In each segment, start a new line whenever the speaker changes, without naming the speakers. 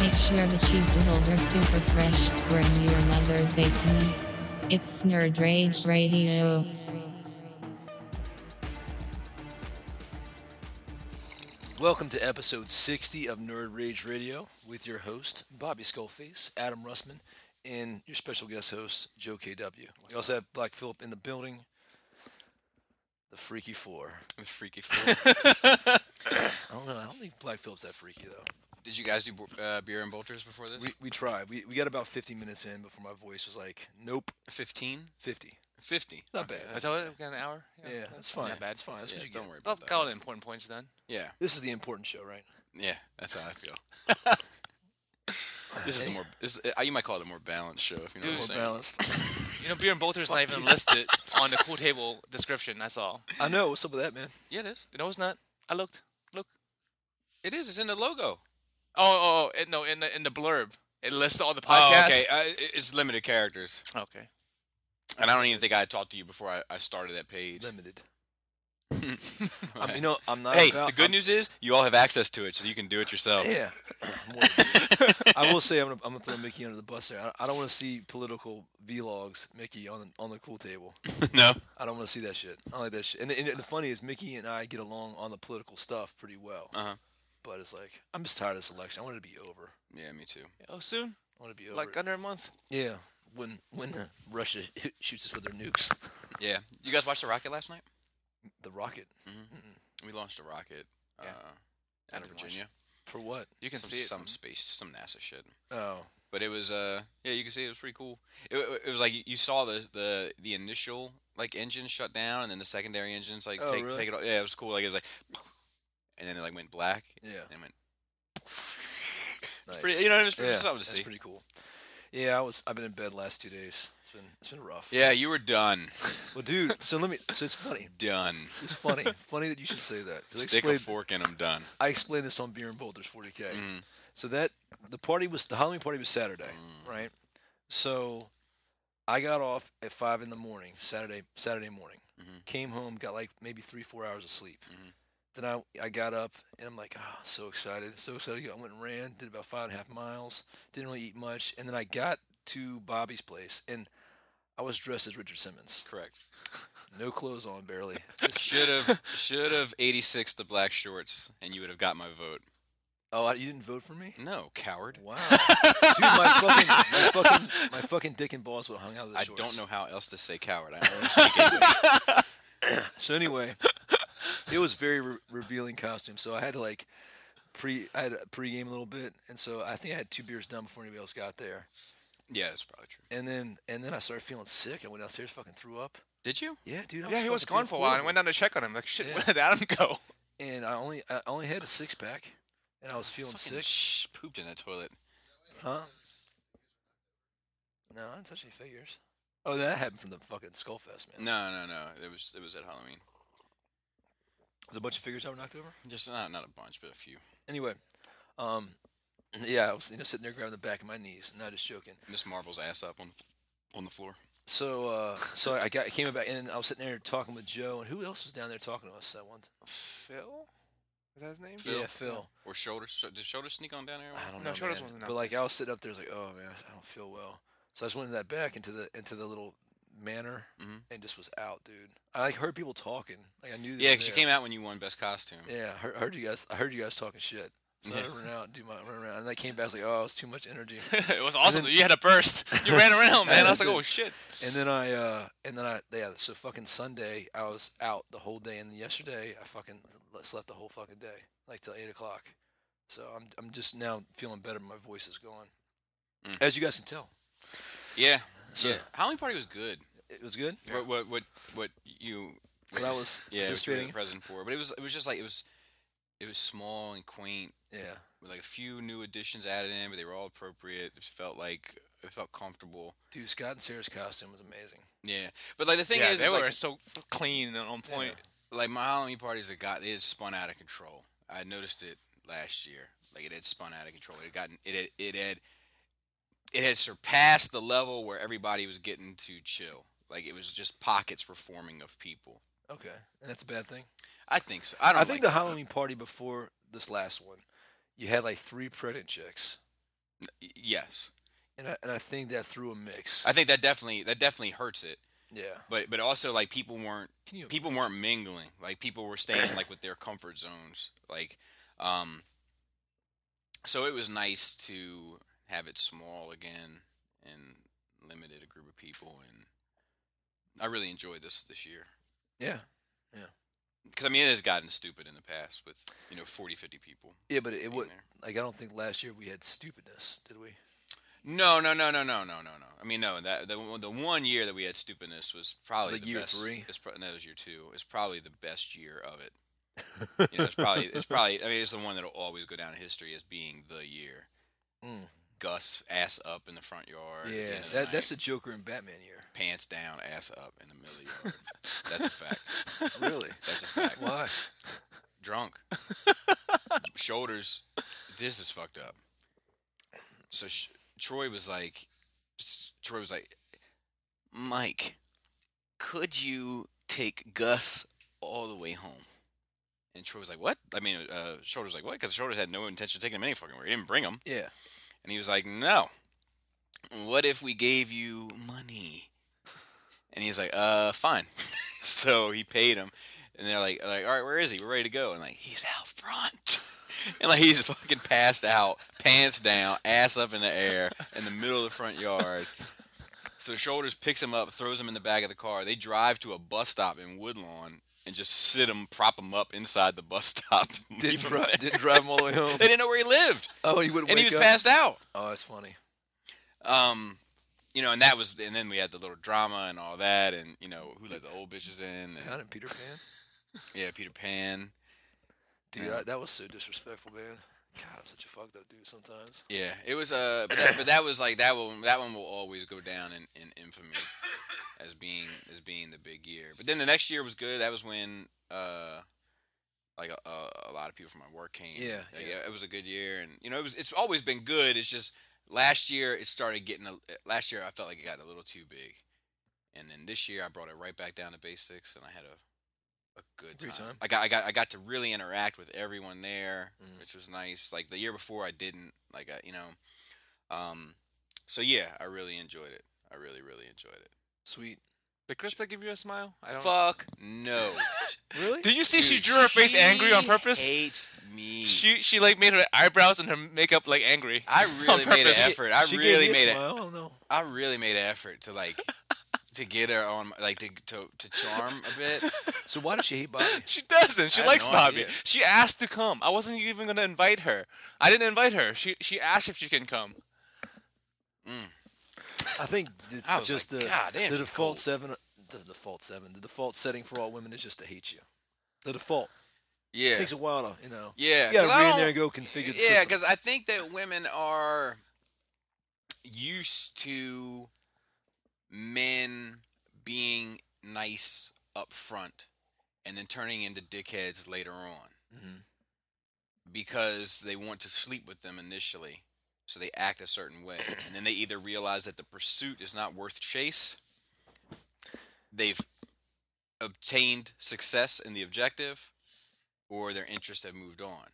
Make sure the cheese doodles are super fresh. We're in your mother's basement. It's Nerd Rage Radio.
Welcome to episode 60 of Nerd Rage Radio with your host, Bobby Skullface, Adam Russman, and your special guest host, Joe KW. we also have Black Phillip in the building, the Freaky Four.
With Freaky Fool.
I don't know, I don't think Black Phillip's that freaky, though.
Did you guys do bo- uh, beer and bolters before this?
We, we tried. We, we got about 50 minutes in before my voice was like, nope,
15?
50.
50.
Not bad.
Is that what it- an hour?
Yeah, that's fine.
Not bad.
That's fine. That's
Yeah,
what you
don't
get.
worry
I'll
about that.
call it important points then.
Yeah,
This is the important show, right?
yeah, that's how I feel. this is the more. This, uh, you might call it a more balanced show if you know
Dude,
what I'm
More
saying.
balanced.
You know, beer and bolter's not even listed on the cool table description. That's all.
I know. What's up with that, man?
Yeah, it is.
You know, it's not. I looked. Look.
It is. It's in the logo.
Oh, oh, oh it, no, in the in the blurb, it lists all the
Oh,
podcasts.
okay. Uh, it- it's limited characters,
Okay.
and I don't even think I talked to you before I, I started that page.
Limited. I'm, you know, I'm not.
Hey,
about-
the good
I'm-
news is you all have access to it, so you can do it yourself.
Yeah. More- I will say I'm gonna, I'm gonna throw Mickey under the bus there. I, I don't want to see political vlogs Mickey on on the cool table.
no,
I don't want to see that shit. I don't like that shit. And, the- and the funny is Mickey and I get along on the political stuff pretty well.
Uh-huh.
But it's like I'm just tired of this election. I want it to be over.
yeah, me too.
Oh, soon.
I want it to be over.
Like under a month.
yeah. When when Russia hit- shoots us with their nukes,
Yeah, you guys watched the rocket last night?
the rocket
We launched a rocket
Yeah.
uh, out of
didn't watch
Virginia.
for what?
You can
Some,
see it.
some space, some NASA shit.
Oh,
but it was uh yeah you can see it was pretty cool it, it was like you- you saw the the the initial like engine shut down and then the secondary engines like
Oh,
take
really?
take it off yeah it was cool like it was like and then it like went black
yeah.
and then went
Nice.
pretty you know it was pretty
yeah,
something to
that's
see
pretty cool. Yeah, I was. I've been in bed last two days. It's been it's been rough.
yeah you were done
Well, dude. So let me. So it's funny.
done
It's funny. funny that you should say that. 'Cause I
stick a
explained-
fork in them done Mm-hmm.
I explained this on Beer and Boulders 40K. So that the party was the Halloween party was Saturday,
Mm.
right? So I got off at five in the morning Saturday Saturday morning.
Mm-hmm.
Came home, got like maybe three four hours of sleep. Then I I got up and I'm like, oh, so excited, so excited. to go." I went and ran, did about five and a half miles. Didn't really eat much, and then I got to Bobby's place and. I was dressed as Richard Simmons,
correct
no clothes on, barely. Just-
should have should have 86 the black shorts and you would have got my vote
oh, you didn't vote for me?
no coward
Wow, dude, my fucking, my fucking, my fucking dick and balls would have hung out of the
I
shorts.
don't know how else to say coward. I only speak English.
So anyway, it was very re- revealing costume. So I had to like pre, I had a pregame a little bit, and so I think I had two beers done before anybody else got there.
Yeah, that's probably true.
And then, and then I started feeling sick. I went downstairs, fucking threw up.
Did you?
Yeah, dude. I
Yeah, he was
fucking
gone for a while. and I
feeling
went down to check on him. Like, shit,
Yeah.
where did Adam go?
horrible. And I only, I only had a six pack, and I was feeling
Fucking
sick.
sh- pooped in that toilet.
Huh? No, I didn't touch any figures. Oh, that happened from the fucking Skull Fest, man.
No, no, no. It was it was at Halloween.
There's a bunch of figures that were knocked over.
Just not not a bunch, but a few.
Anyway, um, yeah, I was you know sitting there grabbing the back of my knees, not just joking.
Miss Marvel's ass up on on the floor.
So, uh, so I got I came back in, and I was sitting there talking with Joe, and who else was down there talking to us that one? time?
Phil. Is that his name?
Phil.
Yeah, Phil.
Or shoulders? Sh- Did shoulders sneak on down there?
I don't
No,
know.
Joe doesn't
man.
want to
But like, I was sitting up there, I was like, oh man, I don't feel well. So I just went in that back into the into the little manor and just was out, dude. I like, heard people talking, like I knew. They
Yeah,
were
because you
there.
came out when you won best costume.
Yeah, I heard, heard you guys. I heard you guys talking shit. So I ran out, do my run around, and I came back I was like, oh, it's too much energy.
it was awesome. that you had a burst. You ran around, man. I was like, oh shit.
And then I, uh, and then I, yeah. So fucking Sunday, I was out the whole day, and then yesterday, I fucking le- slept the whole fucking day, like till eight o'clock. So I'm, I'm just now feeling better. but My voice is gone,
Mm.
as you guys can tell.
Yeah.
So-
yeah. Halloween party was good.
It was good.
What what what what you?
What I was
yeah, it was
participating.
present for, but it was it was just like it was. it was small and quaint
Yeah.
with like a few new additions added in, but they were all appropriate. It just felt like it felt comfortable.
Dude, Scott and Sarah's costume was amazing.
Yeah, but like the thing
yeah,
is,
they
is,
were
like,
so f- clean and on point.
like my Halloween parties had got it had spun out of control. I noticed it last year. Like it had spun out of control. It had gotten it had it had it had surpassed the level where everybody was getting too chill. Like it was just pockets were forming of people.
Okay, and that's a bad thing.
I think so. I
I,
don't.
think
like
the Halloween party before this last one, you had like three pregnant chicks,
y- yes.
and I, and I think that threw a mix.
I think that definitely that definitely hurts it.
yeah.
But but also like people weren't
Can you?
people weren't mingling. Like people were staying like with their comfort zones. Like, um, so it was nice to have it small again and limited a group of people. And I really enjoyed this this year
yeah.
because I mean it has gotten stupid in the past with you know 40, 50 people.
Yeah, but it
being
was
there.
like I don't think last year we had stupidness, did we?
No, no, no, no, no, no, no, no. I mean, no. That the one- the one year that we had stupidness was probably
Like
the
year
best,
three?
It's pro- no, it was year two. It's probably the best year of it. you know, it's probably it's probably. I mean, it's the one that'll always go down in history as being the year.
Mm.
Gus ass up in the front yard. at the
Yeah,
end of the
that, that's the
night,
Joker and Batman year.
pants down, ass up in the middle of the yard. that's a fact.
Really?
That's a fact.
Why?
Drunk, shoulders. This is fucked up. So sh- Troy was like, s- Troy was like, Mike, could you take Gus all the way home? And Troy was like, "What?" I mean, uh, Shoulders was like, "What?" Because Shoulders had no intention of taking him any fucking where. He didn't bring him.
Yeah.
And he was like, No. What if we gave you money? And he's like, Uh, fine. so he paid him. And they're like, like, all right, where is he? We're ready to go. And like, he's out front. and like he's fucking passed out, pants down, ass up in the air, in the middle of the front yard. So Shoulders picks him up, throws him in the back of the car. They drive to a bus stop in Woodlawn and just sit him, prop him up inside the bus stop. and
Didn't
leave him
drive,
there.
didn't drive him all the way home.
They didn't know where he lived.
Oh, he would wake
And he was
up.
passed out.
oh, that's funny.
Um, you know, and that was, and then we had the little drama and all that, and you know, who let the old bitches in,
Not
and
in Peter Pan.
yeah, Peter Pan,
Dude,
Yeah.
I, that was so disrespectful, man. God, I'm such a fucked up dude sometimes.
yeah, it was uh, but that, but that was like that one, that one will always go down in, in infamy as being as being the big year. But then the next year was good. That was when uh, like a, a, a lot of people from my work came.
Yeah,
Like,
yeah.
it was a good year, and you know, it was it's always been good. It's just last year it started getting a, last year I felt like it got a little too big, and then this year I brought it right back down to basics, and I had a a good time.
Great time.
I got I got I got to really interact with everyone there,
Mhm.
which was nice. Like the year before I didn't like I, you know, um, so yeah, I really enjoyed it. I really really enjoyed it.
Sweet.
Did Krista give you a smile? I don't.
Fuck no.
Really?
Did you see she
Dude,
drew her face angry on
she
purpose?
Hates me.
She she like made her eyebrows and her makeup like angry.
I really made an
purpose.
effort. I
She gave
really
me a
made it.
smile, I don't know.
I really made an effort to like to get her on, my- like to to, to charm a bit.
So why does she hate Bobby?
She doesn't. She
I had
likes
no
Bobby.
idea.
She asked to come. I wasn't even gonna invite her. I didn't invite her. She she asked if she can come.
I think it's
I was
just
like,
the,
"God damn,
the
she's
default
cold."
seven, the default seven, the default setting for all women is just to hate you. The default
Yeah.
takes a while to, you know.
yeah.
You gotta
'cause I
read in there
don't-
and go configure the
yeah,
system.
because I think that women are used to men being nice up front and then turning into dickheads later on
Mhm.
because they want to sleep with them initially. So they act a certain way. And then they either realize that the pursuit is not worth chase, they've obtained success in the objective, or their interests have moved on.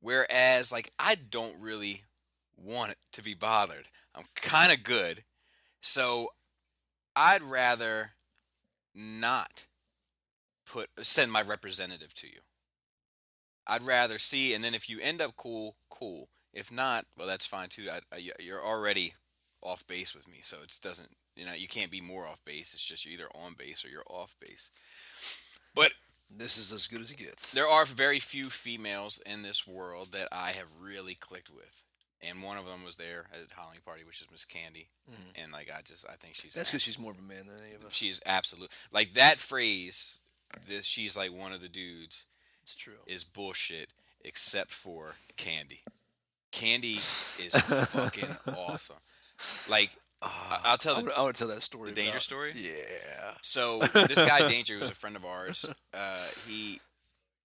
Whereas, like, I don't really want to be bothered. I'm kind of good. So I'd rather not put send my representative to you. I'd rather see, and then if you end up cool, cool. If not, well, that's fine too. I, I, you're already off base with me, so it doesn't. You know, you can't be more off base. It's just you're either on base or you're off base. But
This is as good as it gets.
there are very few females in this world that I have really clicked with, and one of them was there at the Halloween party, which is Miss Candy,
Mhm.
and like I just I think she's
That's
an
because she's more of a man than any of us.
she's absolute like that phrase. This she's like one of the dudes
It's true.
is bullshit. except for candy. Candy is fucking awesome. Like uh, I- I'll tell
Ah, I
the,
would, I would tell that story.
the danger
about-
story.
Yeah.
So this guy Danger, who's a friend of ours, uh, he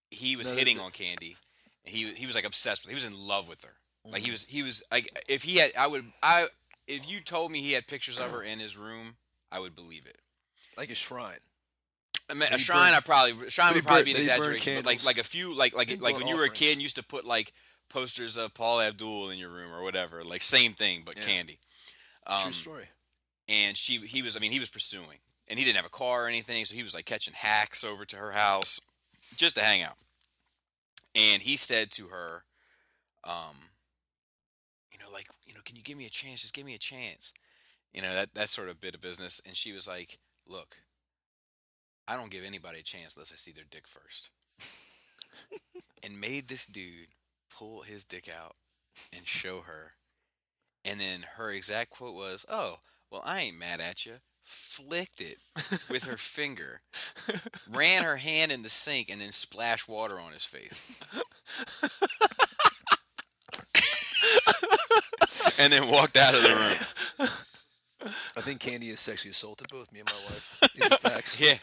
he was
No, that-
hitting on Candy. And he he was like obsessed with. He was in love with her. Like he was he was like if he had I would I if you told me he had pictures of her in his room, I would believe it.
Like a shrine.
I mean,
They
a shrine,
burn-
I probably a shrine
they
would
burn-
probably be an
they burn
exaggeration, but like
candles.
like a few like
They
like like
burn
when you were a
offerings.
kid, you used to put like posters of Paul Abdul in your room or whatever, like same thing but
Yeah.
candy.
True
Um,
story.
and she he was I mean he was pursuing, and he didn't have a car or anything, so he was like catching hacks over to her house just to hang out. And he said to her, um, you know, like you know, can you give me a chance? Just give me a chance. You know that that sort of bit of business. And she was like, look, I don't give anybody a chance unless I see their dick first. and made this dude pull his dick out and show her. And then her exact quote was, "Oh, well, I ain't mad at you." Flicked it with her finger, ran her hand in the sink, and then splashed water on his face. and then walked out of the room.
I think Candy has sexually assaulted both me and my wife. These are facts.
Yeah,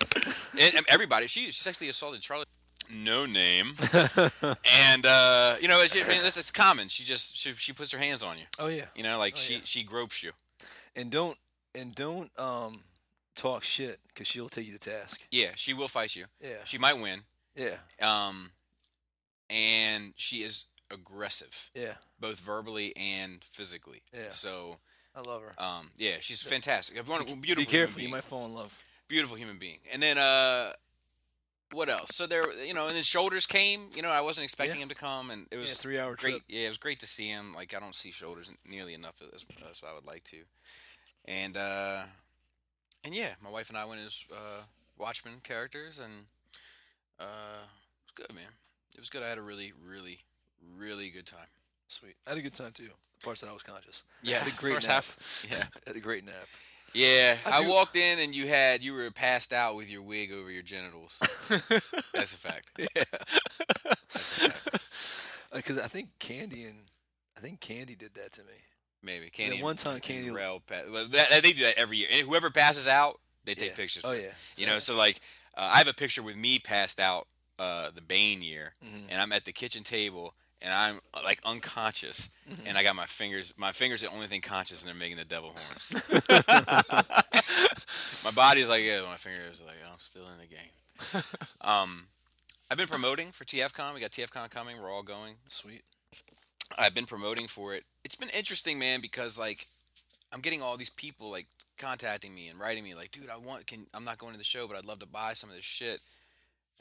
and, and everybody. She she sexually assaulted Charlie. No name. and uh, you know, it's, I mean, it's, it's common. She just she she puts her hands on you.
Oh yeah.
You know, like
Oh,
she
yeah.
she gropes you.
And don't and don't um talk shit because she'll take you to task.
Yeah, she will fight you.
Yeah.
She might win.
Yeah.
Um, and she is aggressive,
Yeah.
both verbally and physically.
Yeah.
So,
I love her.
um, yeah, she's fantastic. A wonderful, beautiful.
Be careful, you
human being.
might fall in love.
Beautiful human being. And then, uh, what else? So there, you know, and then shoulders came. You know, I wasn't expecting
Yeah.
him to come, and it was
Yeah, three-hour
great.
trip.
Yeah, it was great to see him. Like I don't see shoulders nearly enough as, as I would like to. And uh, and yeah, my wife and I went as uh, Watchmen characters, and uh, it was good, man. It was good. I had a really, really, really good time.
Sweet. I had a good time too. The parts that I was conscious.
Yeah,
Had a great
first
nap.
half.
Yeah,
Had a great nap.
yeah.
I
I,
do-
walked in and you had you were passed out with your wig over your genitals. That's a fact.
Because I think Candy and I think Candy did that to me.
Maybe Candy.
one time
and
Candy-
Rail pa- that, that- they do that every year. And whoever passes out, they take
Yeah.
pictures.
Oh
with.
yeah.
You know, so like uh, I have a picture with me passed out uh, the Bane year,
Mhm.
and I'm at the kitchen table and I'm uh, like unconscious, and I got my fingers. My fingers are the only thing conscious, and they're making the devil horns. my body's like, yeah, my fingers are like, I'm still in the game. um, I've been promoting for TFCon. We got TFCon coming. We're all going.
Sweet.
I've been promoting for it. It's been interesting, man, because like I'm getting all these people like contacting me and writing me like, dude, I want can I'm not going to the show, but I'd love to buy some of this shit.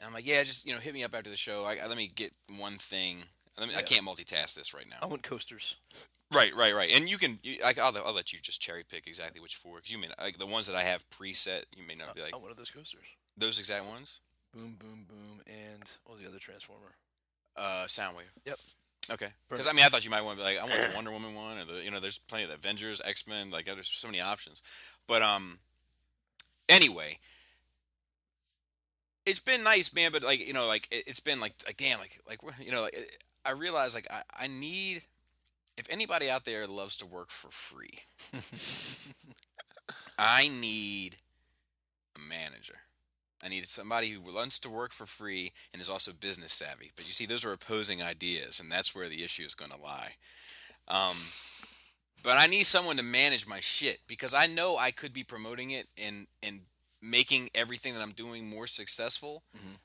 And I'm like, yeah, just you know, hit me up after the show. I, I- let me get one thing. Let me, I
Yeah.
can't multitask this right now.
I want coasters.
Oh. Right, right, right. And you can, you, I, I'll, I'll let you just cherry pick exactly which four because you may not, like the ones that I have preset. You may not be like
I wanted those coasters.
those exact ones.
Boom, boom, boom, and what was the other Transformer?
Uh, Soundwave.
Yep.
Okay. Because I
Perfect.
mean, I thought you might want to be like, I want the Wonder Woman one, or the you know, there's plenty of Avengers, X Men, like there's so many options. But um, anyway, it's been nice, man. But like you know, like it, it's been like like damn, like like we're- you know, like it- I realize like I I need if anybody out there loves to work for free, I need a manager. I needed somebody who wants to work for free and is also business savvy. But you see, those are opposing ideas, and that's where the issue is going to lie. Um, but I need someone to manage my shit because I know I could be promoting it and and making everything that I'm doing more successful.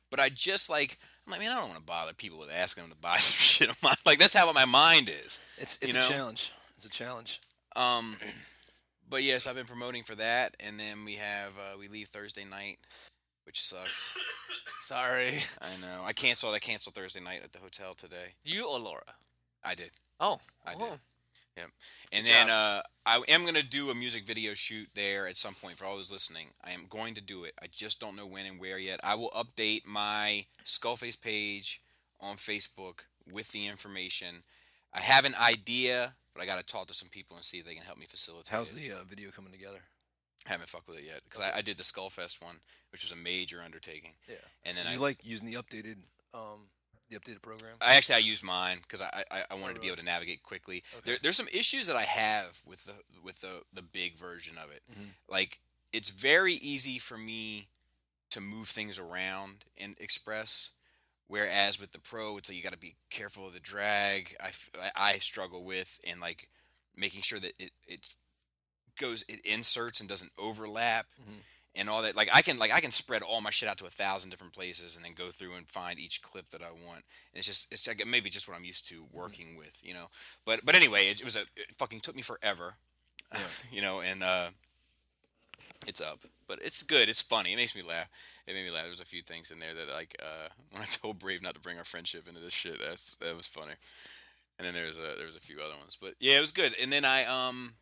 But I just like I'm like, man, I don't want to bother people with asking them to buy some shit. of mine. Like that's how my mind is.
It's it's
You
a
know?
challenge. It's a challenge.
Um, but yes, I've been promoting for that, and then we have uh, we leave Thursday night, which sucks.
Sorry.
I know. I canceled. I canceled Thursday night at the hotel today.
You or Laura?
I did.
Oh,
I
oh.
did. Yep. And
Good
then
job.
uh, I am going to do a music video shoot there at some point for all those listening. I am going to do it. I just don't know when and where yet. I will update my Skullface page on Facebook with the information. I have an idea, but I got to talk to some people and see if they can help me facilitate.
How's
it.
the uh, video coming together?
haven't fucked with it yet because I, I did the Skullfest one, which was a major undertaking.
Yeah.
And then
Did
I
you like using the updated um the updated program?
I actually I use mine because I, I I wanted to be able to navigate quickly. There, there's some issues that I have with the with the the big version of it. Like it's very easy for me to move things around in Express, whereas with the Pro, it's like you got to be careful of the drag. I, f- I- I struggle with and like making sure that it it goes it inserts and doesn't overlap and all that. Like I can like I can spread all my shit out to a thousand different places and then go through and find each clip that I want. And it's just it's like maybe just what I'm used to working with, you know. But but anyway, it, it was a it fucking took me forever, you know. And uh, it's up, but it's good. It's funny. It makes me laugh. It made me laugh. There's a few things in there that like uh, when I told Brave not to bring our friendship into this shit. That's that was funny. And then there's a there's a few other ones, but yeah, it was good. And then I um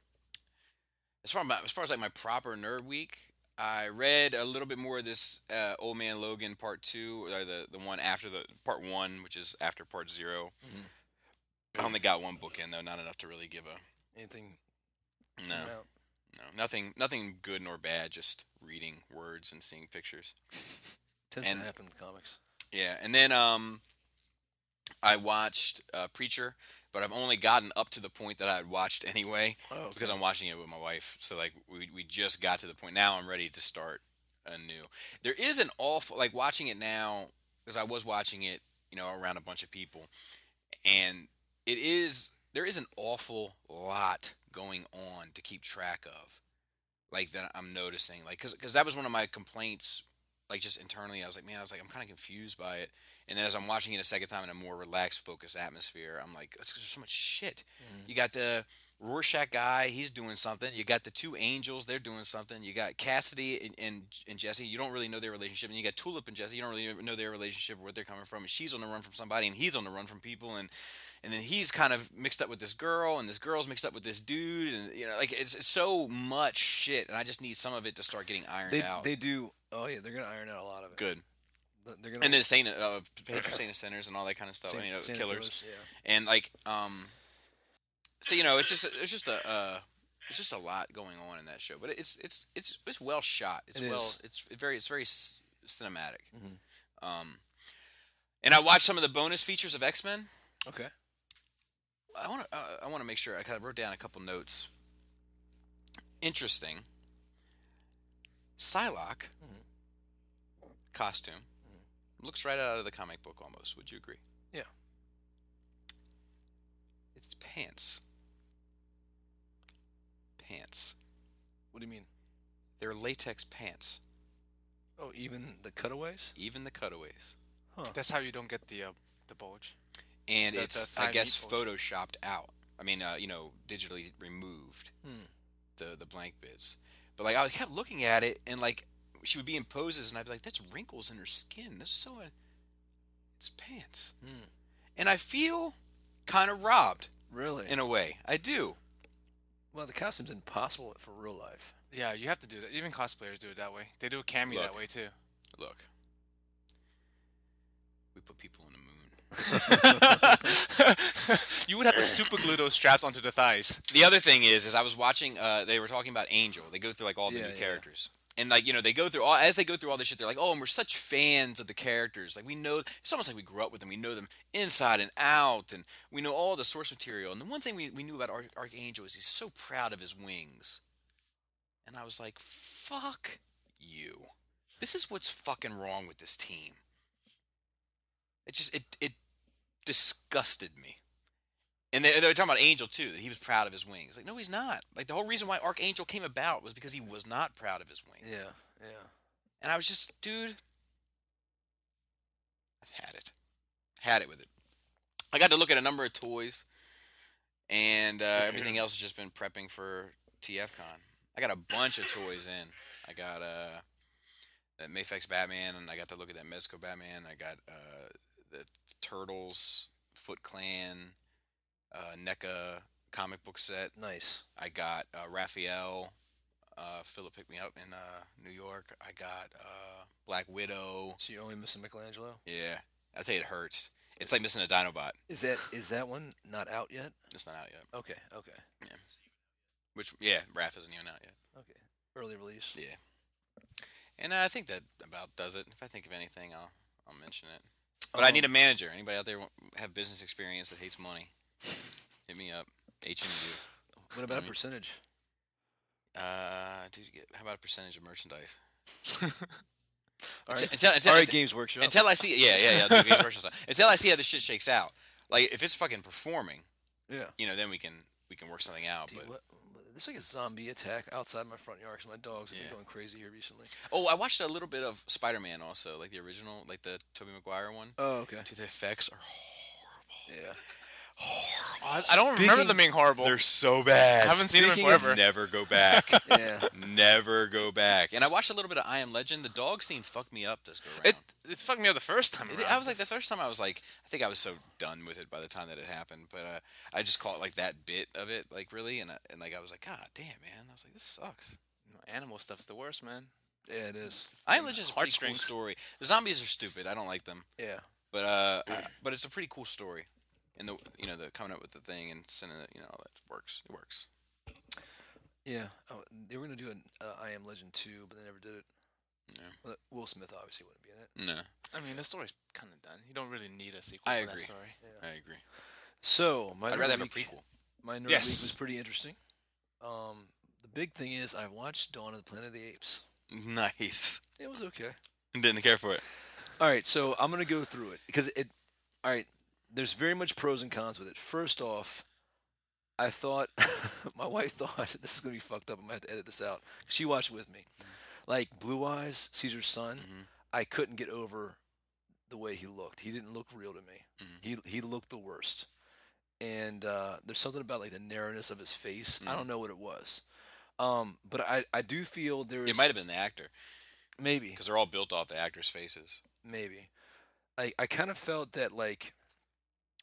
as far as, my, as far as like my proper nerd week, I read a little bit more of this uh, Old Man Logan part two, or the the one after the part one, which is after part 0 I only got one book in though, not enough to really give a
Anything?
no,
coming out?
no, nothing, nothing good nor bad, just reading words and seeing pictures.
Tends
And-
to happen with comics.
Yeah, and then um, I watched uh, Preacher, but I've only gotten up to the point that I had watched anyway
Oh, okay.
because I'm watching it with my wife. So like we we just got to the point now. I'm ready to start anew. There is an awful like watching it now because I was watching it you know around a bunch of people, and it is there is an awful lot going on to keep track of like that i'm noticing like because that was one of my complaints like just internally i was like man i was like i'm kind of confused by it and then as i'm watching it a second time in a more relaxed focused atmosphere i'm like that's there's so much shit
Mm-hmm.
you got the rorschach guy he's doing something you got the two angels they're doing something you got cassidy and, and, and jesse you don't really know their relationship and you got tulip and jesse you don't really know their relationship or where they're coming from and she's on the run from somebody and he's on the run from people and and then he's kind of mixed up with this girl, and this girl's mixed up with this dude, and you know, like it's, it's so much shit, and I just need some of it to start getting ironed
They,
out.
they do. Oh yeah, they're gonna iron out a lot of it.
Good,
Th- They're gonna
and then Saint uh, patron saint of sinners and all that kind of stuff,
Saint-
you know,
Saint
killers,
Nicholas, yeah.
and like um, so you know, it's just it's just a uh, it's just a lot going on in that show, but it's it's it's it's well shot. It's
It
well
is. Mm-hmm.
it's very it's very c- cinematic. Um, and I watched some of the bonus features of X Men.
Okay.
I want to. I want to make sure. I kind of wrote down a couple notes. Interesting. Psylocke
Mm-hmm.
costume looks right out of the comic book almost. Would you agree?
Yeah.
It's pants. Pants.
What do you mean?
They're latex pants.
Oh, even the cutaways.
Even the cutaways.
That's how you don't get the uh, the bulge.
and
That-
it's
that's
I
not
guess
needful.
photoshopped out. I mean, uh, you know, digitally removed
Hmm,
the the blank bits. But like I kept looking at it, and like she would be in poses, and I'd be like, "That's wrinkles in her skin. That's so uh, it's pants." And I feel kind of robbed
Really?
in a way. I do.
well, the costume's impossible for real life.
Yeah,
You have to do that. Even cosplayers do it that way. They do a cameo
Look.
that way too.
Look, we put people on the moon.
You would have to super glue those straps onto the thighs.
the other thing is is I was watching uh they were talking about Angel. They go through like all the
Yeah,
new
yeah.
characters. And like, you know, they go through all as they go through all this shit, they're like, Oh, and we're such fans of the characters. Like we know it's almost like we grew up with them. We know them inside and out and we know all the source material. And the one thing we, we knew about Arch- Archangel is he's so proud of his wings. And I was like, Fuck you. This is what's fucking wrong with this team. It just it it disgusted me. And they, they were talking about Angel too, that he was proud of his wings. Like, no, he's not. Like the whole reason why Archangel came about was because he was not proud of his wings.
Yeah. Yeah.
And I was just, dude, I've had it, had it with it. I got to look at a number of toys, and uh, everything else has just been prepping for TFCon. I got a bunch of toys in. I got uh, that Mayfex Batman, and I got to look at that Mezco Batman. I got uh, the Turtles, Foot Clan, uh, NECA comic book set.
Nice.
I got uh, Raphael. Uh, Philip picked me up in uh, New York. I got uh, Black Widow.
So you're only missing Michelangelo.
Yeah, I tell you, it hurts. It's like missing a Dinobot.
Is that is that one not out yet?
It's not out yet.
Okay. Okay.
Yeah. Which yeah, Raph isn't even out yet.
Okay. Early release.
Yeah. And I think that about does it. If I think of anything, I'll I'll mention it. But I need a
Um,
manager. Anybody out there want- have business experience that hates money? Hit me up. HMU.
What about a
Mm.
percentage?
Uh, dude, you get- how about a percentage of merchandise?
All
Until-
right,
until- until-
all right,
until-
Games Workshop.
Until I see, yeah, yeah, yeah. the game's merchandise. Until I see how the shit shakes out. Like if it's fucking performing,
yeah.
you know, then we can we can work something out.
Dude,
But
what, what- there's like a zombie attack outside my front yard because my dogs have
Yeah.
been going crazy here recently.
oh, I watched a little bit of Spider Man also, like the original, like the Tobey Maguire one.
Oh, okay.
Dude, the effects are
Yeah.
I, I don't remember
Speaking-
them being horrible.
they're so bad.
I haven't seen them in
Speaking of
forever.
Never go back.
Yeah.
Never go back. And I watched a little bit of I Am Legend. The dog scene fucked me up this go round.
It it fucked me up the first time.
It-
around.
I was like the first time I was like I think I was so done with it by the time that it happened, but uh, I just caught like that bit of it like really and I, and like I was like God damn man, I was like this sucks.
animal stuff's the worst, man.
yeah, it is.
I am Legend is a pretty cool
Heartstrings.
story. The zombies are stupid. I don't like them,
Yeah.
but uh, I- but it's a pretty cool story. And the you know the coming up with the thing and sending it you know all that works. It works.
Yeah. Oh, they were going to do an uh, I Am Legend 2, but they never did it.
Yeah.
Well, Will Smith obviously wouldn't be in it.
No,
I mean, the story's kind of done. You don't really need a sequel.
I
to That
agree.
story.
I agree.
So, my
I'd
nerd
rather have a
week-
prequel.
My nerd
Yes.
week was pretty interesting. Um, the big thing is I watched Dawn of the Planet of the Apes.
Nice.
It was okay.
Didn't care for it.
All right, so I'm gonna go through it because it. All right, there's very much pros and cons with it. First off, I thought my wife thought this is gonna be fucked up. I'm gonna have to edit this out. She watched with me,
Mm.
like Blue Eyes, Caesar's son.
Mm-hmm.
I couldn't get over the way he looked. He didn't look real to me.
Mm-hmm.
He he looked the worst. And uh, there's something about like the narrowness of his face. I don't
Mm-hmm.
know what it was, um, but I I do feel there is
It might have been the actor
maybe
because they're all built off the actors' faces.
maybe. I I kind of felt that like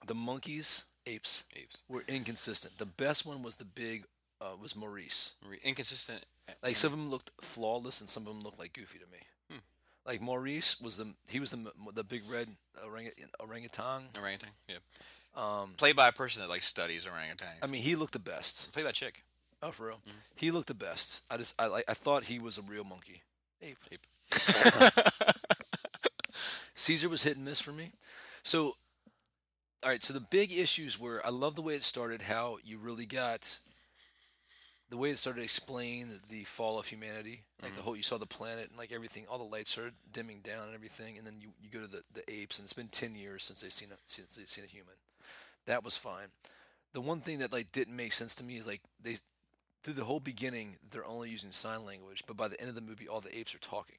the monkeys, apes
Apes.
were inconsistent. The best one was the big uh, was Maurice.
Re- Inconsistent. uh,
Like
Mm.
some of them looked flawless and some of them looked like goofy to me.
Hmm.
Like Maurice was the he was the m- the big red orang- orangutan.
Orangutan. Yeah. Um, played by a person that like studies orangutans.
I mean, he looked the best.
played by a chick.
Oh, for real, he looked the best. I just I like I thought he was a real monkey. Ape.
Ape.
Caesar was hit and miss for me. So, all right. So the big issues were I love the way it started. How you really got the way it started to explain the fall of humanity. Like the whole you saw the planet and like everything, all the lights started dimming down and everything, and then you, you go to the, the apes, and it's been ten years since they've seen a, since they've seen a human. That was fine. The one thing that like didn't make sense to me is like they through the whole beginning they're only using sign language, but by the end of the movie, all the apes are talking.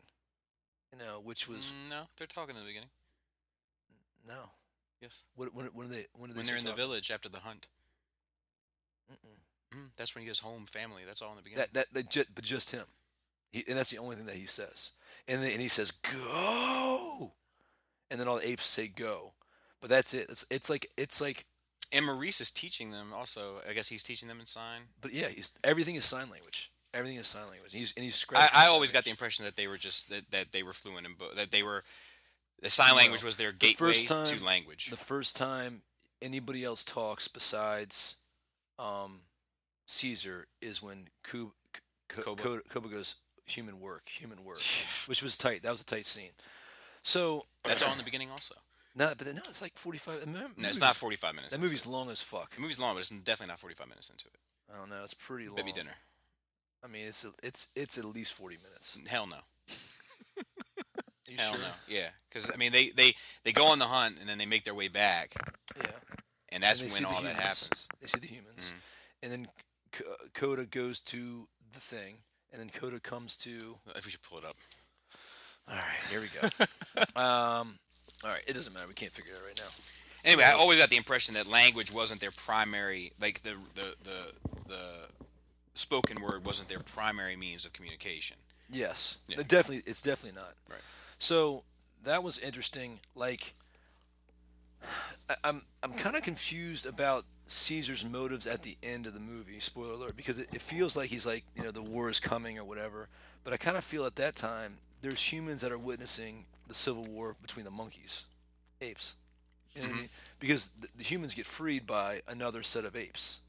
You know, which was
Mm, no, they're talking in the beginning.
no.
Yes.
When when when are they when, are they
When they're in the
talking?
village after the hunt.
Mm-mm.
Mm, that's when he goes home, family. That's all in the beginning.
That that, that just, but just him, he, and that's the only thing that he says. And then and he says go, and then all the apes say go, but that's it. It's it's like it's like
and Maurice is teaching them also. I guess he's teaching them in sign.
but yeah, he's, everything is sign language. Everything is sign language. He's and he's
I,
scratching
I
sign
always got the
language.
impression that they were just that, that they were fluent in both. That they were the sign language was their
The
gateway
first time-
to language.
the first time anybody else talks besides um, Caesar is when Kub, K-
Koba.
Koba. Koba goes human work, human work, which was tight. That was a tight scene. So
that's all in the beginning also.
No, but no, it's like forty-five. the mo-
No, it's
movie's-
not 45 minutes.
That
into
movie's
it.
long as fuck.
The movie's long, but it's definitely not 45 minutes into it.
I don't know. It's pretty long.
Baby dinner.
I mean, it's it's it's at least forty minutes.
Hell no.
Are you
Hell
sure?
no. Yeah, because I mean they, they they go on the hunt and then they make their way back,
Yeah.
and that's
And they see
Mm. when
the
all that
humans.
happens. Mm.
They see the humans, and then K- uh, Coda goes to the thing, and then Coda comes to.
If we should pull it up.
All right, here we go. um, all right, it doesn't matter. We can't figure it out right now.
Anyway, I always got the impression that language wasn't their primary, like the the the, the spoken word wasn't their primary means of communication.
Yes,
Yeah.
It definitely. It's definitely not.
Right.
So that was interesting. Like, I, I'm I'm kind of confused about Caesar's motives at the end of the movie. Spoiler alert, because it, it feels like he's like you know the war is coming or whatever. But I kind of feel at that time there's humans that are witnessing the civil war between the monkeys, apes, you
Mm-hmm.
know what I mean? because the, the humans get freed by another set of apes.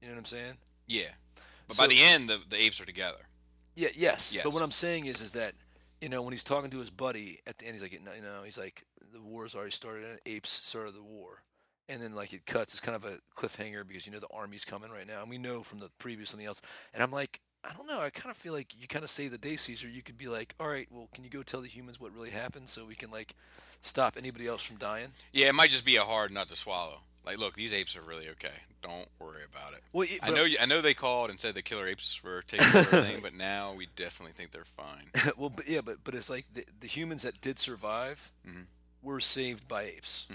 You know what I'm saying?
Yeah, but
So-
by the end, the, the apes are together.
Yeah, yes.
Yes.
But what I'm saying is, is that you know when he's talking to his buddy at the end, he's like, you know, he's like, the war's already started and apes started the war. And then like it cuts. It's kind of a cliffhanger because you know the army's coming right now, and we know from the previous something else. And I'm like, I don't know. I kind of feel like you kind of save the day, Caesar. You could be like, all right, well, can you go tell the humans what really happened so we can like stop anybody else from dying?
Yeah, it might just be a hard nut to swallow. Like, look, these apes are really okay. Don't worry about it.
Well, it-
I
but-
know, you, I know they called and said the killer apes were taking over everything, but now we definitely think they're fine.
well, but yeah, but but it's like the, the humans that did survive
Mm-hmm.
were saved by apes.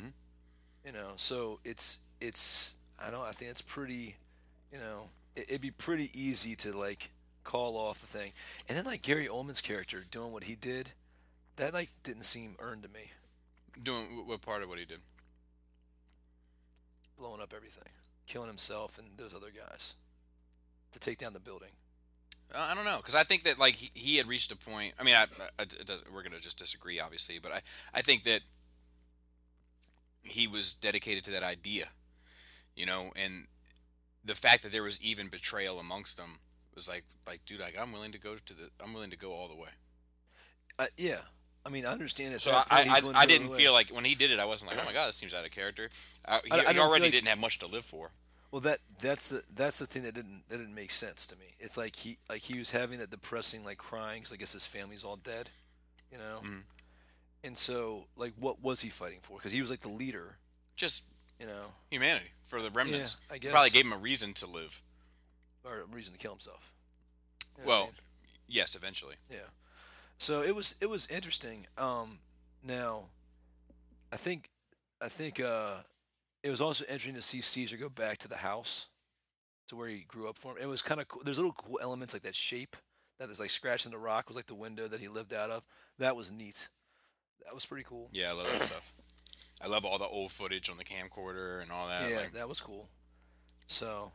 You know, so it's it's I don't I think it's pretty, you know, it, it'd be pretty easy to like call off the thing, and then like Gary Oldman's character doing what he did, that like didn't seem earned to me,
Doing wh- what part of what he did?
blowing up everything, killing himself and those other guys to take down the building.
Uh, I don't know because I think that like he, he had reached a point. I mean, I, I, it doesn't- we're going to just disagree, obviously, but I I think that he was dedicated to that idea, you know, and the fact that there was even betrayal amongst them was like like dude, like I'm willing to go to the I'm willing to go all the way.
Uh, yeah, I mean I understand it.
So I I, I, I didn't feel like when he did it, I wasn't like oh my god, this seems out of character. I, he,
I don't
he
feel
already
like-
didn't have much to live for.
Well, that that's the that's the thing that didn't that didn't make sense to me. It's like he like he was having that depressing like crying because I guess his family's all dead, you know.
Mm-hmm.
And so like, what was he fighting for? Because he was like the leader,
Just
you know,
humanity for the remnants.
I guess.
probably gave him a reason to live.
or a reason to kill himself. You know what I
well,
mean?
yes, eventually.
Yeah. So it was it was interesting. Um now I think I think uh it was also interesting to see Caesar go back to the house to where he grew up from. It was kind of cool. There's little cool elements like that shape that is like scratching the rock was like the window that he lived out of. That was neat. That was pretty cool.
Yeah, I love that stuff. I love all the old footage on the camcorder and all that.
yeah,
like,
that was cool. So,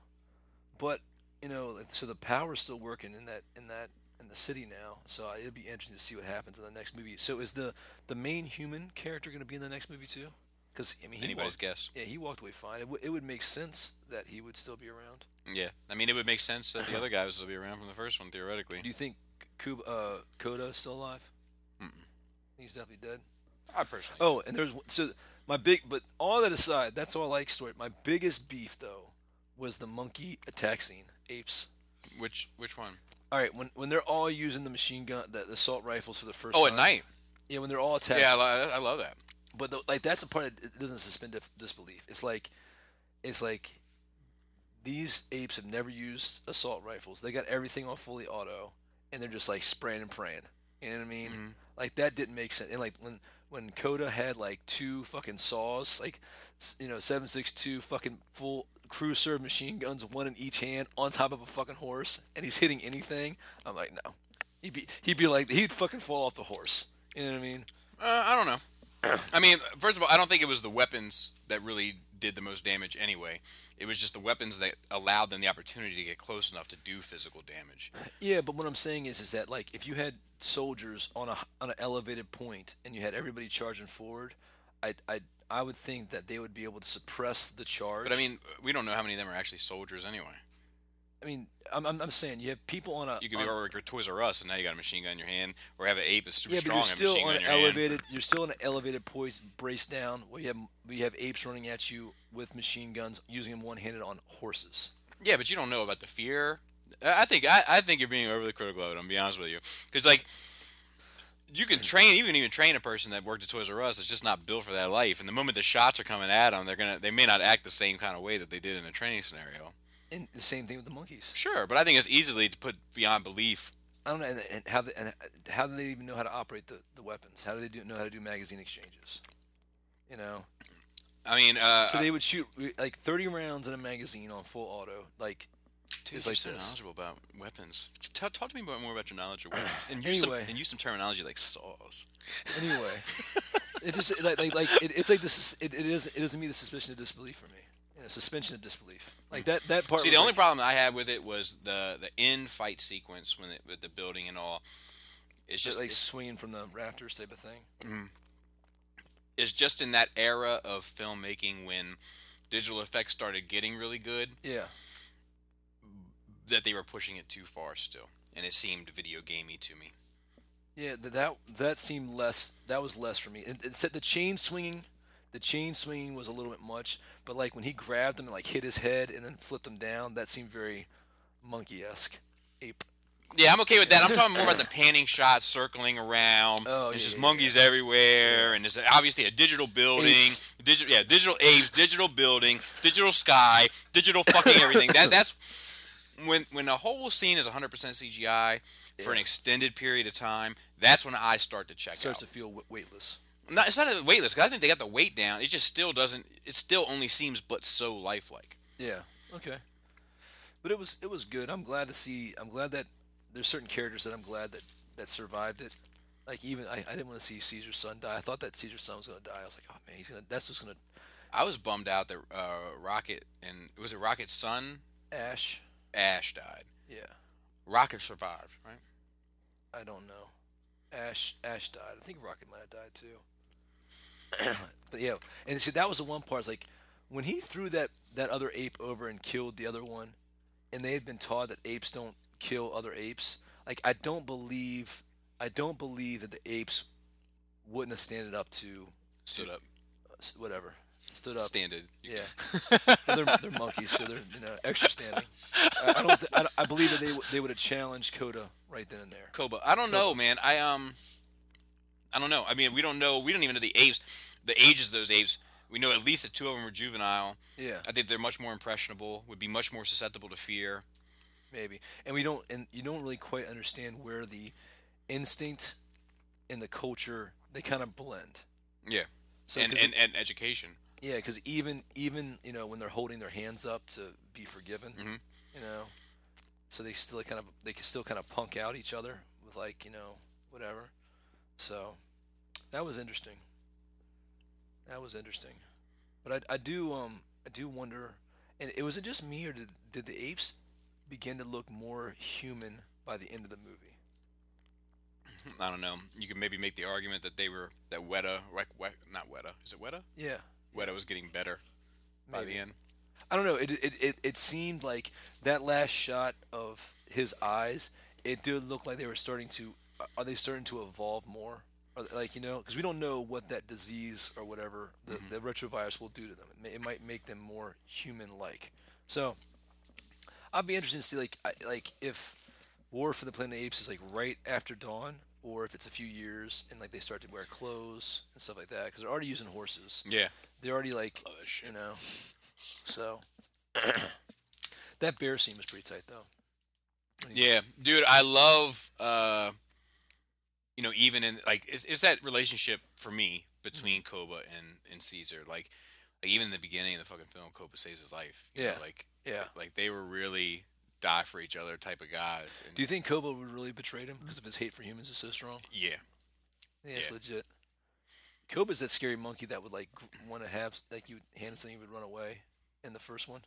but you know, like, so the power's still working in that in that in the city now. So I- it'd be interesting to see what happens in the next movie. So is the the main human character going to be in the next movie too? Because I mean, he
anybody's
walked,
guess.
Yeah, he walked away fine. It, w- it would make sense that he would still be around.
Yeah, I mean, it would make sense that the other guy was to be around from the first one theoretically.
Do you think Kuba, uh, Koda is still alive?
Hmm.
mm He's definitely dead.
I personally.
Oh, and there's one- so my big, but all that aside, that's all I like story. My biggest beef though was the monkey attack scene, apes.
Which which one?
All right, when when they're all using the machine gun, the, the assault rifles for the first.
Oh, at
time,
night.
Yeah, when they're all attacking.
Yeah, I, lo- I love that.
but the, like that's the part that it doesn't suspend dif- disbelief. It's like, it's like, these apes have never used assault rifles. They got everything on fully auto, and they're just like spraying and praying. You know what I mean? Like that didn't make sense. And like when when Coda had like two fucking saws, like s- you know seven six two fucking full crew serve machine guns, one in each hand, on top of a fucking horse, and he's hitting anything. I'm like, no. He'd be he'd be like he'd fucking fall off the horse. You know what I mean?
Uh, I don't know. I mean, first of all, I don't think it was the weapons that really did the most damage anyway. It was just the weapons that allowed them the opportunity to get close enough to do physical damage.
Yeah, but what I'm saying is, is that like if you had soldiers on a on an elevated point and you had everybody charging forward, I I I would think that they would be able to suppress the charge.
But I mean, we don't know how many of them are actually soldiers anyway.
I mean, I'm I'm, I'm saying you have people on a
You could be
on-
or like Toys R Us, and now you got a machine gun in your hand, or have an ape that's super
yeah, but
strong
you're
and machine
still on
gun
an
in your hand.
elevated. You're still on an elevated poise, brace down. Where you have we have apes running at you with machine guns, using them one handed on horses.
Yeah, but you don't know about the fear. I I think I, I think you're being overly critical of it. I'm be honest with you, because like you can train, you can even train a person that worked at Toys R Us that's just not built for that life. And the moment the shots are coming at them, they're gonna they may not act the same kind of way that they did in a training scenario.
And the same thing with the monkeys.
Sure, but I think it's easily to put beyond belief.
I don't know and, and how they, and how do they even know how to operate the, the weapons? How do they do know how to do magazine exchanges? You know.
I mean, uh,
So they would shoot like 30 rounds in a magazine on full auto. Like,
Dude,
It's
you're
like
so
this.
knowledgeable about weapons. Talk, talk to me about more about your knowledge of weapons, and use
Anyway.
some and use some terminology like saws.
anyway, it just like like, like it, it's like this. It, it is it doesn't mean the suspension of disbelief for me. You know, suspension of disbelief. Like that that part.
See,
was
the only
like-
problem I had with it was the the end fight sequence when it, with the building and all. It's just
like
it's,
swinging from the rafters type of thing.
it's just in that era of filmmaking when digital effects started getting really good
Yeah.
that they were pushing it too far still, and it seemed video gamey to me.
Yeah, th- that that seemed less. That was less for me. It, it said the chain swinging, the chain swinging was a little bit much. But like when he grabbed him and like hit his head and then flipped him down, that seemed very monkey esque, ape.
Yeah, I'm okay with that. I'm talking more about the panning shot, circling around.
Oh,
there's
yeah,
just
yeah,
monkeys everywhere, and there's obviously a digital building, digital yeah, digital apes, digital building, digital sky, digital fucking everything. that that's when when a whole scene is 100% CGI for an extended period of time. That's when I start to check
Starts
out.
to feel w- weightless.
Not, it's not a weightless because I think they got the weight down. It just still doesn't. It still only seems but so lifelike.
Yeah. Okay. But it was it was good. I'm glad to see. I'm glad that there's certain characters that I'm glad that that survived it. Like even I, I didn't want to see Caesar's son die. I thought that Caesar's son was gonna die. I was like, oh man, he's gonna. That's just gonna
I was bummed out that uh, Rocket and was it Rocket's son
ash.
Ash died.
Yeah.
Rocket survived, right?
I don't know. Ash Ash died. I think Rocket might have died too. but yeah, and see that was the one part. It's like when he threw that that other ape over and killed the other one, and they had been taught that apes don't kill other apes. Like I don't believe I don't believe that the apes wouldn't have standed up to
Stood up,
s- whatever stood up.
standed.
Yeah, they're, they're monkeys, so they're you know extra standing. I, I don't. Th- I, don't- I believe that they w- they would have challenged Coda right then and there.
Koba. I don't know, man. I um, I don't know. I mean, we don't know. We don't even know the apes, the ages of those apes. We know at least that two of them were juvenile.
Yeah.
I think they're much more impressionable. Would be much more susceptible to fear.
maybe and we don't and you don't really quite understand where the instinct and the culture they kind of blend
Yeah.
So,
and,
'cause
and
it-
and education.
yeah because even even you know when they're holding their hands up to be forgiven
Mhm.
you know so they still kind of they can still kind of punk out each other with like you know whatever so that was interesting that was interesting but i, I do um i do wonder and it was it just me or did, did the apes begin to look more human by the end of the movie
I don't know. You could maybe make the argument that they were that Weta, like, Wet, not Weta. Is it Weta?
Yeah.
Weta was getting better by the
Maybe.
end.
I don't know. It, it, it, it seemed like that last shot of his eyes, it did look like they were starting to. uh, Are they starting to evolve more? Are they- like, you know, because we don't know what that disease or whatever the, the retrovirus will do to them. It, may, it might make them more human like. So I'd be interested to see, like, I, like if War for the Planet of the Apes is like right after dawn. Or if it's a few years and like they start to wear clothes and stuff like that, because they're already using horses
Yeah.
they're already like you know so that bear scene was pretty tight though
Yeah, dude, I love uh you know even in like it's, it's that relationship for me between
Mm-hmm.
Koba and and Caesar like like even in the beginning of the fucking film Koba saves his life. you know,
Yeah.
like
yeah
like they were really die for each other type of guys. And,
do you think Kobo would really betrayed him because of his hate for humans is so strong
yeah.
yeah it's
Yeah.
legit Koba's that scary monkey that would like want to have like you would hand him something he would run away in the first one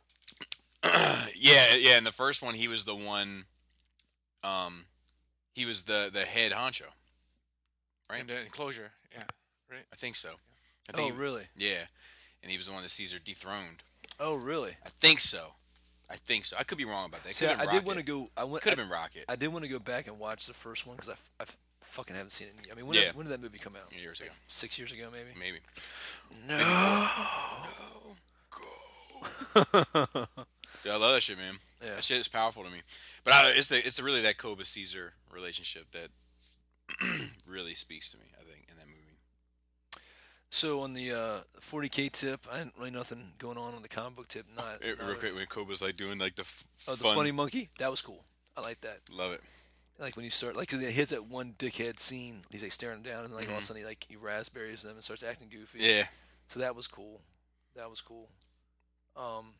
Yeah, yeah, in the first one he was the one um he was the the head honcho. Right.
in the enclosure. Yeah.
I think so. I
oh
think he-
really
Yeah. And he was the one that Caesar dethroned.
oh really
I think so. I think so. I could be wrong about that. It
See,
could've
I,
been
I did
Rocket.
want to go I went
Could have been Rocket
I did want to go back and watch the first one because I, f- I f- fucking haven't seen it. in- I mean, when, did-
Yeah. Mm.
when did that movie come out?
years ago,
Six years ago, maybe.
maybe. Dude, I love that shit, man.
Yeah.
That shit is powerful to me. But I, it's the, it's really that Koba Caesar relationship that really speaks to me. I think in that movie.
So on the uh, 40k tip, I didn't really nothing going on on the comic book tip. Not,
It,
not
real
a-
quick, when Koba's like doing like the f-
Oh, the
fun,
funny monkey. That was cool. I like that.
love it.
Like when you start, like 'cause it hits that one dickhead scene. He's like staring him down, and like all of a sudden, he like he raspberries them and starts acting goofy.
Mm-hmm. Yeah,
So that was cool. That was cool. Um,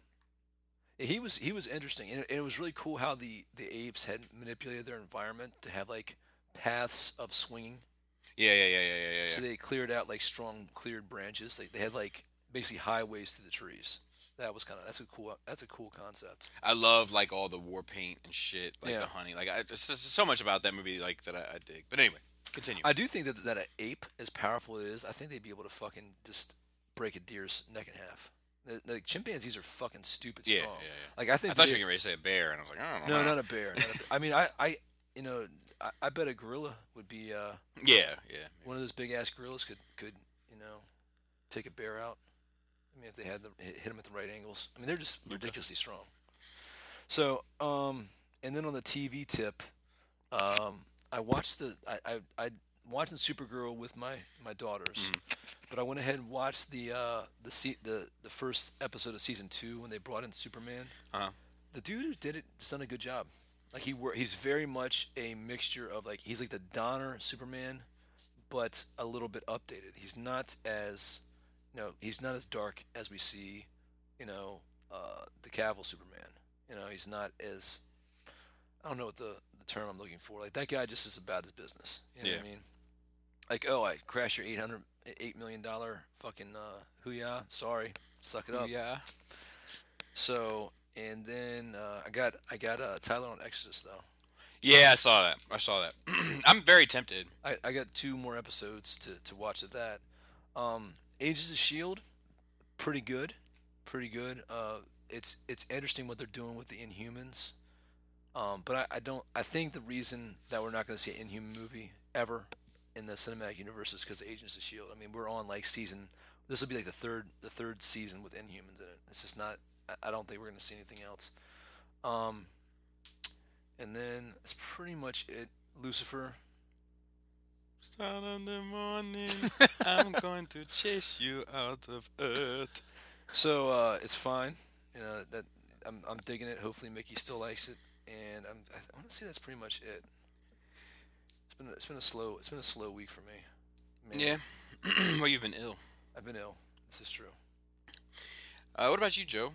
yeah, he was he was interesting, and it, and it was really cool how the the apes had manipulated their environment to have like paths of swinging.
yeah, yeah, yeah, yeah, yeah, yeah.
So they cleared out like strong cleared branches. Like they had like basically highways through the trees. That was kind of that's a cool that's a cool concept.
I love like all the war paint and shit, like
Yeah.
the honey. Like I, there's just so much about that movie, like that I, I dig. But anyway, continue.
I do think that that an ape, as powerful as it is, I think they'd be able to fucking just break a deer's neck in half. The, the chimpanzees are fucking stupid
Yeah,
strong.
yeah, yeah.
Like I
I
think
thought
they-
you were gonna say a bear, and I was like, I don't know.
no, not a bear. Not a bear. I mean, I, I you know, I, I bet a gorilla would be uh,
Yeah, yeah.
one of those big ass gorillas could could you know take a bear out. I mean, if they had the hit hit them at the right angles. I mean, they're just ridiculously strong. So, um, and then on the TV tip, um, I watched the I I, I watching Supergirl with my my daughters, but I went ahead and watched the uh the se- the the first episode of season two when they brought in Superman.
Uh-huh.
The dude who did it has done a good job. Like he wor- he's very much a mixture of like he's like the Donner Superman, but a little bit updated. He's not as you know, he's not as dark as we see, you know, uh, the Cavill Superman. You know, he's not as I don't know what the, the term I'm looking for. Like that guy just is about his business. You know what I
Yeah.
mean? Like, oh, I crashed your 800 eight million dollar fucking uh hooyah. Sorry. Suck it up.
Yeah.
So, and then uh, I got I got uh, Tyler on Exorcist though.
Yeah, I saw that. I saw that. I'm very tempted.
I, I got two more episodes to, to watch of that. Um, Ages of Shield, pretty good, pretty good. Uh, it's it's interesting what they're doing with the Inhumans, um, but I, I don't. I think the reason that we're not going to see an Inhuman movie ever in the cinematic universe is because Agents of Shield. I mean, we're on like season. This will be like the third the third season with Inhumans in it. It's just not. I- I don't think we're going to see anything else. Um, and then that's pretty much it. Lucifer,
Start in the morning. I'm going to chase you out of earth.
So uh, it's fine. You know that I'm, I'm digging it. Hopefully Mickey still likes it, and I'm, I want to say that's pretty much it. It's been it's been a slow it's been a slow week for me. Man,
Yeah. well, you've been ill.
I've been ill. This is true.
Uh, what about you, Joe?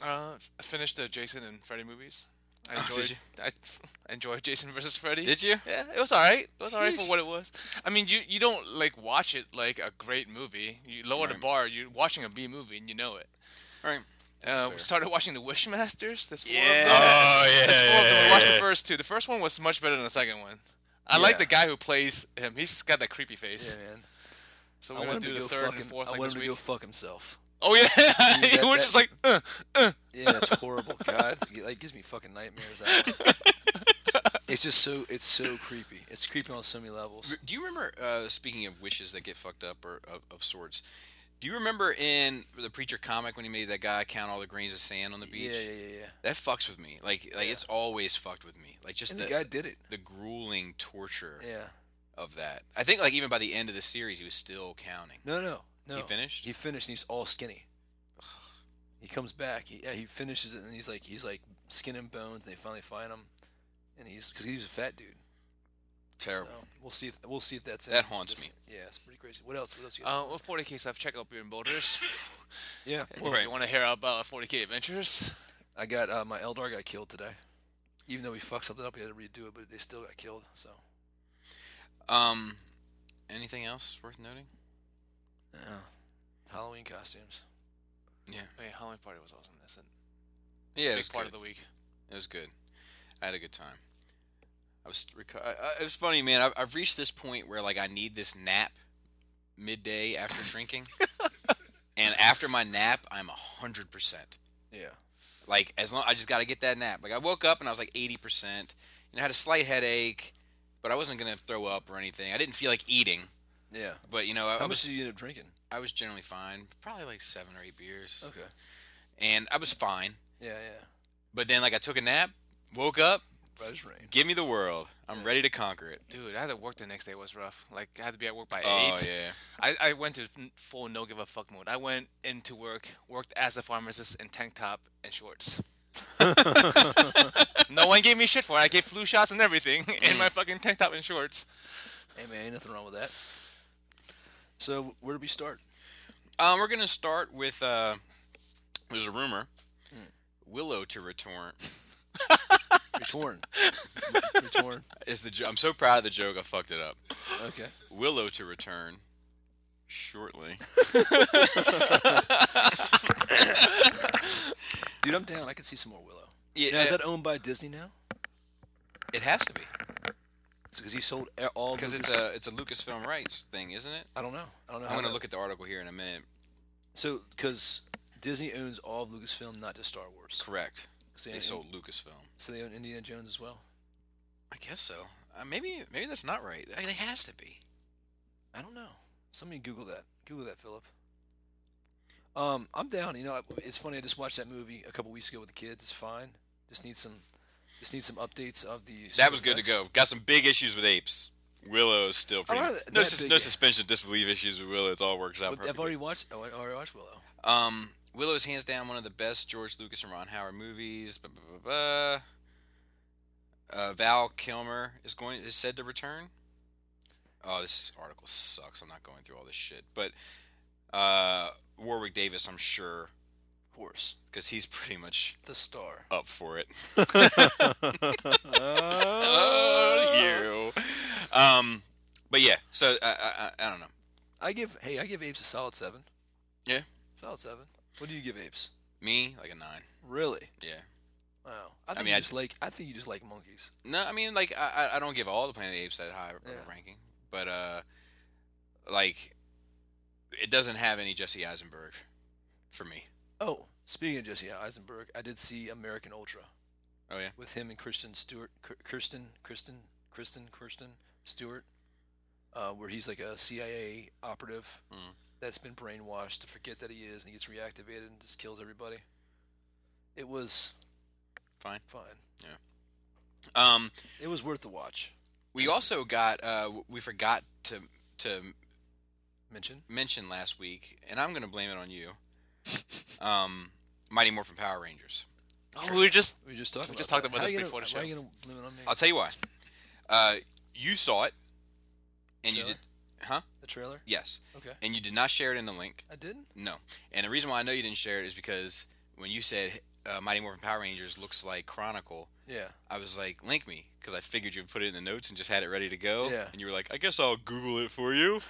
Uh, f- I finished the Jason and Freddy movies. I
Oh, did
enjoyed.
you?
I I enjoyed Jason versus Freddy.
Did you?
Yeah, it was all right. It was all right for
Sheesh.
what it was. I mean, you you don't like watch it like a great movie. You lower the
Right.
bar. You're watching a B movie and you know it.
All right.
Uh,
fair.
we started watching the Wishmasters. That's four of
Yes.
them.
Oh, yeah,
That's four of them.
yeah,
we watched
yeah.
the first two. The first one was much better than the second one. I like
Yeah.
the guy who plays him. He's got that creepy face.
Yeah, man.
So
I
we're gonna
want him
do
to
the
go
third
fucking.
and fourth
I
like
want
this
him to
week.
go fuck himself.
oh yeah,
that-
we're
that-
just like. Uh, uh.
Yeah, that's horrible. God, it like, gives me fucking nightmares. Out. it's just so it's so creepy. It's creepy on so many levels.
Do you remember? Uh, speaking of wishes that get fucked up or of, of sorts, do you remember in the preacher comic when he made that guy count all the grains of sand on the beach?
Yeah, yeah, yeah, yeah.
That fucks with me. Like, like
Yeah.
it's always fucked with me. Like just
And
the
the guy did it.
the grueling torture
Yeah.
of that. I think like even by the end of the series, he was still counting.
No, no, no.
He finished?
He finished, and he's all skinny. He comes back. He, yeah, he finishes it, and he's like, he's like skin and bones, and they finally find him, and he's because he was a fat dude. So
Terrible.
we'll see if we'll see if that's in
That haunts
this-
me.
Yeah, it's pretty crazy. What else? What else? You got?
Uh, well, 40k stuff. Check out Beer and Boulders.
Uh,
yeah,
All right.
You want to hear about 40k adventures?
I got uh, my Eldar got killed today. Even though he fucked something up, he had to redo it, but they still got killed. So
Um, anything else worth noting?
yeah. Halloween costumes.
Yeah,
I mean, Oh, Halloween party was awesome. That's a
yeah, it
big
was
part
good.
of the week.
It was good. I had a good time. I was. Reco- I, I- it was funny, man. I've, I've reached this point where like I need this nap midday after drinking, and after my nap, I'm hundred percent.
Yeah.
Like as long I just got to get that nap. Like I woke up and I was like eighty percent. You know, I had a slight headache, but I wasn't gonna throw up or anything. I didn't feel like eating,
Yeah.
but you know, I, I
How
was
much did you end up drinking?
I was generally fine. Probably like seven or eight beers,
Okay.
and I was fine.
Yeah, yeah.
But then like I took a nap, woke up,
Rose rain.
give me the world. I'm ready to conquer it.
Dude, I had to work the next day. It was rough. Like, I had to be at work by
Oh
eight.
yeah.
I, I went to n- full no give a fuck mode. I went into work, worked as a pharmacist in tank top and shorts. no one gave me shit for it. I gave flu shots and everything in my fucking tank top and shorts.
Hey man, ain't nothing wrong with that. So where do we start?
Um, we're gonna start with uh, there's a rumor, Hmm. Willow to return
Retorn. Retorn.
is the. Jo- I'm so proud of the joke. I fucked it up.
Okay.
Willow to return shortly.
Dude, I'm down. I can see some more Willow.
Yeah,
Now, is that owned by Disney now?
it has to be
Because he sold a- all.
because it's
Lucas-
a it's a Lucasfilm rights thing, isn't it?
I don't know. I don't know.
I'm gonna look at the article here in a minute.
So, because Disney owns all of Lucasfilm, not just Star Wars.
Correct.
So
They sold Lucasfilm.
So they own Indiana Jones as well.
I guess so. Uh, maybe maybe that's not right. I mean, it has to be.
I don't know. Somebody Google that. Google that, Philip. Um, I'm down. You know, I- it's funny. I just watched that movie a couple weeks ago with the kids. It's fine. Just need some, just need some updates of the.
That was good to
special
go. Got some big issues with apes. Willow's still pretty.
rather
much-
that
no, sus-
big-
no suspension of disbelief issues with Willow. It all works out
effects. But I've
perfectly.
already watched. Oh, I already watched Willow.
Um, Willow is hands down one of the best George Lucas and Ron Howard movies. Blah, blah, blah, blah. Uh, Val Kilmer is going is said to return. Oh, this article sucks. I'm not going through all this shit. But uh, Warwick Davis, I'm sure,
Horse,
because he's pretty much
the star.
up for it. Oh, you. Um, but yeah. So I, I, I I don't know.
I give. Hey, I give Apes a solid seven.
Yeah.
Solid seven. What do you give Apes?
Me like a nine.
Really?
Yeah.
Wow. I think
mean,
you
I-
just like. I think you just like monkeys.
No, I mean like I I- I don't give all the Planet of the Apes that high of a
Yeah.
ranking, but uh, like it doesn't have any Jesse Eisenberg for me.
Oh, speaking of Jesse Eisenberg, I did see American Ultra
Oh yeah,
with him and Kristen Stewart. Kir- Kirsten, Kristen, Kristen, Kirsten Stewart, uh, where he's like a CIA operative
Mhm.
that's been brainwashed to forget that he is, and he gets reactivated and just kills everybody. It was
fine.
fine.
Um,
It was worth the watch.
we also got uh, we forgot to to
Mention.
mention last week, and I'm gonna blame it on you. Um, Mighty Morphin Power Rangers.
Oh, we were just
We just talked.
We
about
just talked
that.
about
How
this
you gonna-
before the
Why
show.
you gonna blame it on me?
I'll tell you why. Uh, you saw it, and you
Trailer?
did, huh?
the trailer.
Yes,
Okay.
and you did not share it in the link.
I didn't.
No. And the reason why I know you didn't share it is because when you said uh, Mighty Morphin Power Rangers looks like Chronicle,
Yeah.
I was like, link me, because I figured you'd put it in the notes and just had it ready to go.
Yeah.
And you were like, I guess I'll Google it for you.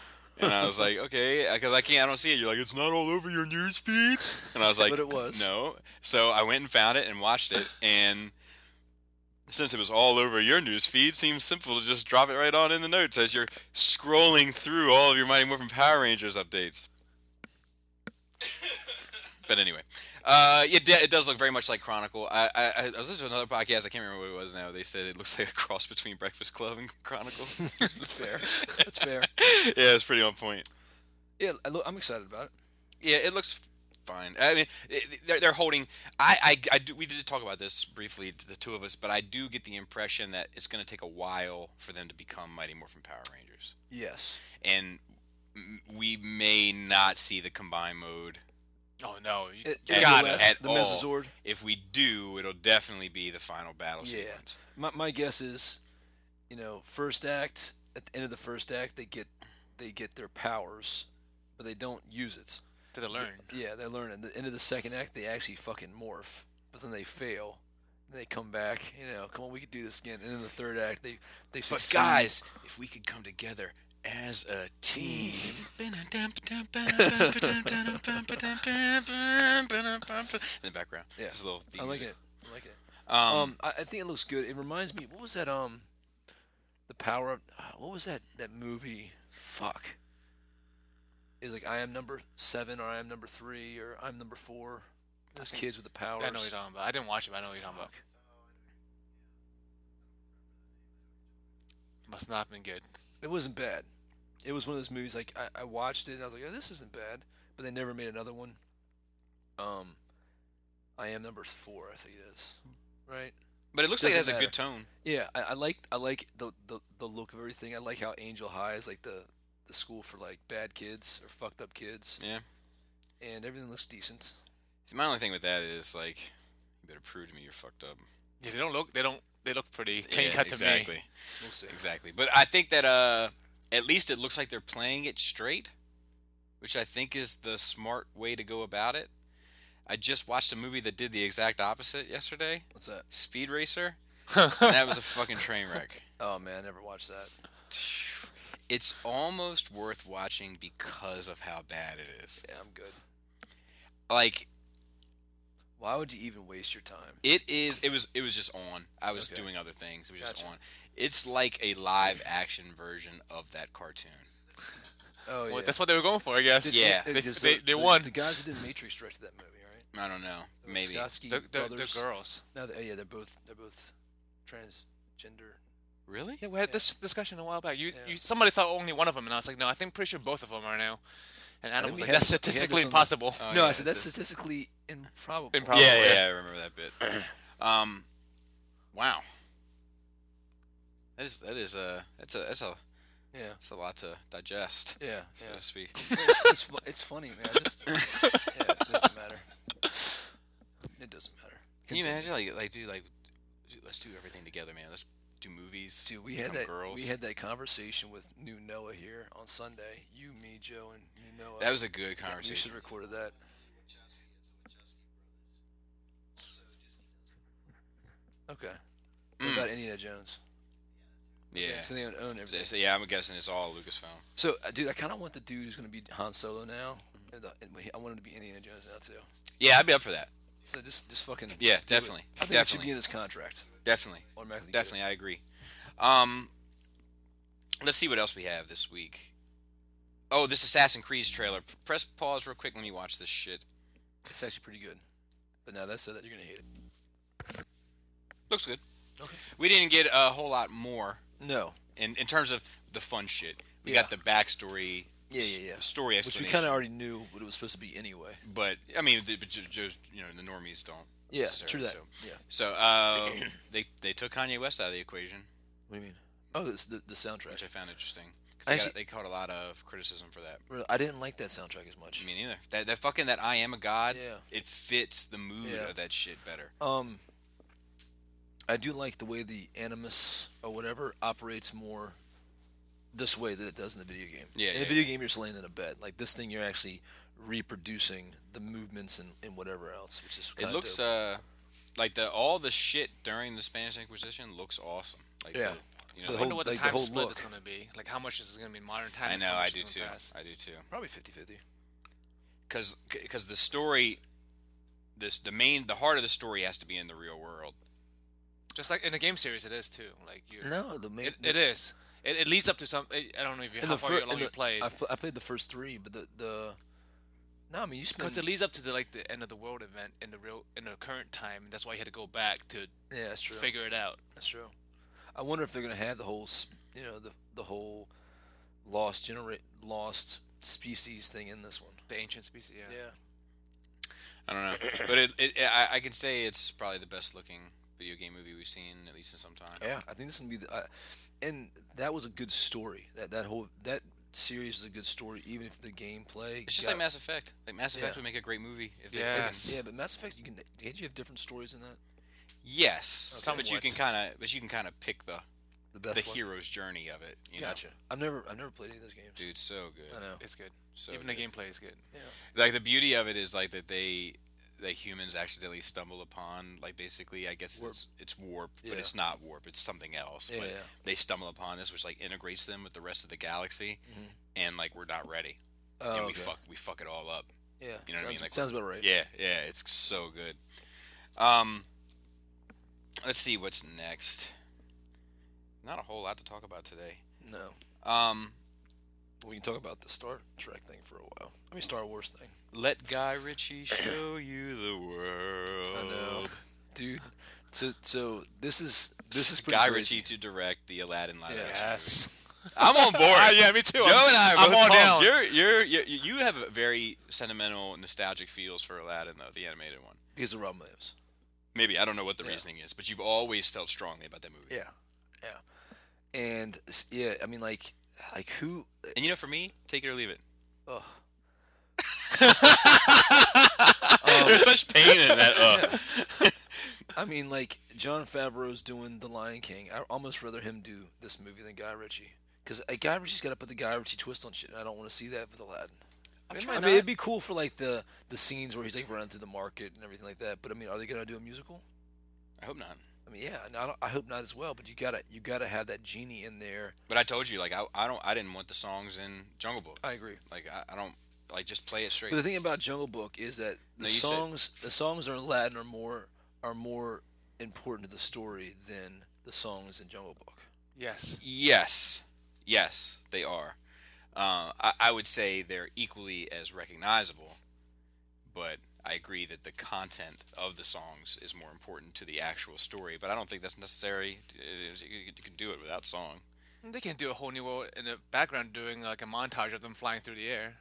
And I was like, okay, because I can't, I don't see it. You're like, it's not all over your news feed. And I was like,
But it was.
No. So I went and found it and watched it. And since it was all over your news feed, seems simple to just drop it right on in the notes as you're scrolling through all of your Mighty Morphin Power Rangers updates. But anyway, uh, it, d- it does look very much like Chronicle. I, I, I was listening to another podcast. I can't remember what it was now. They said it looks like a cross between Breakfast Club and Chronicle.
Fair. That's fair.
yeah, it's pretty on point.
Yeah. I lo- I'm excited about it.
Yeah, it looks fine. I mean, it- they're, they're holding. I, I, I do, we did talk about this briefly, the two of us, but I do get the impression that it's going to take a while for them to become Mighty Morphin Power Rangers,
Yes.
and m- we may not see the combined mode.
oh no, you,
It,
you
it
got
will
it.
last-
At
the
all.
Mesazord.
If we do, it'll definitely be the final battle
Yeah.
sequence.
My my guess is, you know, first act at the end of the first act they get they get their powers, but they don't use it.
Did I learn?
Yeah, they're learning. The end of the second act they actually fucking morph, but then they fail. And they come back, you know. Come on, we could do this again. And in the third act, they they
But
succeed.
guys, if we could come together as a team. In the background.
Yeah.
Just a little theme
I like
music.
it. I like it.
Um,
Um, I, I think it looks good. It reminds me. What was that? Um, the power up. Uh, what was that? That movie? Fuck. It's like I am number seven, or I am number three, or I'm number four. Those kids with the powers.
I know what you're talking about. I didn't watch it, but I know what you're talking about. Must not have been good.
It wasn't bad. It was one of those movies. Like I, I watched it and I was like, oh, this isn't bad. But they never made another one. Um, I am number four. I think it is. Right.
but it looks like it has
doesn't
a good tone.
Yeah, I, I like I like the, the the look of everything. I like how Angel High is like the the school for like bad kids or fucked up kids,
Yeah.
and everything looks decent.
See, my only thing with that is like, you better prove to me you're fucked up.
Yeah, they don't look. They don't. They look pretty clean
Yeah,
cut to
exactly.
me.
We'll see.
Exactly. But I think that uh, at least it looks like they're playing it straight, which I think is the smart way to go about it. I just watched a movie that did the exact opposite yesterday.
What's that?
Speed Racer. and that was a fucking train wreck.
Oh man, I never watched that.
It's almost worth watching because of how bad it is.
Yeah, I'm good.
Like
Why would you even waste your time?
it is it was it was just on. I was
Okay.
doing other things. It was just
Gotcha.
on. It's like a live action version of that cartoon.
Oh
Well,
yeah,
that's what they were going for, I guess.
Yeah.
it
they-
just-
they-
the-
they
the-
won.
The guys who did Matrix directed that movie, right?
I don't know.
The
Maybe.
Wachowski
The, the, the
brothers.
girls.
No, they- oh, yeah, they're both they're both transgender.
Really?
Yeah, we had this discussion a while back. You,
Yeah.
you, somebody thought only one of them, and I was like, no, I think pretty sure both of them are now. And Adam
think
was
we
like,
had this-
that's
we had this on
statistically
the-
impossible.
Oh,
no,
yeah,
I said that's
the-
statistically improbable.
Improbable.
Yeah,
yeah.
yeah, I remember that bit. um, wow. That is that is a that's a that's a
Yeah,
that's a lot to digest,
yeah,
so
yeah.
to speak.
it's, fu- it's funny, man. Just, yeah, it doesn't matter. It doesn't matter.
Can you
Continue.
imagine like like do like dude, let's do everything together, man. Let's do movies.
Dude, we had
become
that
girls.
we had that conversation with new Noah here on Sunday. You, me, Joe, and new Noah.
that was a good
Yeah, We should
conversation.
have recorded that. Okay. What about Indiana Jones?
Mm. Yeah.
So they own own
So-
everything.
so, yeah, I'm guessing it's all Lucasfilm.
So, uh, dude, I kind of want the dude who's going to be Han Solo now. And the, and we- I want him to be Indiana Jones now too.
Yeah, I'd be up for that.
So just, just fucking.
Yeah,
just do it.
definitely.
I think it should
Definitely.
be in his contract.
Definitely.
Automatically. do it.
Definitely, I agree. Um, let's see what else we have this week. Oh, this Assassin Creed trailer. P- Press pause real quick. Let me watch this shit.
It's actually pretty good. But now that said, that you're going to hate it.
Looks good.
Okay.
We didn't get a whole lot more
No.
in in terms of the fun shit. We got
Yeah.
the backstory.
Yeah,
s-
yeah, yeah.
Story
Which
explanation.
we kind of already knew what it was supposed to be anyway.
but I mean, the, but ju- ju- you know, the normies don't.
Yeah, true
necessarily,
that.
So,
Yeah.
so uh, they they took Kanye West out of the equation,
What do you mean? Oh, this, the the soundtrack.
which I found interesting. 'Cause
I
they, got,
actually-
they caught a lot of criticism for that.
Really, I didn't like that soundtrack as much.
Me neither. That that fucking that I am a god.
Yeah.
It fits the mood
Yeah.
of that shit better.
Um, I do like the way the animus or whatever operates more this way than it does in the video game.
Yeah,
in
yeah,
a video
yeah.
game, you're just laying in a bed. Like this thing, you're actually reproducing the movements and, and whatever else, which is
It
kinda
looks
dope.
uh like the all the shit during the Spanish Inquisition looks awesome. Like
Yeah.
The, you
The
know,
I wonder
whole-
what the
like, the
time
whole
split
look.
is going to be. Like, how much is it going to be in modern time?
I
and
know.
how
I
much
do
is
too.
gonna pass?
I do too.
probably 50-50.
because because the story this the main the heart of the story has to be in the real world
Just like in the game series, it is too. Like you,
No, the main
it, it is. It, it leads up to some. It, I don't know if you
in
how
the
far
fir-
you, long
in
you
the-
played
I've pl- I played the first three, but the the no, I mean you spent
because it leads up to the like the end of the world event in the real in the current time. And that's why you had to go back to
yeah, that's true.
figure it out.
That's true. I wonder if they're going to have the whole, s- you know, the the whole lost generate lost species thing in this one.
The ancient species. Yeah.
i don't know but it, it I, I can say it's probably the best looking video game movie we've seen at least in some time
yeah. I think this would be the, I, and that was a good story. That that whole that series is a good story, even if the gameplay.
it's just
got-
like mass effect like mass effect
Yeah.
would make a great movie if they
Yes.
fucking-
Yeah, but Mass Effect, you can can't you have different stories in that?
yes but you
Somewhat.
can kind of but you can kind of pick the
The best
the
one?
hero's journey of it you
Gotcha.
know
I've never I've never played any of those games.
dude so good
I know.
It's good.
So
Even the gameplay is good.
Yeah.
like the beauty of it is like that they that humans accidentally stumble upon like basically I guess
Warp.
it's it's warp
Yeah.
but it's not warp it's something else
Yeah,
but
yeah.
they stumble upon this which like integrates them with the rest of the galaxy and like we're not ready
Mm-hmm. Oh,
and we
okay.
fuck we fuck it all up
Yeah.
you know what I
sounds,
mean, like-
sounds about right.
yeah yeah it's so good um let's see what's next not a whole lot to talk about today
No.
um
We can talk about the Star Trek thing for a while. I mean Star Wars thing.
let Guy Ritchie show you the world
I know, dude. So, so this is this is pretty
Guy
crazy.
Ritchie to direct the Aladdin live
Yeah.
action.
Yes.
I'm on board.
Uh, yeah, me too.
Joe and I are
I'm
both
all
pumped.
down.
You're, you're, you you have very sentimental, nostalgic feels for Aladdin, though the animated one.
because of Robin Williams.
Maybe I don't know what the
Yeah.
reasoning is, but you've always felt strongly about that movie.
Yeah, yeah, and s- yeah. I mean, like, like who?
And you know, for me, take it or leave it.
Ugh. Um,
There's such pain in that. Uh.
I mean, like John Favreau's doing The Lion King. I almost rather him do this movie than Guy Ritchie because Guy Ritchie's got to put the Guy Ritchie twist on shit, and I don't want to see that with Aladdin. I mean, it'd be cool for like the the scenes where he's like running through the market and everything like that. But I mean, are they gonna do a musical?
I hope not.
I mean, yeah, and I, don't, I hope not as well. But you gotta you gotta have that genie in there.
But I told you, like, I, I don't, I didn't want the songs in Jungle Book.
I agree.
Like, I, I don't, like, just play it straight.
Uh. But the thing about Jungle Book is that the
No, you said-
songs the songs in Aladdin are more are more important to the story than the songs in Jungle Book.
Yes.
Yes, yes, they are. Um, Uh, I, I would say they're equally as recognizable, but I I agree that the content of the songs is more important to the actual story, but I don't think that's necessary. You- You you can do it without song.
They can do a whole new world in the background, doing like a montage of them flying through the
I
air.
mean,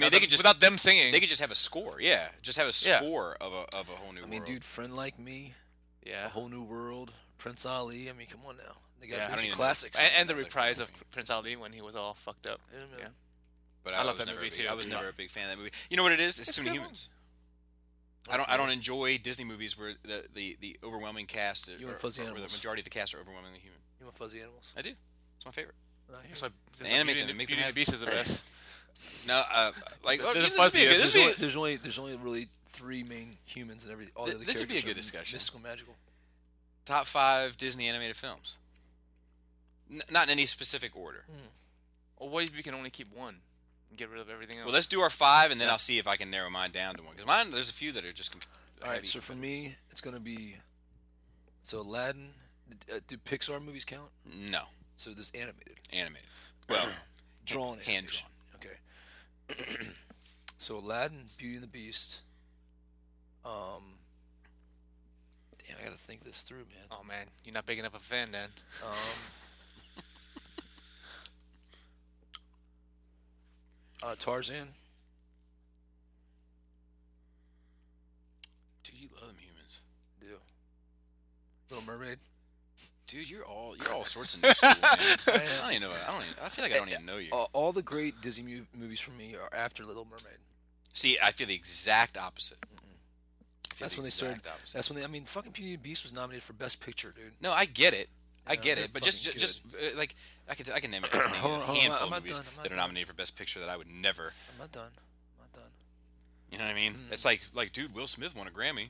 Without
they
them-
could just
without them singing.
they could just have a score. Yeah, just have a
Yeah.
score of a of a whole new
I mean,
world.
dude, friend like me, a
yeah.
whole new world, Prince Ali. I mean, come on now, they got
Yeah,
yeah,
I don't
even know.
classics.
And, and the
Another
reprise of
movie.
Prince Ali when he was all fucked up.
Yeah, man.
Yeah.
but
I love
was
that
never
movie,
a big-
too.
I was
No.
never a big fan of that movie. You know what it is? It's,
It's
too many
good one.
humans. I don't. I don't enjoy Disney movies where the, the, the overwhelming cast,
You
are,
and Fuzzy
or the
Animals.
majority of the cast are overwhelmingly human.
You want fuzzy animals?
I do. It's my favorite.
Not here.
That's why that's why
animate
Beauty
them,
and the-
make them have-
Beauty and the Beast is the best.
No, uh, like oh,
They're
yeah, this would be a
the
good-
fuzziest.
this
there's,
would be
only,
a-
there's only there's only really three main humans and everything. All the
Th-
other
this would be a
characters
good
are
discussion.
Mystical, magical.
top five Disney animated films. N- not in any specific order.
Or what if you can only keep one and get rid of everything else?
Well, let's do our five, and then I'll see if I can narrow mine down to one. Because mine, there's a few that are just. Com-
All right,
heavy.
so for me, it's gonna be so Aladdin. d- Uh, do Pixar movies count?
no,
So this animated,
animated. Well,
drawn,
hand
animation. Okay. so Aladdin, Beauty and the Beast. Um. Damn, I gotta think this through, man.
oh man, you're not big enough a fan then.
Um. uh, Tarzan.
dude, you love them humans.
Do. Little Mermaid.
Dude, you're all you're all sorts of. New school, man. I don't even know. I don't. Even, I feel like I don't even know you.
Uh, all the great Disney mu- movies for me are after Little Mermaid.
See, I feel the exact opposite. I feel
That's
the
when they
exact
started.
opposite.
That's when they. I mean, fucking Beauty and the Beast was nominated for Best Picture, dude.
No, I get it. I
Yeah,
get
they're
it, but just, just,
fucking
just uh, like I can, I can name it, I can name
Hold on,
a
hold on,
handful
I'm
of
not
movies
done, I'm not
that are
done.
nominated for Best Picture that I would never.
I'm not done. I'm not done.
You know what I mean?
Mm.
It's like, like, dude, Will Smith won a Grammy.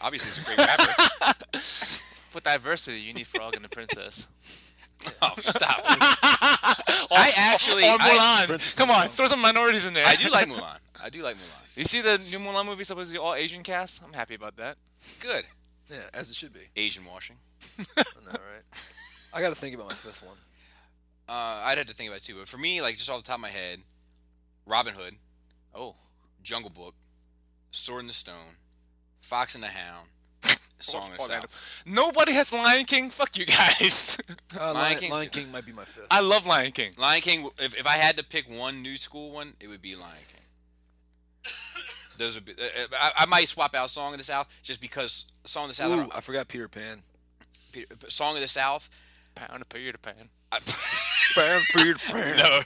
Obviously, he's a great rapper.
For diversity, you need Frog and the Princess.
oh, stop! I actually,
or
I,
Mulan. Come on, throw some minorities in there.
I do like Mulan. I do like Mulan.
You see the new Mulan movie supposed to be all Asian cast? I'm happy about that.
Good.
Yeah, as it should be.
Asian washing.
All right. I got to think about my fifth one.
Uh, I'd have to think about it too, but for me, like, just off the top of my head, Robin Hood,
Oh,
Jungle Book, Sword in the Stone, Fox and the Hound, Song of the South.
nobody has Lion King. Fuck you guys.
Uh, Lion,
King's
Lion
good.
King might be my fifth.
I love Lion King.
Lion King. If, if I had to pick one new school one, it would be Lion King. Those would be. Uh, uh, I, I might swap out Song of the South just because Song of the South. I
Ooh,
don't-
I forgot Peter Pan.
Peter- Song of the South.
Pound of Peter Pan.
I,
Pan, Peter Pan.
no,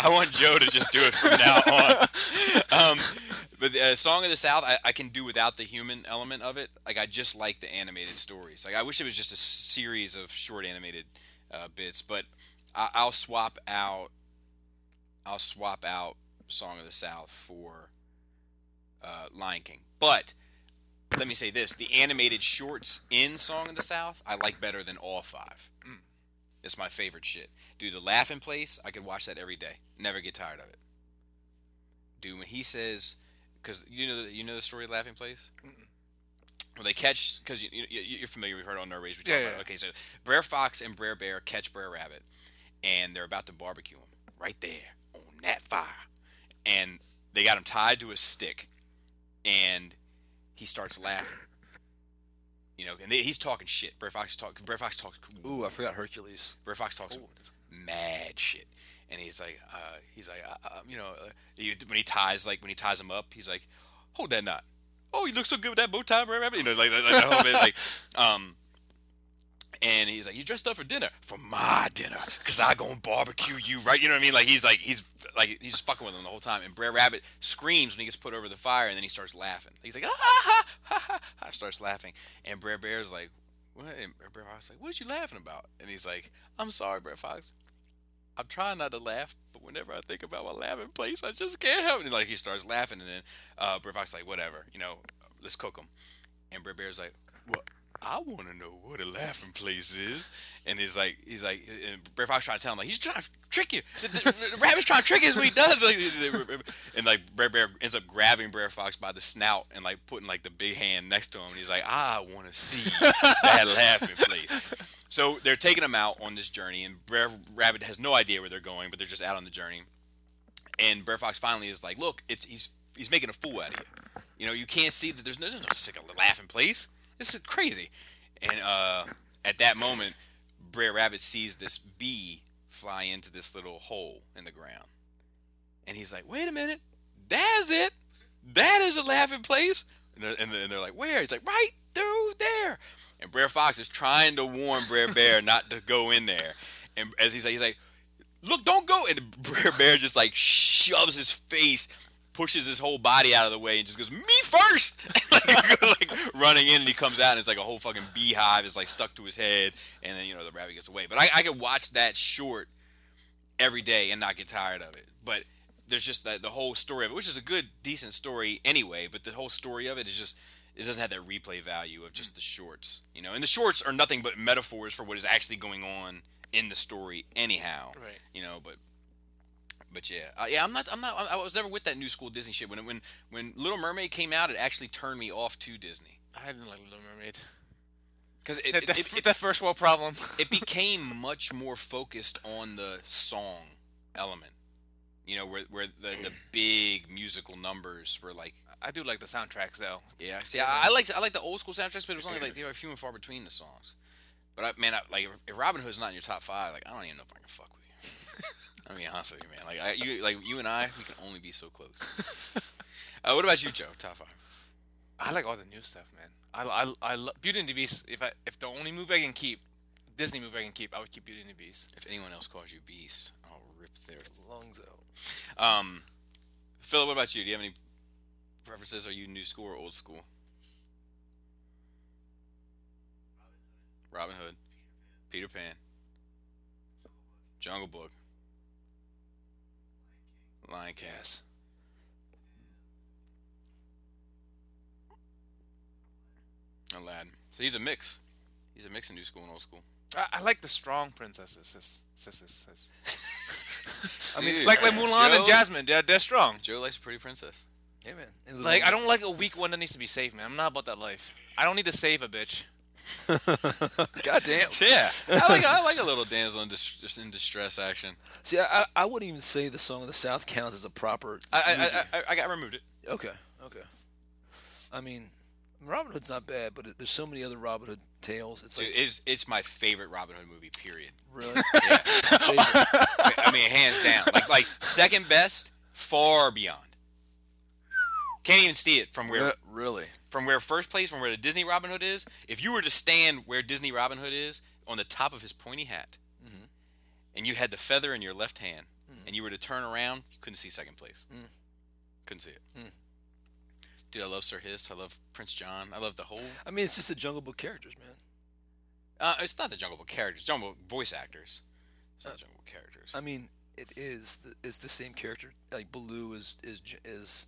I want Joe to just do it from now on. Um, but uh, Song of the South, I, I can do without the human element of it. Like I just like the animated stories. Like I wish it was just a series of short animated uh, bits. But I, I'll swap out. I'll swap out Song of the South for uh, Lion King. But let me say this: the animated shorts in Song of the South, I like better than all five.
Mm.
It's my favorite shit. Dude, the laugh in place, I could watch that every day. Never get tired of it. Dude, when he says, because you know the, you know the story of laughing place. Well, they catch because you, you you're familiar. We've heard it on No Rage. We talked
Yeah,
about it.
yeah.
Okay, so Brer Fox and Brer Bear catch Brer Rabbit, and they're about to barbecue him right there on that fire, and they got him tied to a stick, and he starts laughing. You know, and they, he's talking shit. Brer Fox talks. Brer Fox talks.
Ooh, I forgot Hercules.
Brer Fox talks mad shit, and he's like, uh, he's like, uh, uh, you know, uh, he, when he ties like when he ties him up, he's like, hold that knot. Oh, you look so good with that bow tie, Brer Rabbit. You know, like like, like, the whole bit, like um. And he's like, you dressed up for dinner, for my dinner, cause I gonna barbecue you, right? You know what I mean? Like he's like he's like he's just fucking with him the whole time. And Brer Rabbit screams when he gets put over the fire, and then he starts laughing. He's like, ah ha ha ha, ha, starts laughing. And Brer Bear's like, what? And Brer Fox's like, what are you laughing about? And he's like, I'm sorry, Brer Fox. I'm trying not to laugh, but whenever I think about my laughing place, I just can't help it. And like he starts laughing, and then uh, Brer Fox's like, whatever, you know, let's cook him. And Brer Bear's like, well, I want to know what a laughing place is. And he's like, he's like, and Brer Fox trying to tell him like he's trying to trick you. The, the- the rabbit's trying to trick you is what he does. Like, and like Brer Bear ends up grabbing Brer Fox by the snout and like putting like the big hand next to him. And he's like, I want to see that laughing place. So they're taking him out on this journey, and Brer Rabbit has no idea where they're going, but they're just out on the journey. And Brer Fox finally is like, "Look, it's he's he's making a fool out of you. You know, you can't see that there's no, there's no sick laughing place. This is crazy. And uh, at that moment, Brer Rabbit sees this bee fly into this little hole in the ground. And he's like, wait a minute. That's it. That is a laughing place. And they're, and they're- and they're like, where? He's like, right through there. And Brer Fox is trying to warn Brer Bear not to go in there. And as he's like, he's like, look, don't go. And Brer Bear just like shoves his face, pushes his whole body out of the way, and just goes, me first! like, like, running in, and he comes out, and it's like a whole fucking beehive is like stuck to his head, and then, you know, the rabbit gets away. But I, I could watch that short every day and not get tired of it. But there's just the, the whole story of it, which is a good, decent story anyway, but the whole story of it is just. It doesn't have that replay value of just the shorts, you know. And the shorts are nothing but metaphors for what is actually going on in the story, anyhow
Right.
you know but but yeah uh, yeah i'm not i'm not i was never with that new school disney shit when it- when when little mermaid came out it actually turned me off to disney
I didn't like Little Mermaid.
because it,
That,
it,
that,
it, it-
that first world problem.
it became much more focused on the song element you know where where the, the big musical numbers were like
I do like the soundtracks though.
yeah see i, I like i like the old school soundtracks but it was only like they were few and far between the songs but I, man I, like if robin hood's not in your top five like i don't even know if i can fuck with you I mean, honest with you, man. Like I, you, like you and I, we can only be so close. uh, what about you, Joe? Top five.
I like all the new stuff, man. I, I, I love Beauty and the Beast. If I if the only movie I can keep, Disney movie I can keep, I would keep Beauty and the Beast.
If anyone else calls you beast, I'll rip their
Lungs out.
Um, Philip, what about you? Do you have any preferences? Are you new school or old school? Robin Hood, Peter Pan, Jungle Book, Lion King. Yes. Aladdin. So he's a mix. He's a mix of new school and old school.
I, I like the strong princesses, sis, sisters, sis.
I mean,
like like Mulan and Jasmine. They're they're strong.
Joe likes a pretty princess.
Yeah, man. And Little
Like I
Mermaid.
don't like a weak one that needs to be saved, man. I'm not about that life. I don't need to save a bitch.
Goddamn.
Yeah, I like I like a little damsel in, dis- just in distress action.
See, I, I I wouldn't even say the Song of the South counts as a proper.
I I, I, I, I got removed it.
I okay, okay. I mean, Robin Hood's not bad, but it, there's so many other Robin Hood tales. It's
Dude,
like
it's it's my favorite Robin Hood movie. Period.
really.
I I mean, hands down. Like like second best, far beyond. Can't even see it from where
Re- really.
from where first place, from where the Disney Robin Hood is. If you were to stand where Disney Robin Hood is on the top of his pointy hat,
Mm-hmm.
and you had the feather in your left hand, and you were to turn around, you couldn't see second place.
Mm.
Couldn't see it. Dude, I love Sir Hiss. I love Prince John. I love the whole
I mean, it's just the Jungle Book characters, man.
Uh, it's not the Jungle Book characters. Jungle Book voice actors. It's
Uh,
not Jungle Book characters.
I mean, it is. The, it's the same character. Like Baloo is is j- is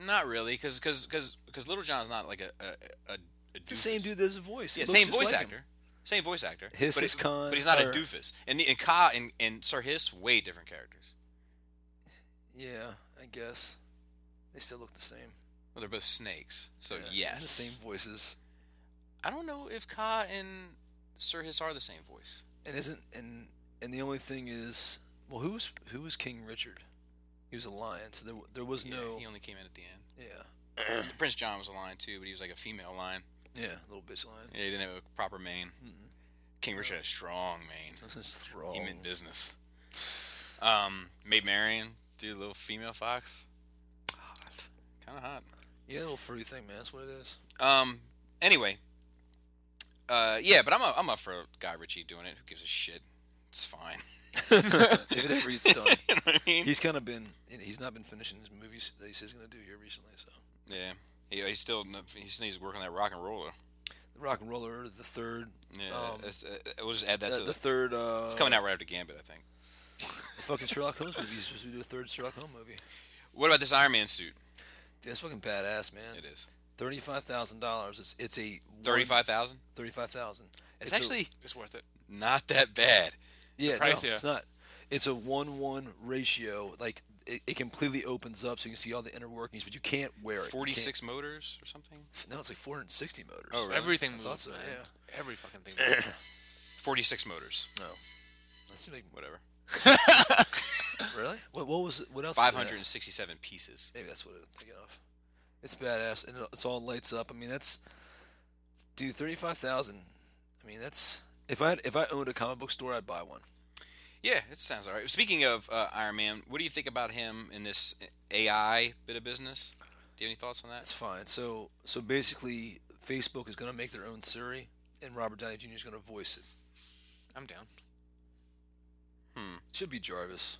not really, because because because Little John's not like a a, a, a
the same
doofus.
dude that's a voice. It
Yeah,
looks
same
just
voice
like him.
actor. Same voice actor.
Hiss
but
is
it-
Khan,
but he's not
or-
a doofus. And and Ka and, and Sir Hiss way different characters.
Yeah, I guess they still look the same.
Well, they're both snakes. So
Yeah,
yes,
the same voices.
I don't know if Ka and Sir Hiss are the same voice.
And isn't and and the only thing is, well, who was who was King Richard? He was a lion, so there w- there was
Yeah,
no
he only came in at the end.
yeah
Prince John was a lion too, but he was like a female lion.
yeah little bitch lion.
Yeah, he didn't have a proper mane.
Hmm.
King Richard had a strong mane.
That's thrall.
He meant business. Um, Maid Marian, dude, little female fox, kind of hot.
Yeah, little furry thing, man. That's what it is.
Um, anyway, uh, yeah, but I'm up, I'm up for Guy Ritchie doing it. Who gives a shit? It's fine.
if it ever gets done,
you know what I mean?
he's kind of been and he's not been finishing his movies that he says he's gonna do here recently. So
yeah, he, he's still he still needs to work on that rock and roller.
the Rock and Roller, the third,
Yeah,
Um,
that's, uh, we'll just add that
the,
to
the
the.
third uh,
it's coming out right after Gambit, I think.
fucking Sherlock Holmes movie. He's supposed to do a third Sherlock Holmes movie.
What about this Iron Man suit?
Dude, that's fucking badass, man.
It is
Thirty-five thousand dollars. It's it's a one-
thirty-five thousand.
Thirty-five thousand.
It's actually
It's worth it.
not that bad.
yeah,
price,
no,
yeah.
it's not. It's a one-one ratio. Like it, it completely opens up, so you can see all the inner workings, but you can't wear it. You
Forty-six motors or something.
can't- No, it's like four hundred sixty motors.
Oh, really?
Everything
I
moves,
thought so,
man.
yeah.
Every fucking thing. moves.
Forty-six motors.
no. Oh. That's too big.
Whatever.
Really? What, what was it? What else? did they have?
567 pieces.
Maybe that's what I'm thinking of. It's badass, and it- it's all lights up. I mean, that's dude, thirty five thousand. I mean, that's if I if I owned a comic book store, I'd buy one.
Yeah, it sounds all right. Speaking of uh, Iron Man, what do you think about him in this AI bit of business? Do you have any thoughts on
That's
that?
fine. So so basically, Facebook is going to make their own Siri, and Robert Downey Jr. is going to voice it.
I'm down.
Should be Jarvis.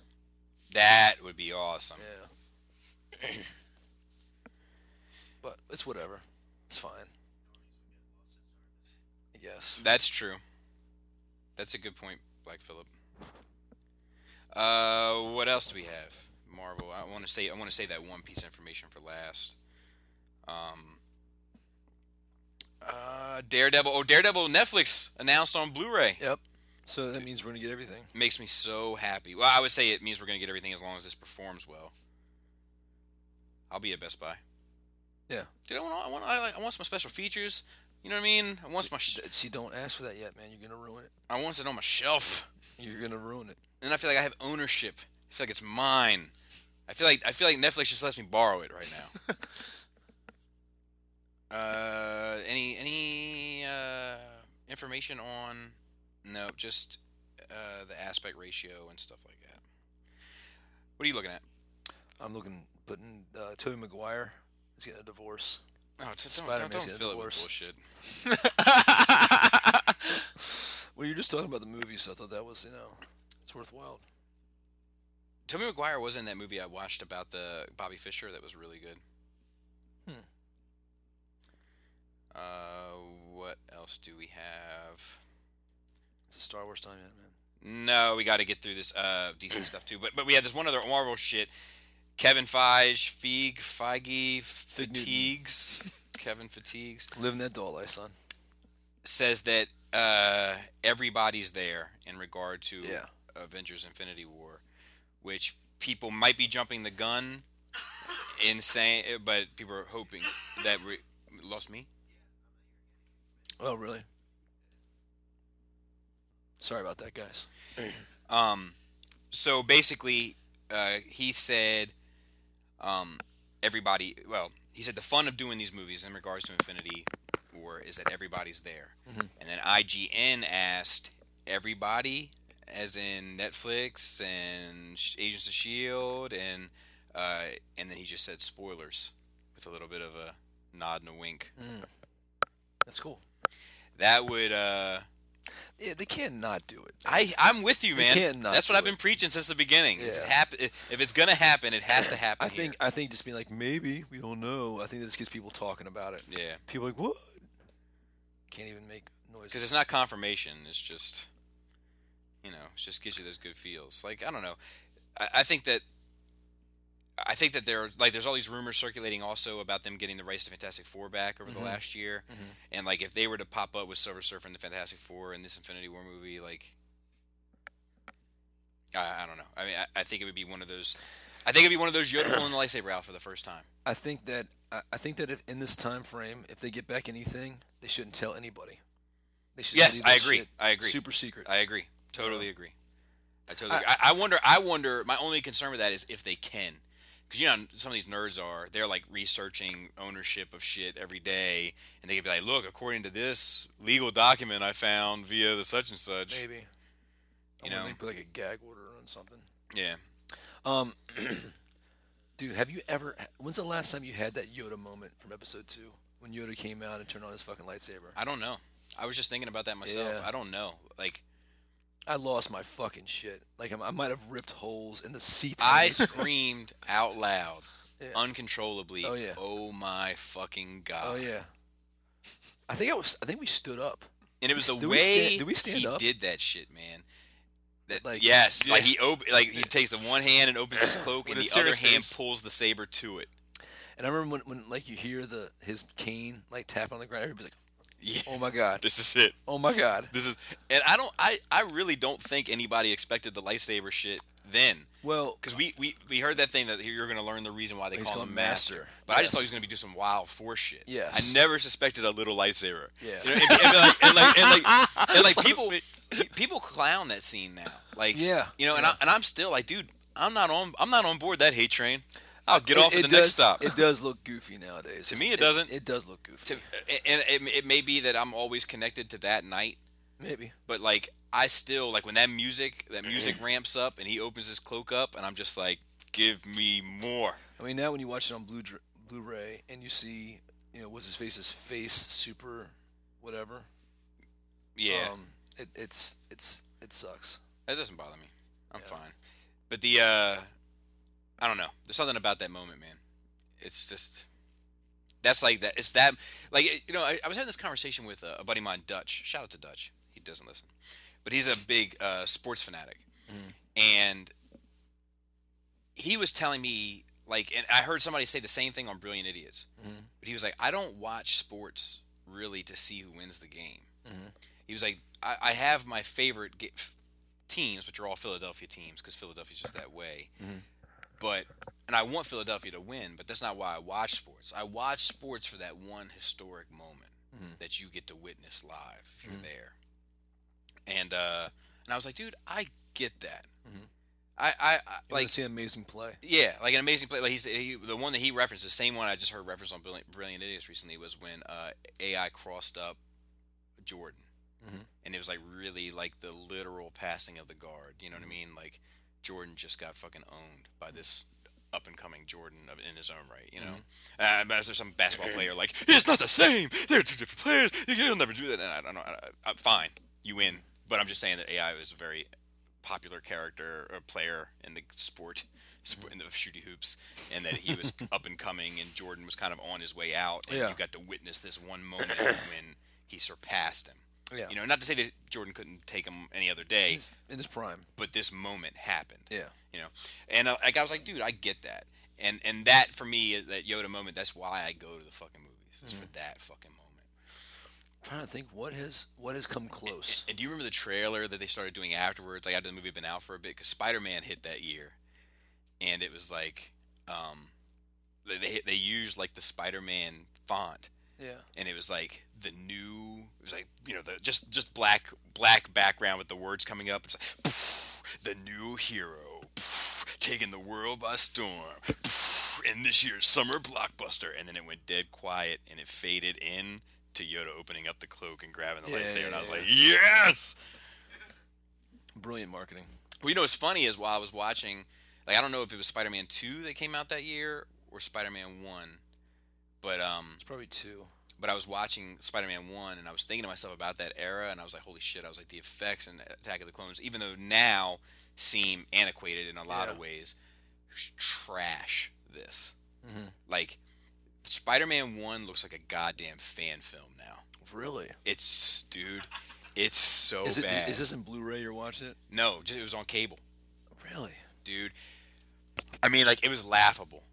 That would be awesome.
Yeah. but it's whatever. It's fine. I guess.
That's true. That's a good point, Black Phillip. Uh, what else do we have? Marvel. I want to say I want to say that One Piece information for last. Um. Uh, Daredevil. Oh, Daredevil. Netflix announced on Blu-ray.
Yep. So that means we're going to get everything.
Makes me so happy. Well, I would say it means we're gonna get everything as long as this performs well. I'll be at Best Buy.
Yeah.
Dude, I want I want I, like- I want some special features. You know what I mean? I want my sh-
See, don't ask for that yet, man. You're going to ruin it.
I want it on my shelf.
You're going to ruin it.
and I feel like I have ownership. I feel like it's mine. I feel like I feel like Netflix just lets me borrow it right now. uh, any any uh, information on? No, just uh, the aspect ratio and stuff like that. What are you looking at?
I'm looking, putting uh, Tobey Maguire is getting a divorce.
Oh, t- don't,
Spider-Man's
don't, don't
getting
fill it with
divorced.
bullshit.
Well, you're just talking about the movie, so I thought that was, you know, it's worthwhile.
Tobey Maguire was in that movie I watched about the Bobby Fischer that was really good.
Hmm.
Uh, what else do we have?
It's a Star Wars time yet, man.
No, we got to get through this uh, DC stuff too. But but we had this one other Marvel shit. Kevin Feige, Feig, Feige,
Newton.
Fatigues, Kevin Fatigues
Living that doll life, son.
says that uh, everybody's there in regard to
Yeah.
Avengers: Infinity War, which people might be jumping the gun in saying, but people are hoping that we lost me.
Oh, really? Sorry about that, guys.
Um, so basically, uh, he said, um, everybody. Well, he said the fun of doing these movies in regards to Infinity War is that everybody's there. And then IGN asked everybody, as in Netflix and Sh- Agents of Shield, E and uh, and then he just said spoilers with a little bit of a nod and a wink.
That's cool.
That would. Uh,
Yeah, they can't not do it.
I I'm with you, man.
can't not
That's what
do
I've been
it.
preaching since the beginning. It's
Yeah.
hap- if it's gonna happen, it has to happen.
I think I think just being like maybe we don't know. I think this gets people talking about it.
here. yeah,
People are like what? Can't even make noise.
because it's not confirmation. It's just you know, it just gives you those good feels. Like I don't know. I, I think that I think that there are, like there's all these rumors circulating also about them getting the rights to Fantastic Four back over the last year, and like if they were to pop up with Silver Surfer and the Fantastic Four in this Infinity War movie, like I, I don't know. I mean, I, I think it would be one of those. I think it'd be one of those Yoda pulling the lightsaber out for the first time.
I think that I, I think that if in this time frame, if they get back anything, they shouldn't tell anybody. They should
Yes,
leave
I
that
agree.
shit
I agree.
Super secret.
I agree. Totally agree. I totally. Agree. I, I wonder. I wonder. My only concern with that is if they can, because you know how some of these nerds are. They're like researching ownership of shit every day, and they could be like, "Look, according to this legal document I found via the such and such."
Maybe.
You
I wonder
know.
if they put like a gag order on something.
Yeah.
Um, dude, have you ever? When's the last time you had that Yoda moment from Episode Two when Yoda came out and turned on his fucking lightsaber?
I don't know. I was just thinking about that myself.
Yeah.
I don't know. Like
I lost my fucking shit. Like I'm, I might have ripped holes in the seat.
I screamed out loud,
Yeah.
uncontrollably.
Oh, yeah.
Oh my fucking god.
oh yeah. I think I was. I think we stood up.
And it was the
Do
way
we stand- do we stand
he
up?
did that shit, man. That,
Like-
yes, like
Yeah.
he op- like he takes the one hand and opens his cloak,
With
and the
his
other
serious
hand
face.
pulls the saber to it.
And I remember when, when like you hear the his cane like tap on the ground. Everybody's like,
Yeah,
"Oh my god!
this is it.
Oh my god!"
This is, and I don't, I, I really don't think anybody expected the lightsaber shit then,
Well,
because we, we, we heard that thing that you're going to learn the reason why they
He's
call
called
him master.
Master.
But I just thought he
Yes.
was going to be doing some wild force shit.
Yes.
I never suspected a little lightsaber.
Yeah.
You know, and, and like, and like, and like, and like people, people clown that scene now. Like,
Yeah.
you know, and I, and I'm still like, dude, I'm not on, I'm not on board that hate train. I'll get off
it
at the
does,
next stop.
It does look goofy nowadays.
To
It's-
me, it doesn't.
It, does look goofy.
To- and it, it may be that I'm always connected to that night,
Maybe.
but like I still like when that music that music ramps up and he opens his cloak up and I'm just like, give me more.
I mean, now when you watch it on Blu Blu-ray and you see, you know, what's his face's face super, whatever.
Yeah,
Um, it, it's it's it sucks.
that doesn't bother me. I'm
yeah.
fine. But the uh I don't know. There's something about that moment, man. It's just that's like that. It's that like it- you know. I, I was having this conversation with uh, a buddy of mine, Dutch. Shout out to Dutch. He doesn't listen, but he's a big uh, sports fanatic, and he was telling me like, and I heard somebody say the same thing on Brilliant Idiots,
Mm-hmm.
but he was like, I don't watch sports really to see who wins the game. He was like, I, I have my favorite ga- f- teams, which are all Philadelphia teams, because Philadelphia's just that way. But and I want Philadelphia to win, but that's not why I watch sports. I watch sports for that one historic moment that you get to witness live if you're there. And uh, and I was like, dude, I get that. I, I, I
You
like
like see an amazing play.
yeah, like an amazing play. Like he's he, the one that he referenced, the same one I just heard referenced on Brilliant, Brilliant Idiots recently was when uh, AI crossed up Jordan,
Mhm.
and it was like really like the literal passing of the guard. You know what I mean? Like Jordan just got fucking owned by this up and coming Jordan of, in his own right. You know, uh, but there's some basketball player like it's not the same. They're two different players. You- You'll never do that. And I don't know. I, I, fine, you win. But I'm just saying that AI was a very popular character or player in the sport, sp- in the shooty hoops, and that he was up and coming, and Jordan was kind of on his way out, and
Yeah.
you got to witness this one moment when he surpassed him.
Yeah.
You know, not to say that Jordan couldn't take him any other day,
In his- in his prime.
but this moment happened.
Yeah.
You know, and uh, like I was like, dude, I get that, and and that for me, is that Yoda moment, that's why I go to the fucking movies, is for
Mm-hmm.
that fucking moment.
trying to think what has what has come close.
And do you remember the trailer that they started doing afterwards? Like after the movie had been out for a bit, because Spider Man hit that year, and it was like, um, they they, they used like the Spider Man font,
Yeah.
and it was like the new, it was like you know the just just black black background with the words coming up. It's like "Pff, the new hero pff, taking the world by storm. pff, In this year's summer blockbuster, and then it went dead quiet, and it faded in to Yoda opening up the cloak and grabbing the
Yeah,
lightsaber, and I was
yeah,
like, "Yes!"
Brilliant marketing.
Well, you know what's funny is while I was watching, like I don't know if it was Spider-Man Two that came out that year or Spider-Man One, but um,
It's probably two.
but I was watching Spider-Man One and I was thinking to myself about that era, and I was like, holy shit! I was like, the effects in Attack of the Clones, even though now seem antiquated in a lot of
Yeah.
ways, sh- trash this.
Mhm.
Like Spider-Man One looks like a goddamn fan film now.
Really?
It's dude, it's so
is it is
bad.
this in Blu-ray you're watching it?
no? Just, it was on cable
Really?
dude. I mean, like it was laughable.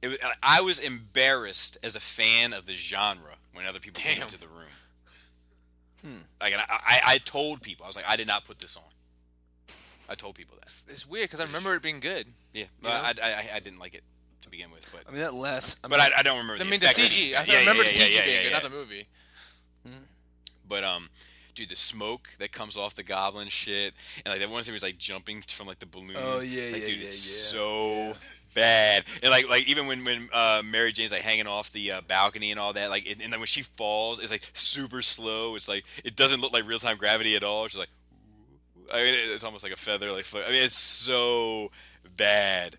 It was, I was embarrassed as a fan of the genre when other people came
Damn. Hmm.
into the room. Like, and I, I, I told people, I was like, I did not put this on. I told people that.
It's weird because I remember it being good.
Yeah, but I, I, I, I didn't like it to begin with, but
I mean that last. I
but
mean,
I, I don't remember.
I
the
mean, the
effects
CG.
being
I
bad. Yeah,
remember
yeah,
the
yeah,
CG
yeah,
being
yeah,
good,
yeah.
not the movie.
But um, dude, the smoke that comes off the goblin shit, and like that one scene where he's like jumping from like the balloon.
Oh, yeah,
like,
yeah,
dude,
yeah,
it's
yeah.
so bad. And like like even when when uh, Mary Jane's like hanging off the uh, balcony and all that, like and, and then when she falls, it's like super slow. It's like it doesn't look like real time gravity at all. She's like, I mean, it- it's almost like a feather. Like flo- I mean, it's so bad.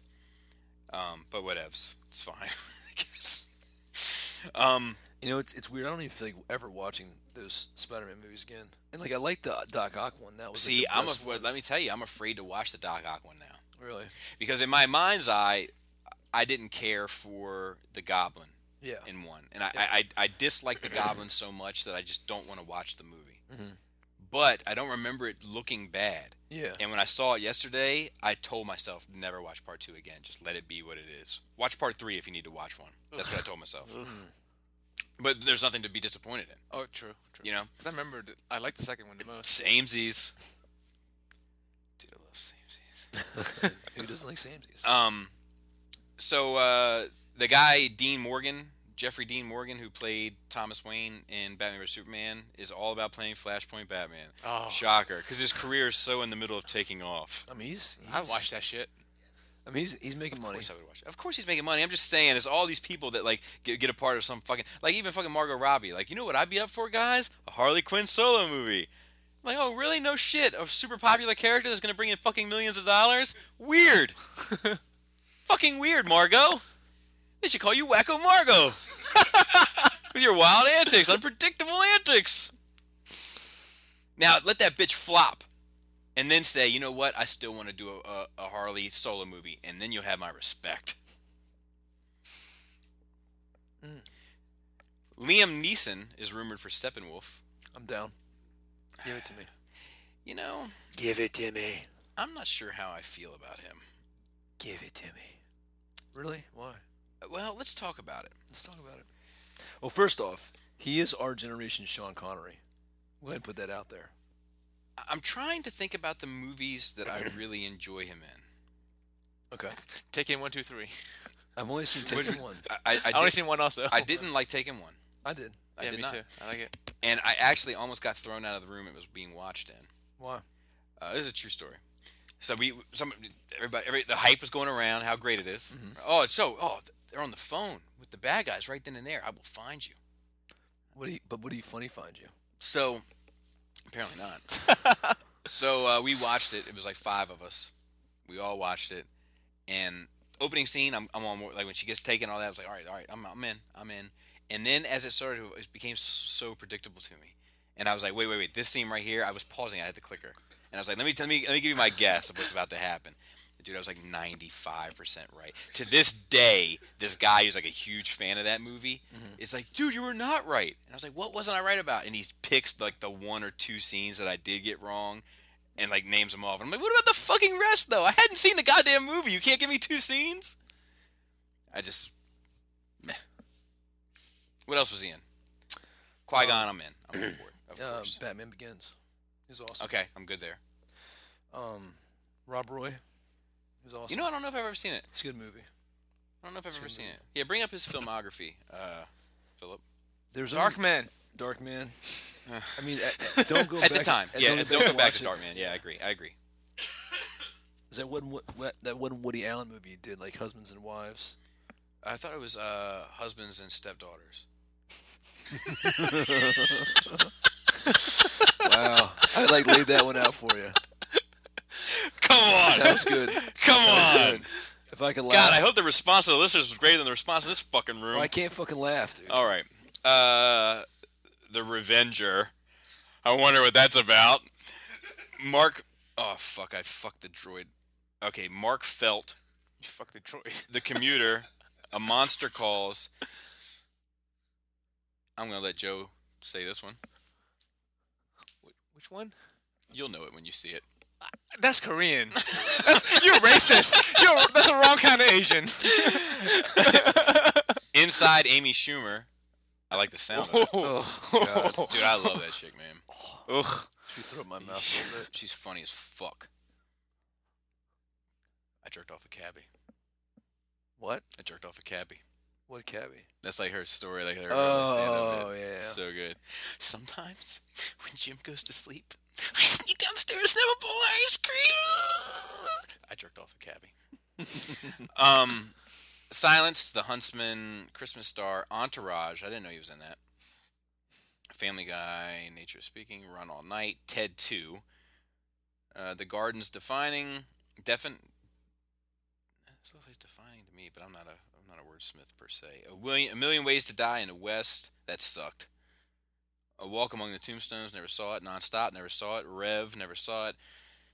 Um, but whatevs, it's fine. I guess. Um,
you know it's it's weird. I don't even feel like ever watching those Spider-Man movies again. And like I like the Doc Ock one. That was
see,
like, the
I'm
best
afraid. Let me tell you, I'm afraid to watch the Doc Ock one now.
one. really.
because in my mind's eye, I didn't care for the Goblin
Yeah.
in one, and I I, I, I dislike the Goblin so much that I just don't want to watch the movie. But I don't remember it looking bad.
yeah.
And when I saw it yesterday, I told myself never watch part two again. Just let it be what it is. Watch part three if you need to watch one. That's what I told myself. but there's nothing to be disappointed in.
Oh, true. true.
You know,
Because I remember th- I liked the second one the most.
samesies. Dude, I love samesies.
Who doesn't like Samsies?
Um, so uh, the guy Dean Morgan, Jeffrey Dean Morgan, who played Thomas Wayne in Batman vs Superman, is all about playing Flashpoint Batman.
Oh.
Shocker, because his career is so in the middle of taking off.
I mean, he's,
I
he's
watched that shit.
I I mean, he's he's making
Of
money.
course I would watch it. Of course he's making money. I'm just saying, it's all these people that like get, get a part of some fucking like even fucking Margot Robbie. Like, you know what I'd be up for, guys? A Harley Quinn solo movie. I'm like, oh really? No shit. A super popular character that's gonna bring in fucking millions of dollars? Weird. fucking weird, Margot. They should call you Wacko Margot. With your wild antics, unpredictable antics. Now let that bitch flop and then say, you know what, I still want to do a, a, a Harley solo movie, and then you'll have my respect.
Mm.
Liam Neeson is rumored for Steppenwolf.
I'm down. Give it to me.
You know,
Give it to me.
I'm not sure how I feel about him.
Give it to me. Really? Why?
Well, let's talk about it.
Let's talk about it. Well, first off, he is our generation's Sean Connery. Go ahead and put that out there.
I- I'm trying to think about the movies that I really enjoy him in.
Okay.
Take in one, two, three.
I've only seen Taken one.
I, I, I,
I only
did,
seen one also.
I didn't like Taken One.
I did.
I
yeah,
did
me
not.
too. I like it.
And I actually almost got thrown out of the room it was being watched in.
Why?
Uh, this is a true story. So we, some everybody, every, the hype was going around how great it is. Oh, it's so oh, they're on the phone with the bad guys right then and there. I will find you.
What do you, but what do you funny find you?
So apparently not. so uh, we watched it. It was like five of us. We all watched it. And opening scene, I'm, I'm on board. like when she gets taken, and all that. I was like, all right, all right, I'm, I'm in, I'm in. And then as it started, it became s- so predictable to me. And I was like, wait, wait, wait, this scene right here. I was pausing. I had the clicker, and I was like, let me let me let me give you my guess of what's about to happen. Dude, I was like 95% right. To this day, this guy who's like a huge fan of that movie
Mm-hmm.
is like, dude, you were not right. And I was like, what wasn't I right about? And he picks like the one or two scenes that I did get wrong and like names them off. And I'm like, what about the fucking rest though? I hadn't seen the goddamn movie. You can't give me two scenes? I just, meh. What else was he in? Qui Gon, I'm in. I'm on board, of
Um, Uh,
course.
Batman Begins. He's awesome.
Okay, I'm good there.
Um, Rob Roy. He's awesome.
You know, I don't know if I've ever seen it.
it's a good movie.
I don't know if I've ever seen it. Yeah, bring up his filmography, uh, Philip.
There's
Dark
only-
Man.
Dark Man. I mean, uh, don't go
At
back
the time,
uh,
yeah, don't go back
watch
to
it.
Dark Man. Yeah, I agree. I agree.
Is that one Wo- what, that one Woody Allen movie you did, like Husbands and Wives?
I thought it was uh, husbands and stepdaughters.
Wow, I like laid that one out for you.
Come on,
That was good.
come
That
on.
was good. If I could laugh,
God, I hope the response of the listeners was greater than the response in this fucking room.
Well, I can't fucking laugh, dude.
All right, uh, the Revenger. I wonder what that's about. Mark. Oh fuck! I fucked the droid. Okay, Mark Felt,
You fuck Detroit.
the commuter. a monster calls. I'm gonna let Joe say this one.
Which one?
You'll know it when you see it.
That's Korean. That's, you're racist. You're, that's the wrong kind of Asian.
Inside Amy Schumer. I like the sound of it.
God.
Dude, I love that chick, man.
Ugh.
She threw up my mouth a little bit.
She's funny as fuck. I jerked off a cabbie.
What?
I jerked off a cabbie.
What cabbie?
That's like her story, like her
Oh,
stand
yeah.
So good. Sometimes when Jim goes to sleep, I sneak downstairs and have a bowl of ice cream. I jerked off a cabbie. um Silence, The Huntsman, Christmas Star, Entourage. I didn't know he was in that. Family Guy, Nature Speaking, Run All Night, Ted 2, uh, The Gardens Defining, Defin. This looks like defining to me, but I'm not a I'm not a wordsmith per se. A, William, a Million Ways to Die in the West. That sucked. A Walk Among the Tombstones. Never saw it. Nonstop. Never saw it. Rev. Never saw it.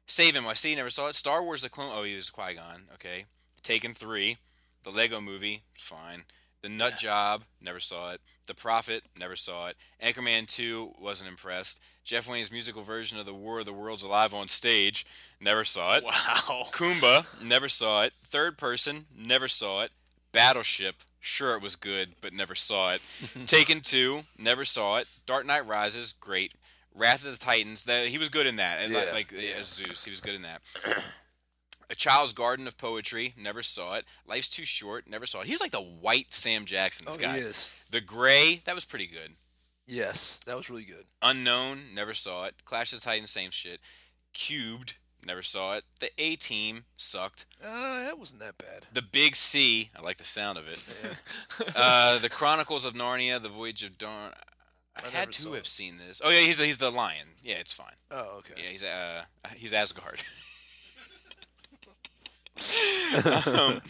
Save NYC. Never saw it. Star Wars: The Clone. Oh, he was Qui Gon. Okay. Taken Three. The Lego Movie. Fine. The Nut Job. Never saw it. The Prophet. Never saw it. Anchorman Two. Wasn't impressed. Jeff Wayne's musical version of The War of the Worlds Alive on Stage. Never saw it.
Wow.
Kumba, never saw it. Third person, never saw it. Battleship, sure it was good, but never saw it. Taken two, never saw it. Dark Knight Rises, great. Wrath of the Titans, that he was good in that. And like-
Yeah,
like as Zeus, he was good in that. A Child's Garden of Poetry, never saw it. Life's Too Short, never saw it. He's like the white Sam Jackson, this
Oh,
guy.
he is.
The Gray, that was pretty good.
Yes, that was really good.
Unknown, never saw it. Clash of the Titans, same shit. Cubed, Never saw it. The A Team sucked.
Uh, that wasn't that bad.
The Big C. I like the sound of it. uh, the Chronicles of Narnia. The Voyage of Dawn. I,
I never
had to
saw
have
it.
seen this. Oh yeah, he's he's the lion. Yeah, it's fine.
Oh, okay.
Yeah, he's uh he's Asgard. um,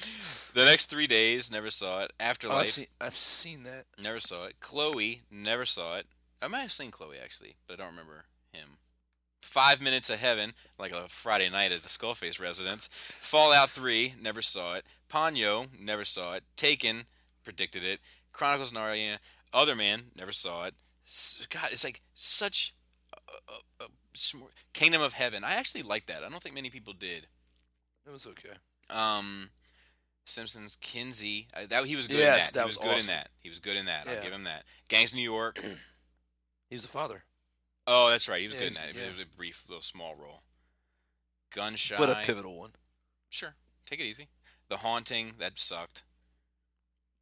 the next three days, never saw it.
Oh, I've,
Afterlife,
seen, I've seen that.
never saw it. Chloe, never saw it. I might have seen Chloe actually, but I don't remember him. Five Minutes of Heaven, like a Friday night at the Skullface residence. Fallout 3, never saw it. Ponyo, never saw it. Taken, predicted it. Chronicles of Narnia, Other Man, never saw it. S- God, it's like such a, a, a smor- Kingdom of Heaven. I actually like that. I don't think many people did.
It was okay.
Um, Simpsons Kinsey. Uh, that he was good
Yes,
in that. he
that
was,
was
good in
awesome.
that. He was good in that. I'll
Yeah.
give him that. Gangs of New York.
He was the father.
Oh, that's right. He was
Yeah,
good in
he's-
that. It
yeah.
was a brief little small role. Gunshy.
But a pivotal one.
Sure. Take it easy. The Haunting. That sucked.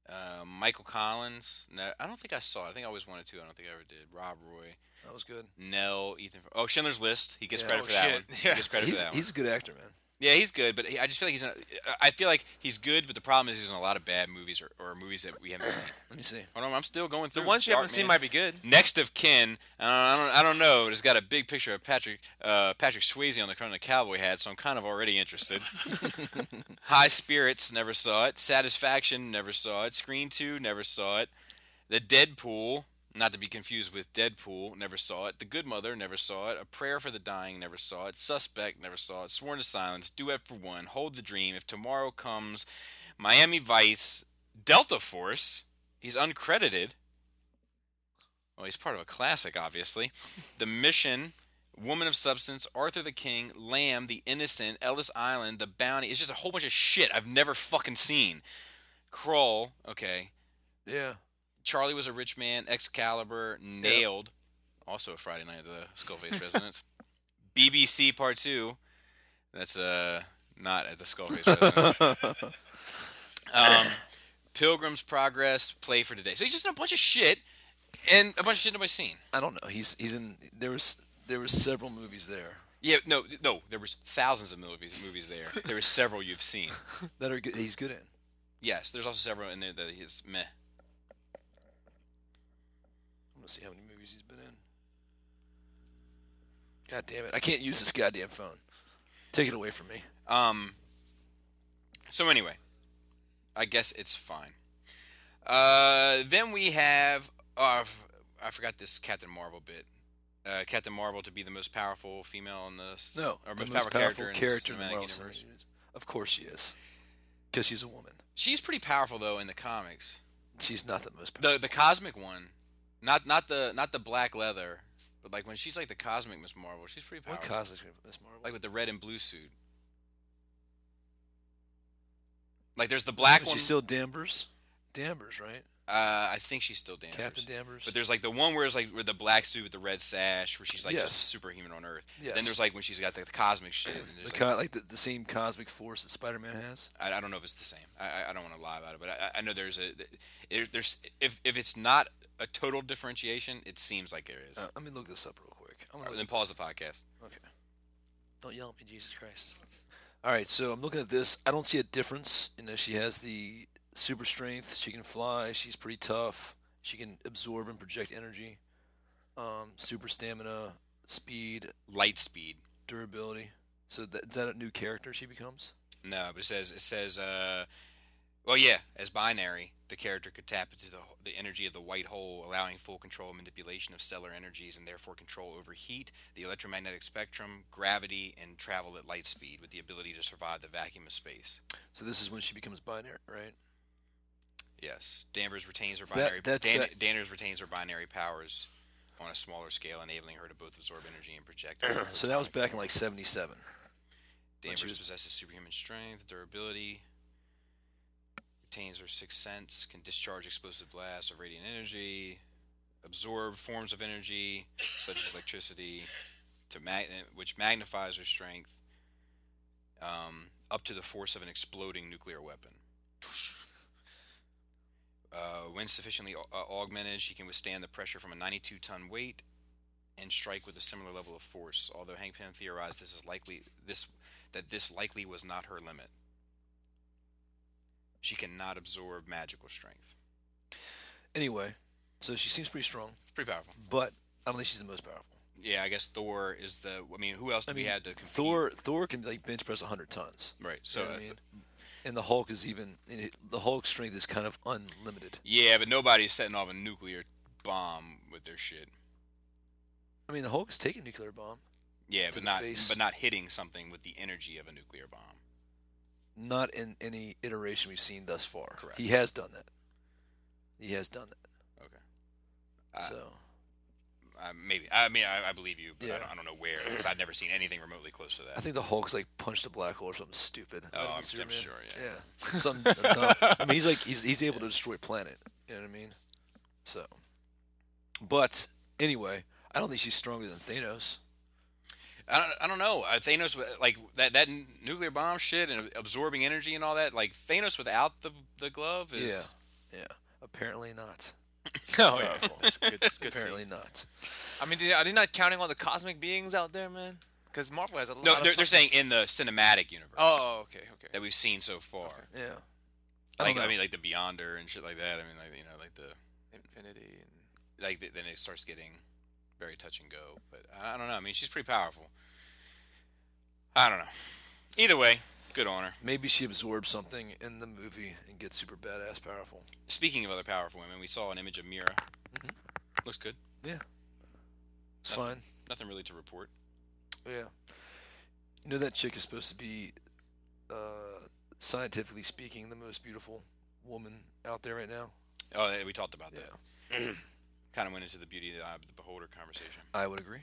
Uh, Michael Collins. No, I don't think I saw it. I think I always wanted to. I don't think I ever did. Rob Roy.
That was good.
Nell. Ethan. Oh, Schindler's List. He gets
Yeah.
credit
Oh,
for that
shit.
one.
Yeah.
He gets credit
He's,
for that one.
he's a good actor, man.
Yeah, he's good, but he, I just feel like he's in. A, I feel like he's good, but the problem is he's in a lot of bad movies or, or movies that we haven't seen.
Let me see.
Hold on, I'm still going
The
through.
ones you haven't seen
Darkman.
might be good.
Next of kin, uh, I don't, I don't know. but It's got a big picture of Patrick uh, Patrick Swayze on the front of the cowboy hat, so I'm kind of already interested. High Spirits, never saw it. Satisfaction, never saw it. Screen Two, never saw it. The Deadpool, not to be confused with Deadpool, never saw it. The Good Mother, never saw it. A Prayer for the Dying, never saw it. Suspect, never saw it. Sworn to Silence, Duet for One, Hold the Dream, If Tomorrow Comes, Miami Vice, Delta Force. He's uncredited. Well, he's part of a classic, obviously. The Mission, Woman of Substance, Arthur the King, Lamb, The Innocent, Ellis Island, The Bounty. It's just a whole bunch of shit I've never fucking seen. Crawl, okay.
Yeah.
Charlie was a rich man, Excalibur, Nailed, also a Friday night at the Skullface residence. BBC Part 2. That's uh not at the Skullface residence. um, Pilgrim's Progress, Play for Today. So he's just in a bunch of shit and a bunch of shit nobody's seen.
I don't know. He's he's in. There was there were several movies there
Yeah, no, th- no. There was thousands of movies, movies there. There were several you've seen.
that are good, he's good in.
Yes, there's also several in there that he's meh.
I'm gonna see how many movies he's been in. God damn it! I can't use this goddamn phone. Take it away from me.
Um. So anyway, I guess it's fine. Uh, then we have. Uh, f- I forgot this Captain Marvel bit. Uh, Captain Marvel to be the most powerful female in the s-
No,
or
the
most,
most
powerful, character, in
character in
the cinematic
Marvel
universe.
Cinematic Universe. Of course she is, because she's a woman.
She's pretty powerful though in the comics.
She's not the most powerful.
The the cosmic one, not not the not the black leather, but like when she's like the cosmic Miss Marvel, she's pretty
what
powerful.
cosmic Miss Marvel?
like with the red and blue suit. Like there's the black
Is
one.
she still Danvers? Danvers, right?
uh, I think she's still Danvers.
Captain Danvers.
But there's like the one where it's like with the black suit with the red sash, where she's like
Yes.
just superhuman on Earth. Then
Yes.
there's like when she's got the, the cosmic shit. And
the
there's,
co-
like,
like the, the same cosmic force that Spider-Man has.
I, I don't know if it's the same. I, I- I don't want to lie about it, but I, I- I know there's a there, there's if if it's not a total differentiation, it seems like there is.
Uh, let me look this up real quick. I'm gonna
then pause the podcast.
Okay. Don't yell at me, Jesus Christ. All right, so I'm looking at this. I don't see a difference. You know, she has the super strength. She can fly. She's pretty tough. She can absorb and project energy. Um, super stamina, speed,
Light speed.
durability. So that, is that a new character she becomes?
No, but it says it says uh well yeah, as binary, the character could tap into the the energy of the white hole, allowing full control and manipulation of stellar energies and therefore control over heat, the electromagnetic spectrum, gravity and travel at light speed with the ability to survive the vacuum of space.
So this is when she becomes binary, right?
Yes, Danvers retains her
So that-
binary
that's
Dan-
that-
Danvers retains her binary powers on a smaller scale, enabling her to both absorb energy and project. it.
So that was back in like 77. when she
Danvers
was-
possesses superhuman strength, durability, retains her sixth sense, can discharge explosive blasts of radiant energy, absorb forms of energy such as electricity, to mag- which magnifies her strength um, up to the force of an exploding nuclear weapon. Uh, when sufficiently au- uh, augmented, she can withstand the pressure from a 92 ton weight and strike with a similar level of force. Although Hank Pym theorized this is likely this that this likely was not her limit. She cannot absorb magical strength.
Anyway, so she seems pretty strong,
It's pretty powerful.
but I don't think she's the most powerful.
Yeah, I guess Thor is the. I mean, who else do
I mean,
we had to compete?
Thor Thor can like bench press 100 tons.
Right. So,
So
uh,
I mean, and the Hulk is even and it, the Hulk's strength is kind of unlimited.
yeah, but nobody's setting off a nuclear bomb with their shit.
I mean, the Hulk is taking a nuclear bomb,
Yeah,
To
but
the
not
face.
but not hitting something with the energy of a nuclear bomb.
not in any iteration we've seen thus far.
Correct.
He has done that. He has done that.
Okay. Uh,
so
Uh, maybe. I mean, I, I believe you, but I,
Yeah.
don't, I don't know where because I've never seen anything remotely close to
I
that.
think the Hulk's like punched a black hole or something stupid.
Oh,
Out of
I'm- I'm
Superman.
sure, yeah.
Yeah. Something dumb. I mean, he's like he's he's able to destroy a planet. You know what I mean? So, but anyway, I don't think she's stronger than Thanos.
I don't. I don't know. Uh, Thanos wa- like that that n- nuclear bomb shit and absorbing energy and all that. Like Thanos without the the glove is.
Yeah. Yeah. Apparently not.
Oh,
No, Oh, yeah. it's good, it's good
Apparently not.
I mean, did- are they not counting all the cosmic beings out there, man? Because Marvel has a lot.
No,
of
they're, they're saying
fucking-
in the cinematic universe
Oh, okay, okay.
that we've seen so far.
Yeah. I
Like
don't know.
I mean, like the Beyonder and shit like that. I mean, like you know, like the
Infinity. And...
like th then it starts getting very touch and go. But I I don't know. I mean, she's pretty powerful. I don't know. Either way, good on her.
maybe she absorbs something in the movie and gets super badass powerful.
Speaking of other powerful women, we saw an image of Mira.
Mm-hmm.
Looks good.
Yeah. It's
Nothing.
fine.
Nothing really to report.
Yeah. You know that chick is supposed to be, uh, scientifically speaking, the most beautiful woman out there right now.
Oh, yeah, we talked about that. Kind of went into the beauty of the eye of the beholder conversation.
I would agree.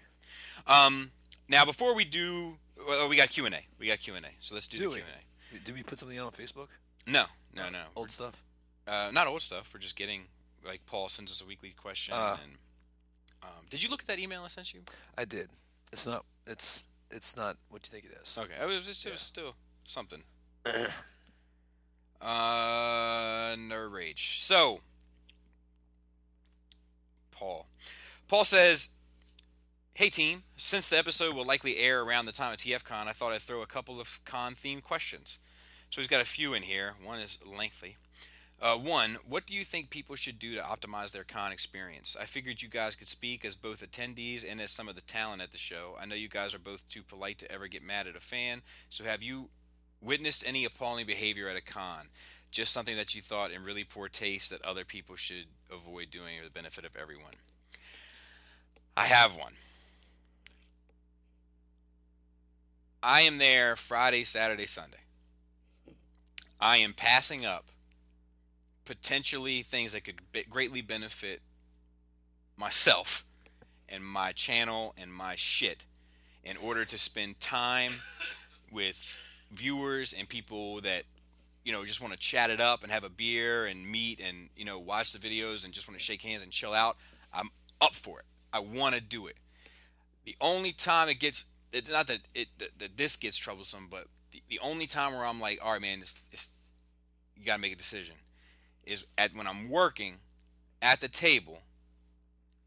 Um, now before we do, well, we got Q and A. We got Q and A. So let's do,
Do
the
we?
Q and
Did we put something out on Facebook?
A. No, no, no.
Old stuff.
Uh, not old stuff. We're just getting like Paul sends us a weekly question.
Ah.
and um, did you look at that email I sent you?
I did. It's not. It's it's not what you think it is.
Okay, it was, just, it was still something. uh, nerve rage. So, Paul. Paul says, "Hey team, since the episode will likely air around the time of TFCon, I thought I'd throw a couple of con themed questions. So he's got a few in here. One is lengthy. Uh, one, what do you think people should do to optimize their con experience? I figured you guys could speak as both attendees and as some of the talent at the show. I know you guys are both too polite to ever get mad at a fan, so have you witnessed any appalling behavior at a con? Just something that you thought in really poor taste that other people should avoid doing for the benefit of everyone? I have one. I am there Friday, Saturday, Sunday. I am passing up potentially things that could be- greatly benefit myself and my channel and my shit in order to spend time with viewers and people that you know just want to chat it up and have a beer and meet and you know watch the videos and just want to shake hands and chill out i'm up for it i want to do it the only time it gets it, not that it that, that this gets troublesome but the, the only time where i'm like all right man it's, it's, you gotta make a decision is at when I'm working at the table.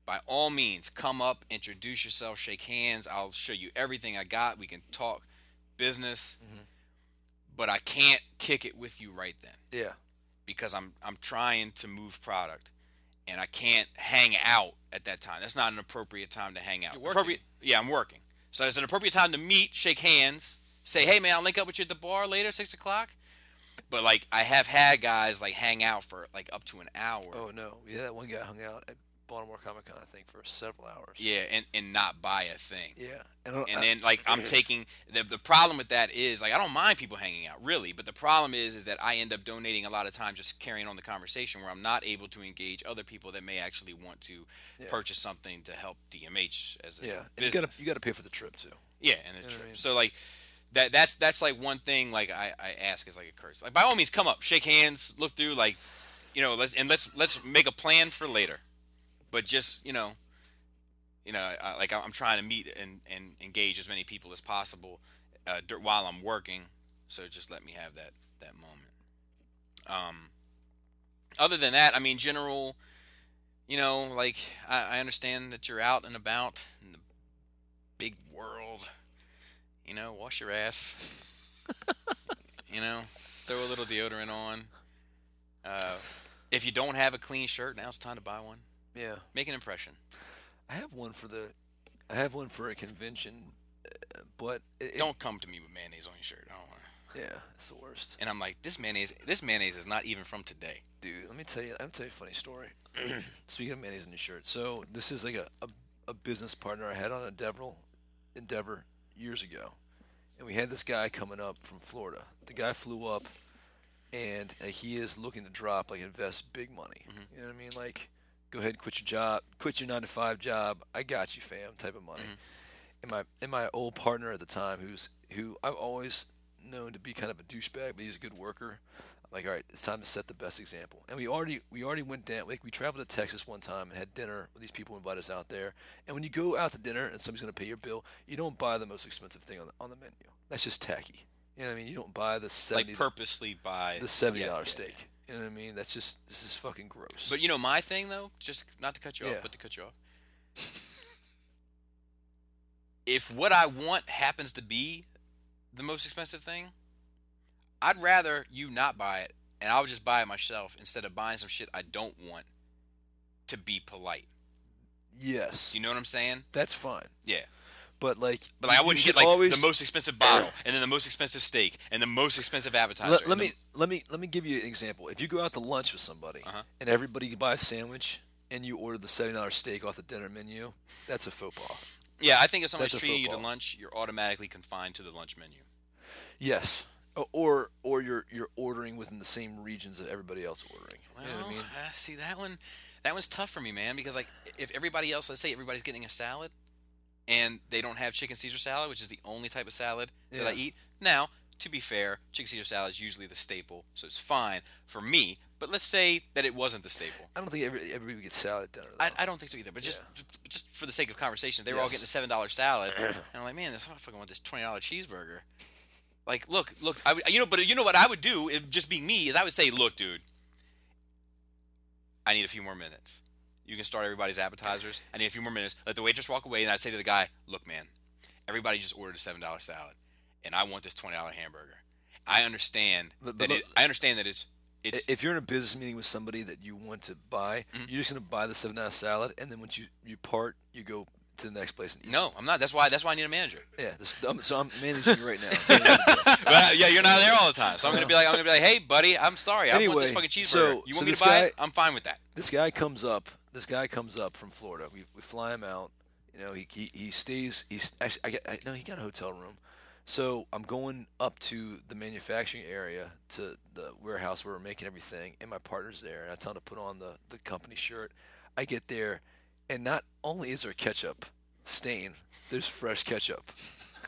By all means, come up, introduce yourself, shake hands. I'll show you everything I got. We can talk business, but I can't kick it with you right then
Yeah.
because I'm I'm trying to move product, and I can't hang out at that time. That's not an appropriate time to hang out.
You're working.
Appropriate, yeah, I'm working. So it's an appropriate time to meet, shake hands, say, "Hey, man, I'll link up with you at the bar later, six o'clock." But like, I have had guys like hang out for like up to an hour.
Oh no. Yeah, that one guy hung out at Baltimore Comic Con, I think, for several hours.
Yeah, and and not buy a thing.
Yeah. And, I don't- I-
and then like I'm taking the the problem with that is like I don't mind people hanging out really, but the problem is is that I end up donating a lot of time just carrying on the conversation where I'm not able to engage other people that may actually want to
Yeah.
purchase something to help DMH as a
yeah. And you
business.
gotta you gotta pay for the trip too.
yeah, and the
know what I
trip.
mean?
So like that that's that's like one thing like I, I ask is like it occurs. Like by all means come up, shake hands, look through like you know, let's and let's let's make a plan for later. But just, you know, you know, I, like I'm trying to meet and, and engage as many people as possible uh, dur- while I'm working. So just let me have that that moment. Um, other than that, I mean, general you know, like I, I understand that you're out and about in the big world. You know, wash your ass. you know, throw a little deodorant on. Uh, if you don't have a clean shirt, now it's time to buy one.
Yeah.
Make an impression.
I have one for the, I have one for a convention, uh, but it, it-
don't come to me with mayonnaise on your shirt. I don't want.
yeah, it's the worst,
And I'm like, this mayonnaise, this mayonnaise is not even from today.
dude. Let me tell you, I'm tell you a funny story. Speaking of mayonnaise in the shirt, so this is like a, a, a business partner I had on a Devril endeavor years ago, and we had this guy coming up from Florida. The guy flew up, and uh, he is looking to drop like invest big money. You know what I mean? Like, go ahead, quit your job, quit your nine to five job. I got you, fam. Type of money. and my and my old partner at the time, who's who I've always known to be kind of a douchebag, but he's a good worker. I'm like, all right, it's time to set the best example. And we already we already went down. Like we traveled to Texas one time and had dinner. with These people who invite us out there, and when you go out to dinner and somebody's going to pay your bill, you don't buy the most expensive thing on the, on the menu. That's just tacky. You know what I mean? You don't buy the seventy
Like purposely buy
the seventy
Yeah,
dollar
yeah,
steak. You know what I mean? That's just this is fucking gross.
But you know my thing though, just not to cut you
Yeah.
off, but to cut you off. if what I want happens to be the most expensive thing, I'd rather you not buy it and I would just buy it myself instead of buying some shit I don't want to be polite.
yes,
You know what I'm saying?
that's fine.
Yeah.
But like,
But like,
you-
I
you
wouldn't
should
get like
always-
the most expensive bottle and then the most expensive steak and the most expensive appetizer.
Let, let
and the-
me let me let me give you an example. If you go out to lunch with somebody
Uh-huh.
and everybody buy a sandwich and you order the seventy dollar steak off the dinner menu, that's a faux pas.
Yeah, I think if someone's
That's a
treating you to
football. lunch,
lunch, you're automatically confined to the lunch menu.
Yes, O- or or you're you're ordering within the same regions that everybody else ordering.
Well,
you know what I mean?
uh, see that one, that one's tough for me, man, because like if everybody else, let's say everybody's getting a salad, and they don't have chicken Caesar salad, which is the only type of salad that I
Yeah.
eat. Now, to be fair, chicken Caesar salad is usually the staple, so it's fine for me. But let's say that it wasn't the staple.
I don't think every, everybody gets salad at dinner. Though.
I, I don't think so either. But just just for the sake of conversation, if they were all
Yes.
getting a seven dollar salad, and I'm like, man, this I fucking want this twenty dollar cheeseburger. Like, look, look, I would, you know, but you know what I would do if just being me is I would say, look, dude, I need a few more minutes. You can start everybody's appetizers. I need a few more minutes. Let the waitress walk away, and I'd say to the guy, look, man, everybody just ordered a seven dollar salad, and I want this twenty dollar hamburger. I understand
But-
that
but
it,
look-
I understand that it's it's
I- if you're in a business meeting with somebody that you want to buy, you're just gonna buy the seven dollar salad, and then once you you part, you go to the next place and eat.
no, I'm not. That's why that's why I need a manager.
Yeah, this, I'm, so I'm managing you right now.
But uh, yeah, you're not there all the time. So I'm gonna be like, I'm gonna be like, hey, buddy, I'm sorry. I want this
Anyway,
fucking cheeseburger.
so-
you want
so
me to
this
buy it?
guy-
I'm fine with that.
this guy comes up. This guy comes up from Florida. We, we fly him out. You know, he he, he stays. He's actually I, get- I no, he got a hotel room. So I'm going up to the manufacturing area to the warehouse where we're making everything, and my partner's there. And I tell him to put on the the company shirt. I get there, and not only is there ketchup stain, there's fresh ketchup.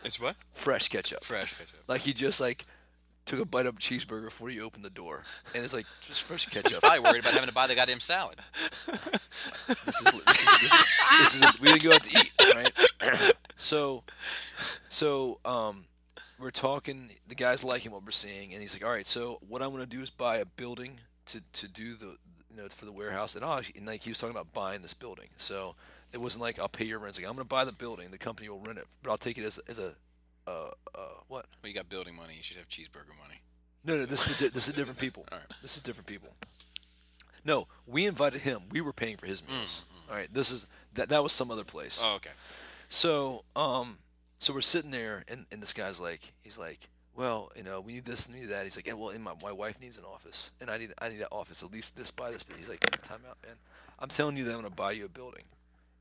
It's what?
Fresh ketchup.
Fresh ketchup.
Like he just like took a bite of cheeseburger before he opened the door, and it's like just fresh ketchup.
Probably worried about having to buy the goddamn salad.
this is, this is, this is we didn't go out to eat, right? So, so um, we're talking. The guys liking what we're seeing, and he's like, "All right, so what I'm going to do is buy a building to to do the you know for the warehouse." And oh, and like he was talking about buying this building, so it wasn't like I'll pay your rent. It's like I'm going to buy the building. The company will rent it, but I'll take it as as a uh, uh, what?
Well, you got building money. You should have cheeseburger money.
No, no, this is di- this is different people.
All right.
This is different people. No, we invited him. We were paying for his meals.
Mm,
All right, this is that that was some other place.
Oh, okay.
So, um, so we're sitting there, and, and this guy's like, he's like, well, you know, we need this, and we need that. He's like, yeah, well, and my, my wife needs an office, and I need I need an office at least this by this. But he's like, time out, man. I'm telling you that I'm gonna buy you a building,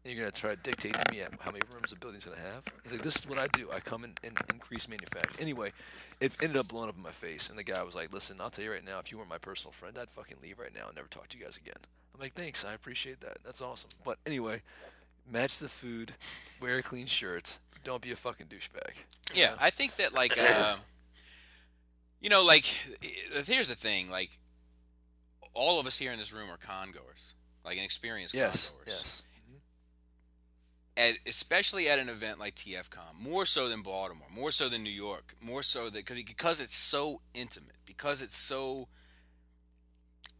and you're gonna try to dictate to me how many rooms the building's gonna have. He's like, this is what I do. I come in and increase manufacturing. Anyway, it ended up blowing up in my face, and the guy was like, listen, I'll tell you right now, if you weren't my personal friend, I'd fucking leave right now and never talk to you guys again. I'm like, thanks, I appreciate that. That's awesome. But anyway, match the food, wear clean shirts, don't be a fucking douchebag.
Yeah, I think that like, uh, you know, like i- here's the thing. Like, all of us here in this room are con goers, like inexperienced
Yes,
con
yes,
goers. at, especially at an event like TFCon, more so than Baltimore, more so than New York, more so that cause, because it's so intimate, because it's so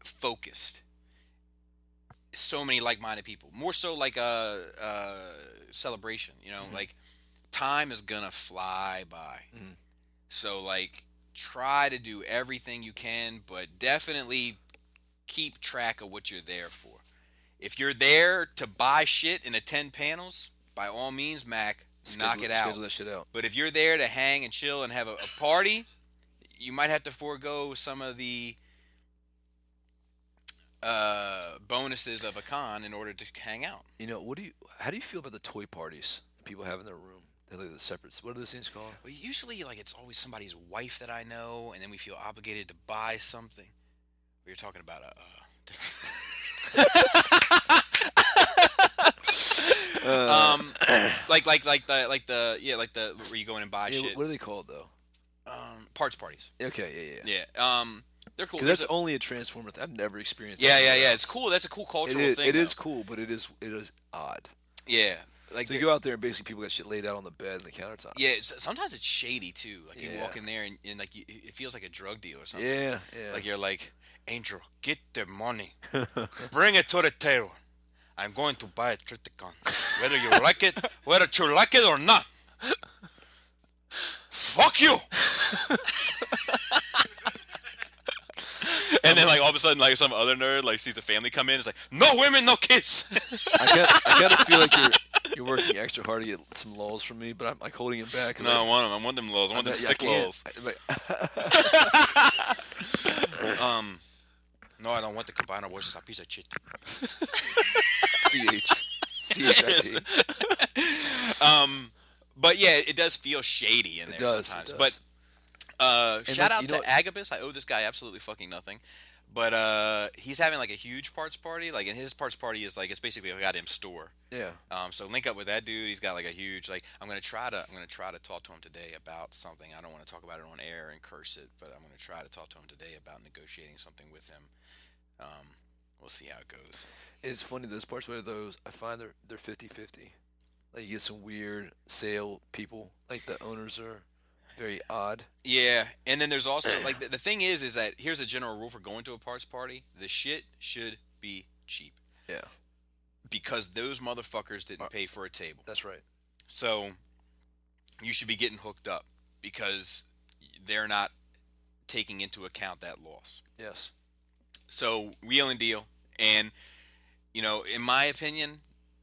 focused. so many like-minded people. More so like a, a celebration, you know, like time is gonna fly by.
Mhm.
So like try to do everything you can, but definitely keep track of what you're there for. If you're there to buy shit and attend panels, by all means, Mac, knock
Schedule-
it out.
Schedule that shit out.
But if you're there to hang and chill and have a, a party, you might have to forego some of the uh, bonuses of a con in order to hang out.
You know, what do you? How do you feel about the toy parties that people have in their room? They're like the separate. What are those things called?
Well, usually, like it's always somebody's wife that I know, and then we feel obligated to buy something. We were talking about uh, a. Uh, um, like like like the like the yeah like the where you go in and buy
Yeah,
shit.
what are they called though?
um, parts parties.
Okay, yeah, yeah, yeah.
Yeah. Um, they're cool.
'Cause
There's
that's
a-
only a transformer. Th- I've never experienced.
yeah
that
yeah
anywhere
yeah.
else.
It's cool. That's a cool
It
cultural
is,
thing.
it is
though.
cool, but it is it is odd.
Yeah. Like
So you
the-
go out there and basically people got shit laid out on the bed and the countertop.
Yeah, s- sometimes it's shady too. Like you walk
Yeah.
in there and, and like you, it feels like a drug deal or something.
yeah, yeah.
Like you're like, Angel, get the money, bring it to the table. I'm going to buy a Triticon, whether you like it, whether you like it or not. Fuck you. and then like all of a sudden like some other nerd like sees a family come in. It's like no women, no kids.
I got I got to feel like you're you're working extra hard to get some lulls from me, but I'm like holding it back. 'cause
no, I
I-
want them. I want them lows. I want
I-
them
I
sick
can't.
lows.
I- like,
Um, no, I don't want the combiner voice. It's a piece of shit.
CH. CHIT.
Um, but yeah, it does feel shady in there
It does, it
sometimes.
does.
But uh, shout
like,
out
you
to
know what-
Agabus. I owe this guy absolutely fucking nothing. But uh, he's having like a huge parts party. Like, and his parts party is like it's basically a goddamn store.
Yeah.
Um, so link up with that dude. He's got like a huge like. I'm gonna try to I'm gonna try to talk to him today about something. I don't want to talk about it on air and curse it, but I'm gonna try to talk to him today about negotiating something with him. Um, we'll see how it goes.
It's funny those parts where those I find they're they're 50-50. Like you get some weird sale people. Like the owners are very odd.
Yeah, and then there's also like the, the thing is is that here's a general rule for going to a parts party: the shit should be cheap
Yeah.
because those motherfuckers didn't pay for a table.
That's right.
So you should be getting hooked up because they're not taking into account that loss.
Yes.
So wheel and deal, and you know, in my opinion,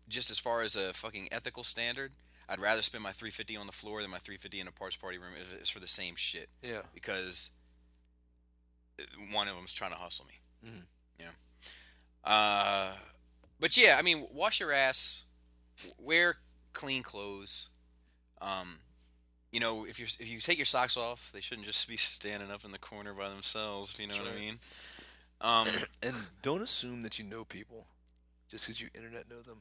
just as far as a fucking ethical standard, I'd rather spend my 350 on the floor than my 350 in a parts party room. It's- It's for the same shit
Yeah.
because uh, one of them's trying to hustle me.
Mhm.
You know. Uh, but yeah, I mean, wash your ass, w- wear clean clothes. Um, you know, if you if you take your socks off, they shouldn't just be standing up in the corner by themselves. If you know
That's
what I
right.
mean. Um,
And don't assume that you know people just because you internet know them.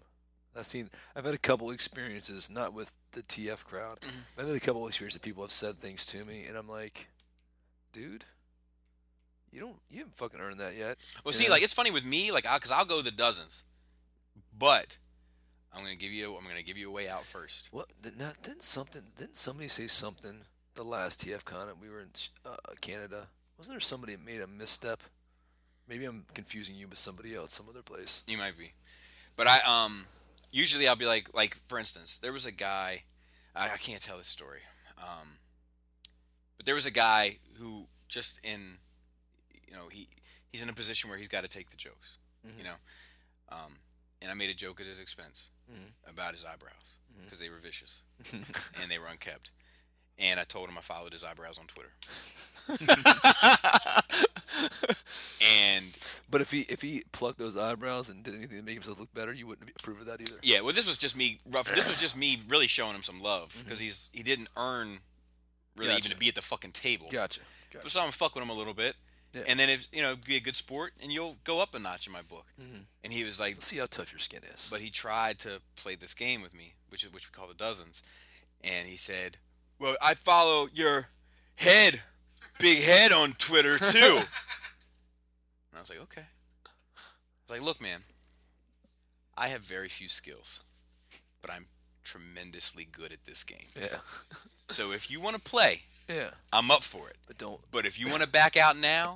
I've seen, I've had a couple experiences, not with the TF crowd, but I've had a couple experiences that people have said things to me, and I'm like, dude, you don't, you haven't fucking earned that yet.
well,
You
see,
know?
like it's funny with me, like because I'll go the dozens, but I'm gonna give you I'm gonna give you a way out first.
What? Did not, didn't something? Didn't somebody say something the last TF con that we were in uh, Canada? Wasn't there somebody that made a misstep? Maybe I'm confusing you with somebody else, some other place.
You might be, but I um usually I'll be like like for instance there was a guy I, I can't tell this story um but there was a guy who just in you know he he's in a position where he's got to take the jokes you know um and I made a joke at his expense
Mm-hmm.
about his eyebrows because they were vicious and they were unkept and I told him I followed his eyebrows on Twitter and
But if he if he plucked those eyebrows and did anything to make himself look better, you wouldn't approve of that either.
Yeah, well, this was just me. Rough. This was just me really showing him some love because he's he didn't earn really
Mm-hmm. Gotcha.
even to be at the fucking table.
Gotcha. gotcha.
So I'm gonna fuck with him a little bit,
Yeah.
and then if you know, be a good sport, and you'll go up a notch in my book.
Mm-hmm.
And he was like,
Let's see how tough your skin is.
but he tried to play this game with me, which is which we call the dozens, and he said, "Well, I follow your head, big head on Twitter too." and I was like, "Okay." I was like, "Look, man, I have very few skills, but I'm tremendously good at this game.
yeah,
So if you want to play,
yeah.
I'm up for it.
But don't.
But if you want to back out now,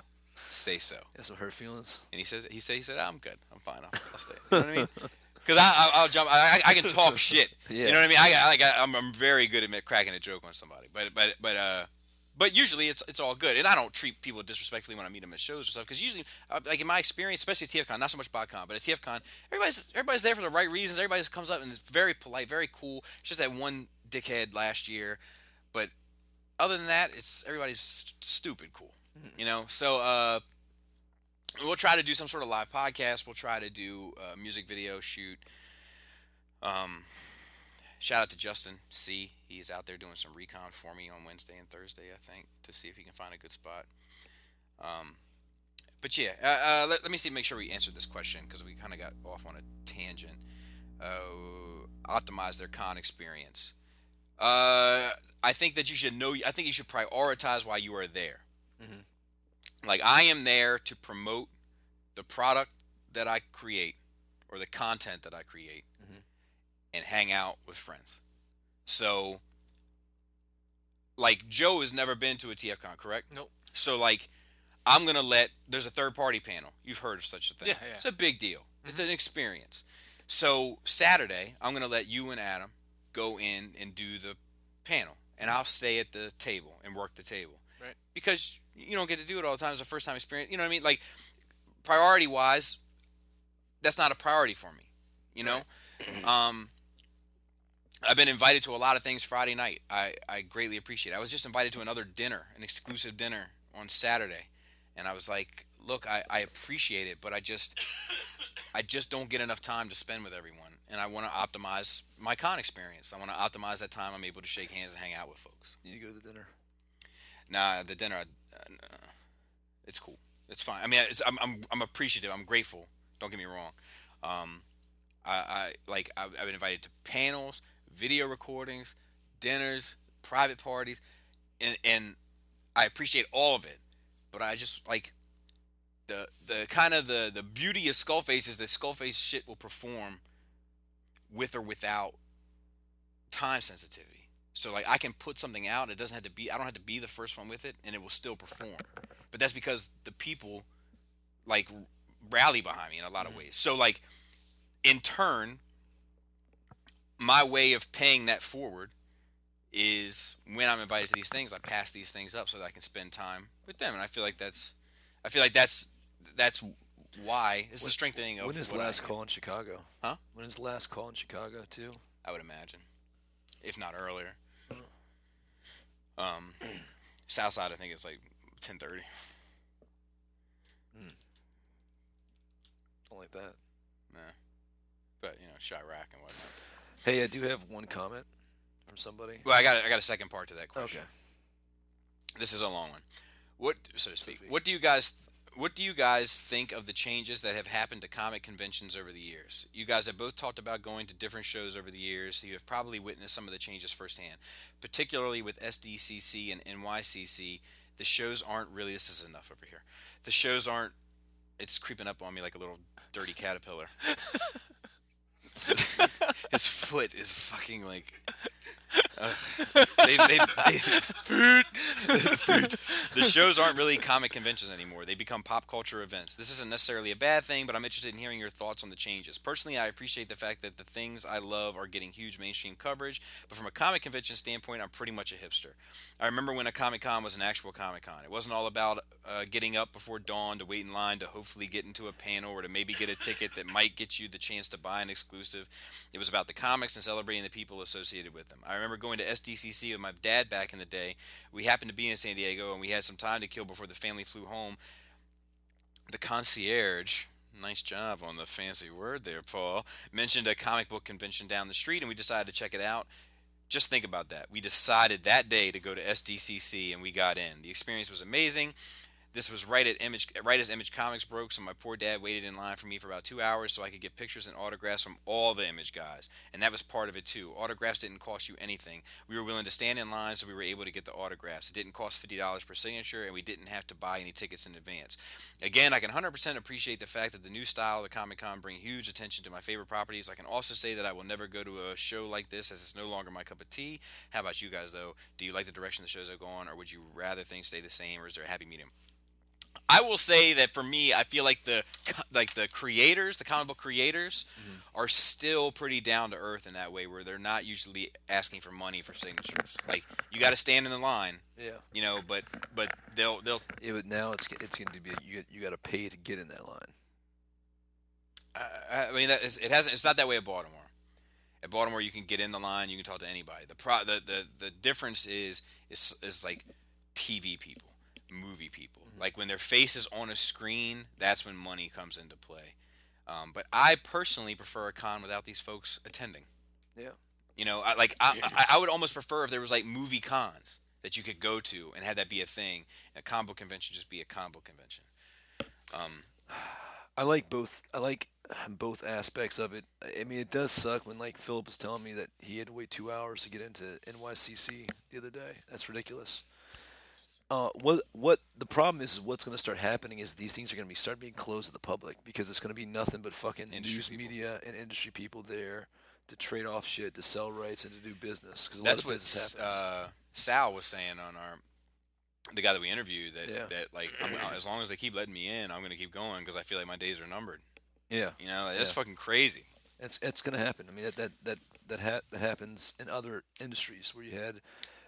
say so.
That's what her feelings.
And he says, he said, he said, I'm good. I'm fine. I'll, I'll stay. You know what I mean? Because I, I, I'll jump. I, I I can talk shit.
Yeah.
You know what I mean? I, I like I, I'm, I'm very good at cracking a joke on somebody. But but but uh, but usually it's it's all good. And I don't treat people disrespectfully when I meet them at shows or stuff. Because usually, uh, like in my experience, especially at TFCon, not so much BotCon, but at TFCon, everybody's everybody's there for the right reasons. Everybody just comes up and is very polite, very cool. It's just that one dickhead last year. But other than that, it's everybody's st- stupid cool. You know. So uh. We'll try to do some sort of live podcast. We'll try to do a music video shoot. Um, shout out to Justin C. He is out there doing some recon for me on Wednesday and Thursday, I think, to see if he can find a good spot. Um, but yeah, uh, uh, let, let me see, make sure we answered this question because we kind of got off on a tangent. Uh, optimize their con experience. Uh, I think that you should know. I think you should prioritize why you are there. Like I am there to promote the product that I create or the content that I create
Mm-hmm.
and hang out with friends. So like Joe has never been to a TFCon, correct?
Nope.
So like I'm going to let there's a third party panel. You've heard of such a thing.
Yeah, Mm-hmm. yeah.
It's a big deal. It's an experience. So Saturday, I'm going to let you and Adam go in and do the panel and I'll stay at the table and work the table
Mm-hmm. Right.
because you don't get to do it all the time. It's a first time experience. You know what I mean? Like priority wise, that's not a priority for me. You know, um, I've been invited to a lot of things Friday night. I I greatly appreciate. it. I was just invited to another dinner, an exclusive dinner on Saturday, and I was like, look, I I appreciate it, but I just I just don't get enough time to spend with everyone, and I want to optimize my con experience. I want to optimize that time I'm able to shake hands and hang out with folks.
You need to go to the dinner.
Nah, the dinner. I, uh, nah. It's cool. It's fine. I mean, it's, I'm, I'm I'm appreciative. I'm grateful. Don't get me wrong. Um, I, I like I've, I've been invited to panels, video recordings, dinners, private parties, and and I appreciate all of it. But I just like the the kind of the the beauty of Skullface is that Skullface shit will perform with or without time sensitivity. So like I can put something out, it doesn't have to be I don't have to be the first one with it and it will still perform. But that's because the people like rally behind me in a lot
Mm-hmm.
of ways. So like in turn my way of paying that forward is when I'm invited to these things, I pass these things up so that I can spend time with them and I feel like that's I feel like that's that's why it's the strengthening of
When is
what I
last
am.
call in Chicago?
Huh?
When is last call in Chicago too?
I would imagine, if not earlier. Um, Southside, I think it's like ten thirty.
Don't like that.
Nah, but you know, Chirac and whatnot.
Hey, I do have one comment from somebody.
Well, I got I got a second part to that question.
Okay.
This is a long one. What, so to speak,
speak.
what do you guys what do you guys think of the changes that have happened to comic conventions over the years? You guys have both talked about going to different shows over the years. You have probably witnessed some of the changes firsthand, particularly with SDCC and NYCC. The shows aren't really. This is enough over here. The shows aren't. It's creeping up on me like a little dirty caterpillar. His foot is fucking like. Uh, they, they, they, the shows aren't really comic conventions anymore. They become pop culture events. This isn't necessarily a bad thing, but I'm interested in hearing your thoughts on the changes. Personally, I appreciate the fact that the things I love are getting huge mainstream coverage, but from a comic convention standpoint, I'm pretty much a hipster. I remember when a Comic Con was an actual Comic Con. It wasn't all about uh, getting up before dawn to wait in line to hopefully get into a panel or to maybe get a ticket that might get you the chance to buy an exclusive. It was about the comics and celebrating the people associated with them. I remember going to SDCC with my dad back in the day. We happened to be in San Diego and we had some time to kill before the family flew home. The concierge, nice job on the fancy word there, Paul, mentioned a comic book convention down the street and we decided to check it out. Just think about that. We decided that day to go to SDCC and we got in. The experience was amazing. This was right at Image, right as Image Comics broke, so my poor dad waited in line for me for about two hours so I could get pictures and autographs from all the Image guys, and that was part of it too. Autographs didn't cost you anything. We were willing to stand in line, so we were able to get the autographs. It didn't cost fifty dollars per signature, and we didn't have to buy any tickets in advance. Again, I can 100% appreciate the fact that the new style of Comic Con bring huge attention to my favorite properties. I can also say that I will never go to a show like this as it's no longer my cup of tea. How about you guys though? Do you like the direction the shows have gone, or would you rather things stay the same, or is there a happy medium? I I will say that for me, I feel like the co- like the creators, the comic book creators, are still pretty down to earth in that way, where they're not usually asking for money for signatures. Like you got to stand in the line,
Yeah.
you know. But but they'll they'll
Yeah, but now it's it's going to be you you got to pay to get in that line.
I I mean, that is, it hasn't. It's not that way at Baltimore. At Baltimore, you can get in the line, you can talk to anybody. The pro, the, the, the difference is is is like TV people, movie people. Like when their face is on a screen, that's when money comes into play. Um, but I personally prefer a con without these folks attending.
Yeah.
You know, I, like I, I, I would almost prefer if there was like movie cons that you could go to and have that be a thing. And a combo convention just be a combo convention. Um,
I like both. I like both aspects of it. I mean, it does suck when like Philip was telling me that he had to wait two hours to get into NYCC the other day. That's ridiculous. Uh, what what the problem is is what's going to start happening is these things are going to be start being closed to the public because it's going to be nothing but fucking
Industry
news
people.
media and industry people there to trade off shit, to sell rights, and to do business. Because
that's
lot
what
of business
S-
happens.
uh, Sal was saying on our the guy that we interviewed that
Yeah.
that like I'm, as long as they keep letting me in, I'm gonna keep going because I feel like my days are numbered.
yeah,
You know, that's
Yeah.
fucking crazy.
It's it's going to happen. I mean that that that that, ha- that happens in other industries where you had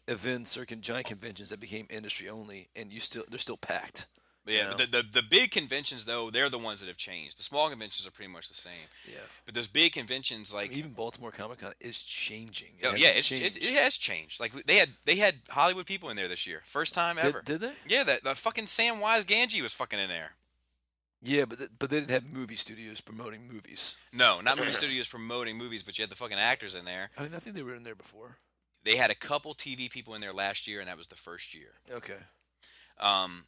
events or con- giant conventions that became industry only, and you still they're still packed.
But yeah,
Yeah.
but the, the the big conventions though, they're the ones that have changed. The small conventions are pretty much the same.
Yeah,
But those big conventions, like
even Baltimore Comic Con is changing. It
oh,
hasn't
yeah, it's, it,
changed.
it has changed. Like they had they had Hollywood people in there this year, first time
Did-
ever.
Did, they?
yeah, that the fucking Sam Wise Ganji was fucking in there.
Yeah, but th- but they didn't have movie studios promoting movies.
No, not movie studios promoting movies, but you had the fucking actors in there.
I mean, I think they were in there before.
they had a couple TV people in there last year, and that was the first year.
Okay.
Um,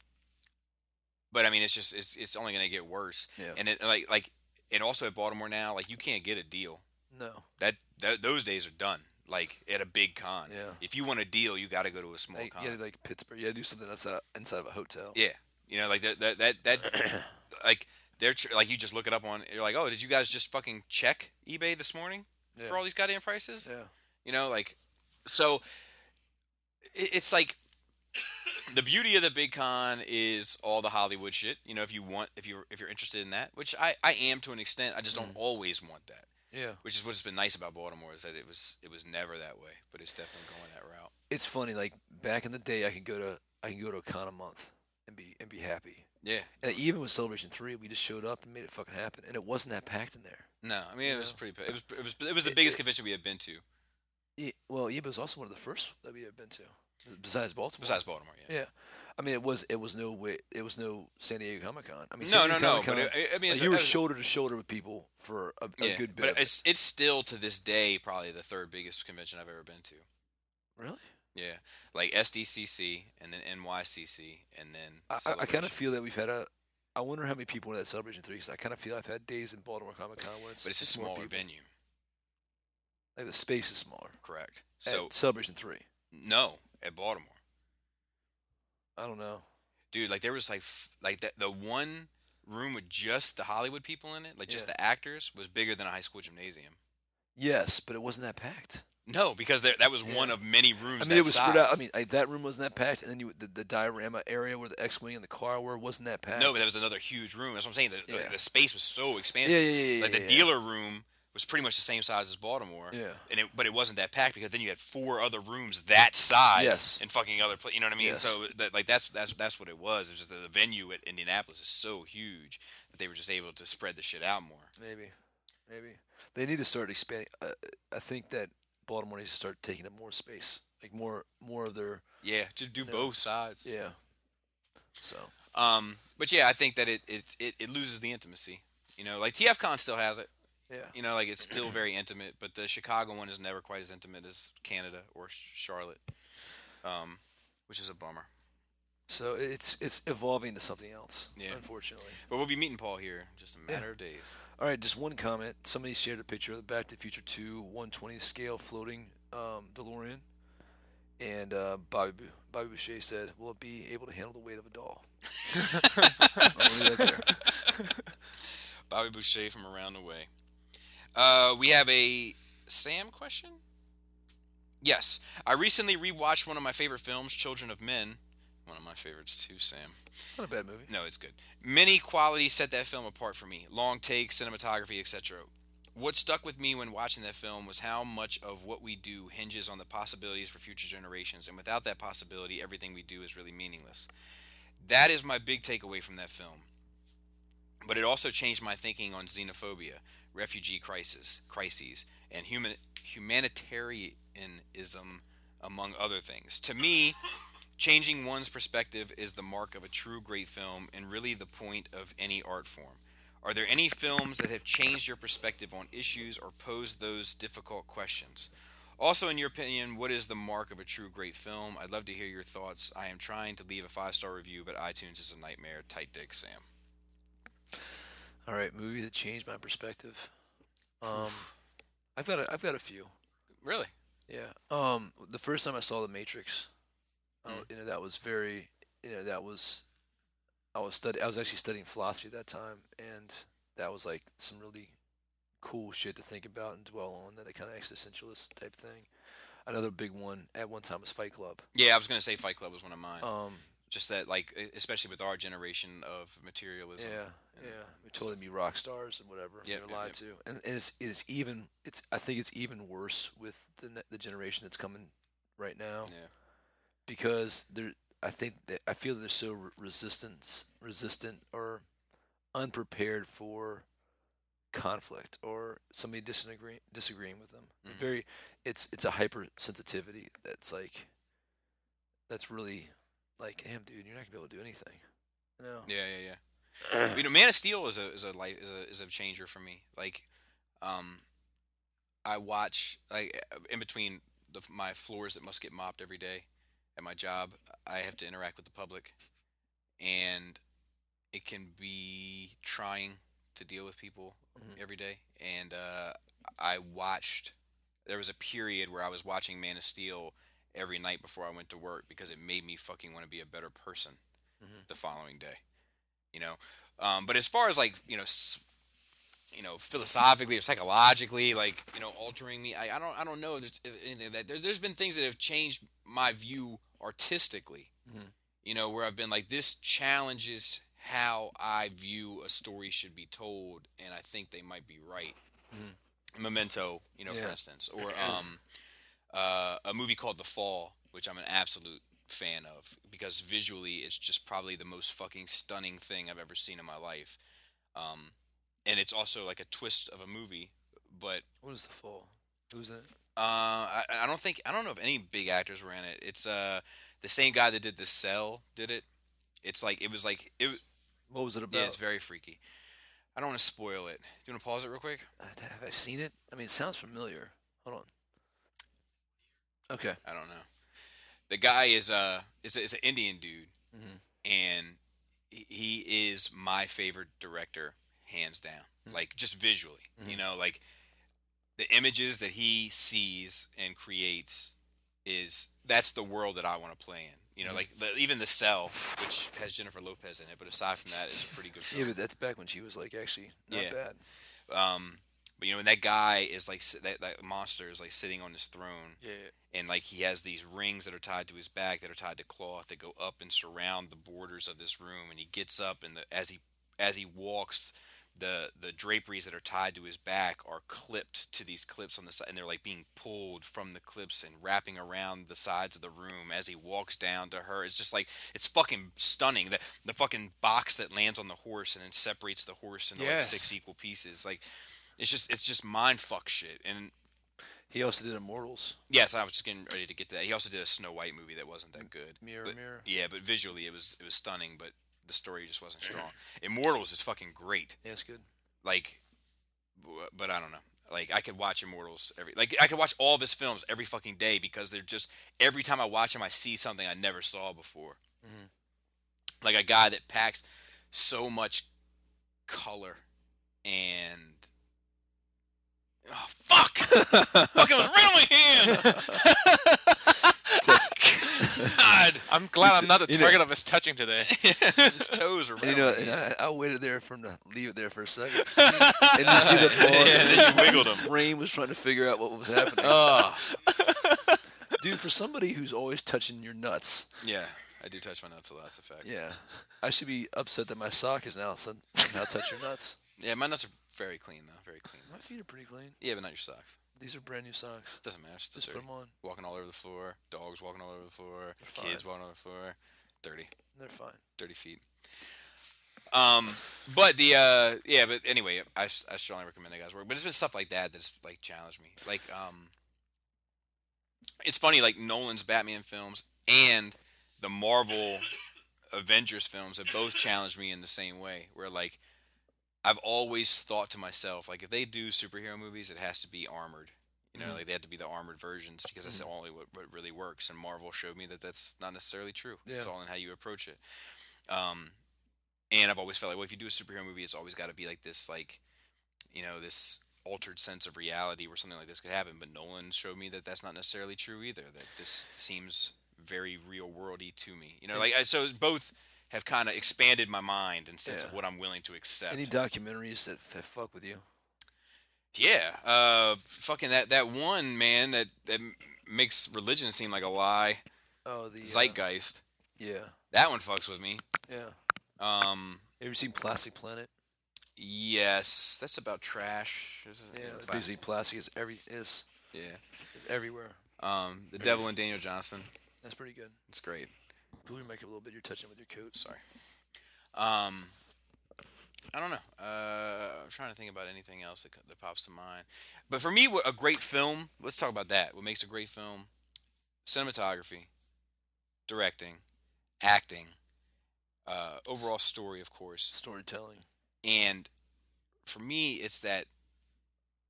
but I mean, it's just it's it's only going to get worse.
Yeah.
And it like like and also at Baltimore now, like you can't get a deal.
No.
That, that those days are done. Like at a big con,
Yeah.
if you want a deal, you got to go to a small
Like,
con.
yeah, like Pittsburgh. Yeah, do something that's uh, inside of a hotel.
Yeah, you know, like that, that, that, that like they're tr- like you just look it up on. You're like, oh, did you guys just fucking check eBay this morning
Yeah.
for all these goddamn prices?
Yeah.
You know, like so. i- It's like the beauty of the big con is all the Hollywood shit. You know, if you want, if you are if you're interested in that, which I I am to an extent, I just
Mm.
don't always want that.
Yeah.
Which is what's been nice about Baltimore is that it was it was never that way, but it's definitely going that route.
It's funny. Like back in the day, I could go to I can go to a con a month and be and be happy.
Yeah.
And even with Celebration Three, we just showed up and made it fucking happen. And it wasn't that packed in there.
No, I mean it was
Yeah.
pretty. It was it was it was the
It-
biggest
it-
convention we had been to
Yeah, E, well, yeah, but it was also one of the first that we had been to, besides Baltimore.
besides Baltimore. Yeah.
yeah, I mean, it was it was no way, it was no San Diego Comic Con. I mean, San
No, no,
Diego
no. But
Comic-Con,
it, I- I mean,
like,
it's-
you were
that was-
shoulder to shoulder with people for a, a
yeah,
good bit.
But
of it.
it's it's still to this day probably the third biggest convention I've ever been to.
Really,
Yeah, like SDCC and then NYCC and then.
I, I, I kind of
Celebration.
feel that we've had a. I wonder how many people went at Celebration Three because I kind of feel I've had days in Baltimore Comic Con where it's,
But it's a
more
smaller
people.
venue,
Like the space is smaller.
correct?
So
So
Celebration Three,
no, at Baltimore,
I don't know.
dude. Like there was like f- like that the one room with just the Hollywood people in it, like just
Yeah.
the actors, was bigger than a high school gymnasium.
Yes, but it wasn't that packed.
No, because there, that was
Yeah.
one of many rooms.
I mean,
that
it was spread
size.
out. I mean, like, that room wasn't that packed, and then you, the, the diorama area where the X wing and the car were wasn't that packed.
No, but that was another huge room. That's what I'm saying. The, the-
Yeah.
the, space was so expansive.
Yeah, yeah, yeah,
Like the
yeah, yeah.
dealer room was pretty much the same size as Baltimore.
Yeah.
And it, but it wasn't that packed because then you had four other rooms that size
Yes.
and fucking other place. You know what I mean?
Yes.
So that, like that's that's that's what it was. It was just the, the venue at Indianapolis is so huge that they were just able to spread the shit out more.
maybe, maybe they need to start expanding. Uh, I think that Baltimore needs to start taking up more space, like more, more of their
Yeah, just do both sides.
yeah. So
Um, but yeah, I think that it it it, it loses the intimacy. You know, like TFCon still has it.
yeah,
you know, like it's still very intimate, but the Chicago one is never quite as intimate as Canada or Sh- Charlotte, um, which is a bummer.
so it's it's evolving to something else.
Yeah.
unfortunately.
But we'll be meeting Paul here in just a matter
Yeah.
of days.
All right, just one comment. Somebody shared a picture of the Back to the Future 2 120 scale floating um, DeLorean, and uh, Bobby Bu- Bobby Boucher said, "Will it be able to handle the weight of a doll?" I'll leave that there.
Bobby Boucher from around the way. Uh, we have a Sam question. Yes, I recently rewatched one of my favorite films, Children of Men. One of my favorites too, Sam.
It's not a bad movie.
No, it's good. Many qualities set that film apart for me: long takes, cinematography, etc. What stuck with me when watching that film was how much of what we do hinges on the possibilities for future generations, and without that possibility, everything we do is really meaningless. That is my big takeaway from that film. But it also changed my thinking on xenophobia, refugee crisis, crises, and human humanitarianism, among other things. To me, changing one's perspective is the mark of a true great film and really the point of any art form. Are there any films that have changed your perspective on issues or posed those difficult questions? Also, in your opinion, what is the mark of a true great film? I'd love to hear your thoughts. I am trying to leave a five star review, but iTunes is a nightmare. Tight dick, Sam.
All right, movie that changed my perspective. Um, I've got a, I've got a few.
Really?
Yeah. Um, the first time I saw The Matrix, I
Hmm.
w- you know, that was very, you know, that was, I was study, I was actually studying philosophy at that time, and that was like some really cool shit to think about and dwell on. That kind of existentialist type thing. Another big one at one time was Fight Club.
Yeah, I was going to say Fight Club was one of mine.
Um,
Just that, like, e- especially with our generation of materialism.
Yeah, yeah. They totally be rock stars and whatever.
uh, Yep,
they're
yep,
lied
yep.
to, and, and it's it's even it's I think it's even worse with the ne- the generation that's coming right now
Yeah.
because they're I think that I feel they're so re- resistance resistant or unprepared for conflict or somebody disagreeing disagreeing with them. They're
Mhm.
Very, it's it's a hypersensitivity that's like that's really like, damn dude, you're not gonna be able to do anything. You know?
Yeah, yeah, yeah. you know, Man of Steel is a is a light is a is a changer for me. Like, um, I watch like in between the, my floors that must get mopped every day at my job. I have to interact with the public, and it can be trying to deal with people
Mhm.
every day. And uh, I watched. There was a period where I was watching Man of Steel every night before I went to work because it made me fucking want to be a better person the following day. You know, um, but as far as like you know, s- you know, philosophically or psychologically, like you know, altering me, I, I don't I don't know if there's if anything of that there, there's been things that have changed my view artistically.
Mhm.
You know, where I've been like this challenges how I view a story should be told, and I think they might be right. Memento, you know, for
Yeah.
instance, or um, uh, a movie called The Fall, which I'm an absolute fan of because visually it's just probably the most fucking stunning thing I've ever seen in my life. Um, and it's also like a twist of a movie, but
What is the fall? Who's that?
uh, I, I don't think I don't know if any big actors were in it. It's uh the same guy that did The Cell did it. It's like it was like it. was-
What was it about?
Yeah, it's very freaky. I don't want to spoil it. Do you want to pause it real quick?
Uh, Have I seen it? I mean, it sounds familiar. Hold on. Okay.
I don't know. The guy is uh is is an Indian dude,
Mhm.
and he- he is my favorite director, hands down. Like just visually, you know, like the images that he sees and creates is that's the world that I want to play in. You know, like the, even the cell, which has Jennifer Lopez in it, but aside from that, it's a pretty good. Film.
Yeah, but that's back when she was like actually not
Yeah.
bad.
Um, but you know, when that guy is like s- that, that monster is like sitting on his throne,
Yeah.
and like he has these rings that are tied to his back that are tied to cloth that go up and surround the borders of this room, and he gets up and the, as he as he walks. The, the draperies that are tied to his back are clipped to these clips on the side, and they're like being pulled from the clips and wrapping around the sides of the room as he walks down to her. It's just like it's fucking stunning. The the fucking box that lands on the horse and then separates the horse into like
Yes.
six equal pieces. Like it's just it's just mind fuck shit. And
He also did Immortals.
yes, I was just getting ready to get to that. He also did a Snow White movie that wasn't that good.
Mirror,
but,
mirror.
Yeah, but visually it was it was stunning, but the story just wasn't strong. Immortals is fucking great.
Yeah, it's good.
Like, w- but I don't know. Like I could watch Immortals every like I could watch all of his films every fucking day because they're just every time I watch him I see something I never saw before.
Mm-hmm.
Like a guy that packs so much color and oh fuck fucking was right on my hand. God.
I'm glad I'm not the
You know-
target of his touching today.
his toes are right
And, you know,
on my hand.
and I, I waited there for him to leave it there for a second, and you see the pause.
Yeah,
and
then you wiggled him.
Brain was trying to figure out what was happening.
Oh,
Dude, for somebody who's always touching your nuts,
yeah. I do touch my nuts a lot. That's a fact.
Yeah. I should be upset that my sock is now sud- now touch your nuts.
Yeah, my nuts are very clean though. Very clean.
My
nuts.
feet are pretty clean.
Yeah, but not your socks.
These are brand new socks.
Doesn't matter. It's still
Just put
dirty.
them on.
Walking all over the floor. Dogs walking all over the floor.
They're
Kids
fine.
walking all over the floor. Dirty.
They're fine.
Dirty feet. Um, but the uh, yeah, but anyway, I, s- I strongly recommend that guys work. But it's been stuff like that that's like challenged me. Like um, it's funny like Nolan's Batman films and the Marvel Avengers films have both challenged me in the same way. Where like I've always thought to myself like if they do superhero movies, it has to be armored. You know, like they have to be the armored versions because that's the only what, what really works. And Marvel showed me that that's not necessarily true. It's
Yeah.
all in how you approach it. Um, and I've always felt like, well, if you do a superhero movie, it's always got to be like this, like, you know, this altered sense of reality where something like this could happen. But Nolan showed me that that's not necessarily true either. That this seems very real worldy to me. You know, like I, so both have kind of expanded my mind and sense of
Yeah.
what I'm willing to accept.
Any documentaries that, that fuck with you?
Yeah, uh, fucking that that one man that that m- makes religion seem like a lie.
Oh, the uh,
Zeitgeist.
Yeah,
That one fucks with me.
yeah.
Um,
Ever seen Plastic Planet?
yes, that's about trash. isn't it?
Yeah,
It's about-
basically plastic is every is
yeah.
is everywhere.
Um, the Devil and Daniel Johnson.
That's pretty good.
It's great.
Pull your makeup a little bit. You're touching with your coat.
Sorry. Um, I don't know. Uh, I'm trying to think about anything else that, co- that pops to mind. But for me, what- a great film. Let's talk about that. What makes a great film? Cinematography, directing, acting, uh, overall story, of course.
Storytelling.
And for me, it's that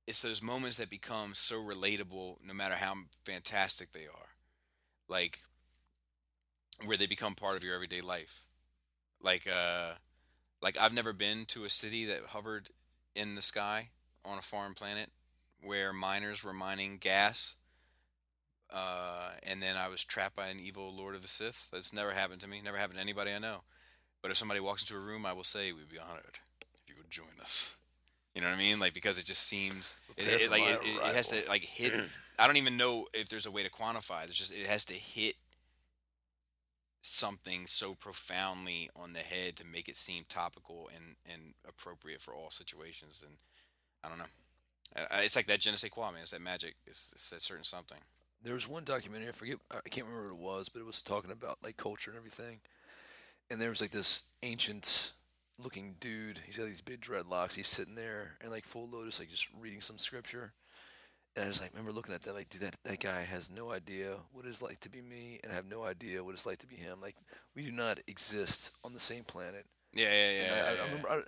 it's those moments that become so relatable, no matter how fantastic they are. Like where they become part of your everyday life. Like uh, like I've never been to a city that hovered in the sky on a foreign planet where miners were mining gas. Uh, and then I was trapped by an evil Lord of the Sith. That's never happened to me. Never happened to anybody I know. But if somebody walks into a room, I will say we'd be honored if you would join us. You know what I mean? Like because it just seems it,
Prepare
it-
for
like
my
it, it, it has to like hit. I don't even know if there's a way to quantify. There's just it has to hit something so profoundly on the head to make it seem topical and and appropriate for all situations. And I don't know. I- I- It's like that je ne sais quoi, man. It's that magic. It's, it's that certain something.
there was one documentary I forget I can't remember what it was, but it was talking about like culture and everything. And there was like this ancient looking dude. He's got these big dreadlocks. He's sitting there and like full lotus, like just reading some scripture. And I just like remember looking at that, like, dude, that, that guy has no idea what it's like to be me, and I have no idea what it's like to be him. Like, we do not exist on the same planet.
Yeah, yeah, yeah.
And I, I-
yeah,
I remember. I,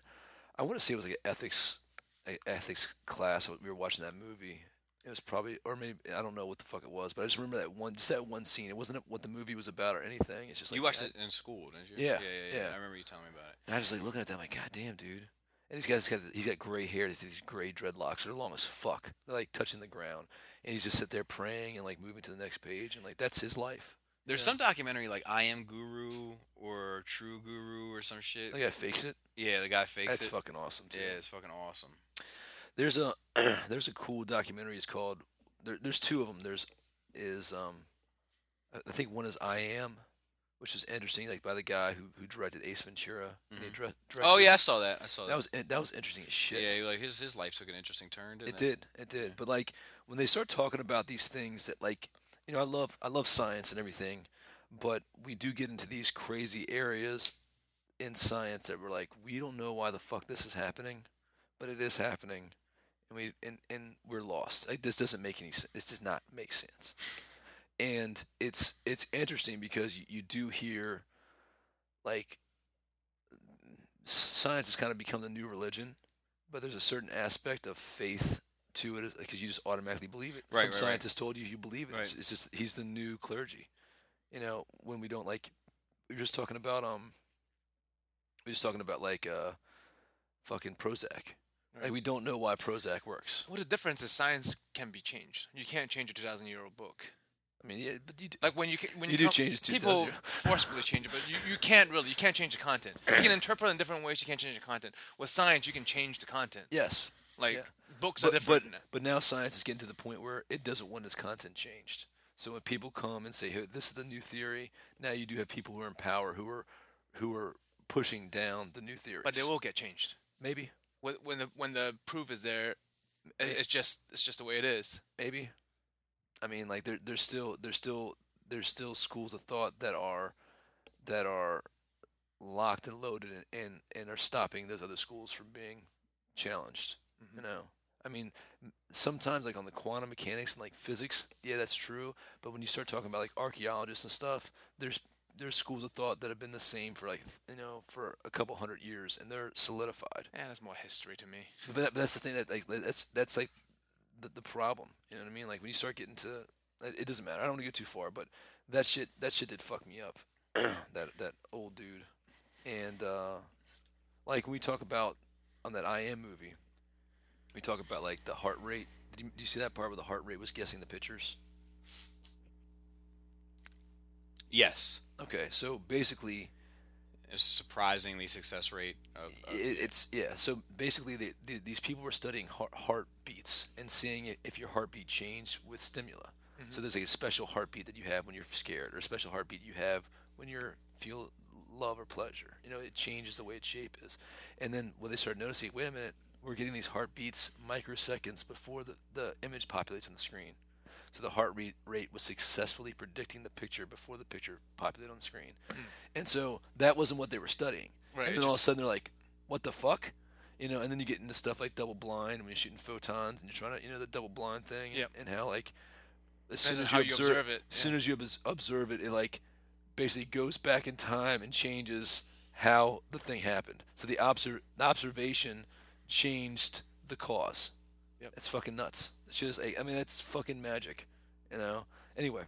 I want to say it was like an ethics, a ethics class. We were watching that movie. It was probably, or maybe I don't know what the fuck it was, but I just remember that one, just that one scene. It wasn't what the movie was about or anything. It's just like
you watched
I,
it in school, didn't you?
Yeah,
yeah, yeah, yeah.
yeah.
I remember you telling me about it.
And I was like looking at that, like, God damn, dude. And these guys got he's got gray hair. He's got these gray dreadlocks. They're long as fuck. They're like touching the ground, and he's just sit there praying and like moving to the next page, and like that's his life.
There's
Yeah.
some documentary like I Am Guru or True Guru or some shit.
The guy fakes it.
yeah, the guy fakes
that's
it.
fucking awesome. Too.
yeah, it's fucking awesome.
there's a there's a cool documentary. It's called there, there's two of them. There's is um I I think one is I Am, which is interesting, like by the guy who who directed Ace Ventura. and he dre- directed,
Oh yeah, I saw that. I saw that.
that was in- that was interesting as shit.
yeah, like his his life took an interesting turn, didn't
it did, it did. But like when they start talking about these things that like you know I love I love science and everything, but we do get into these crazy areas in science that we're like we don't know why the fuck this is happening, but it is happening, and we and and we're lost. Like this doesn't make any sense. This does not make sense. And it's it's interesting because you, you do hear like science has kind of become the new religion, but there's a certain aspect of faith to it because you just automatically believe it.
Right,
Some
right, right.
scientist told you you believe it. It's,
Right.
it's just he's the new clergy. You know when we don't like we were just talking about um we were just talking about like uh fucking Prozac. Like we don't know why Prozac works.
What a difference is science can be changed. You can't change a 2,000 year old book.
I mean, yeah, but you do.
Like when you ca- when
You
you,
do
come-
change it to
people
2,000.
forcibly change it, but you, you can't really you can't change the content. You can interpret it in different ways. You can't change the content. With science, you can change the content.
yes.
Like
yeah.
books are
But, but
different.
but now science is getting to the point where it doesn't want its content changed. So when people come and say, hey, "This is the new theory," now you do have people who are in power who are who are pushing down the new theories.
But they will get changed
maybe,
when when the when the proof is there. i- It's just it's just the way it is.
maybe. I mean, like there there's still there's still there's still schools of thought that are that are locked and loaded and and, and are stopping those other schools from being challenged. You know, I mean, m- sometimes like on the quantum mechanics and like physics, yeah, that's true. But when you start talking about like archaeologists and stuff, there's there's schools of thought that have been the same for like you know for a couple hundred years, and they're solidified.
Yeah, that's more history to me.
But that, that's the thing that like that's that's like the, the problem. You know what I mean? Like when you start getting to it it doesn't matter. I don't want to go too far, but that shit that shit did fuck me up. that that old dude, and uh, like when we talk about on that I Am movie, we talk about like the heart rate. Did you, did you see that part where the heart rate was guessing the pictures?
Yes.
Okay, so basically
It's surprisingly success rate of, of
it, it's yeah. So basically, the, the, these people were studying heart, heartbeats and seeing i- if your heartbeat changed with stimula. So there's like a special heartbeat that you have when you're scared, or a special heartbeat you have when you're feel love or pleasure. You know, it changes the way its shape is. And then when they started noticing, wait a minute, we're getting these heartbeats microseconds before the, the image populates on the screen. So the heart rate, rate was successfully predicting the picture before the picture populated on the screen. And so that wasn't what they were studying.
Right,
and
it
then all of a
just-
sudden they're like, what the fuck? You know, and then you get into stuff like double blind when you're shooting photons and you're trying to, you know, the double blind thing
Yep.
and how like as soon
Depends on
as
how
you
you
observe,
observe
it,
it,
as soon
yeah.
as you obs- observe it, it like basically goes back in time and changes how the thing happened. So the, obser- the observation changed the cause.
Yep.
It's fucking nuts. It's just, like, I mean, that's fucking magic, you know. Anyway,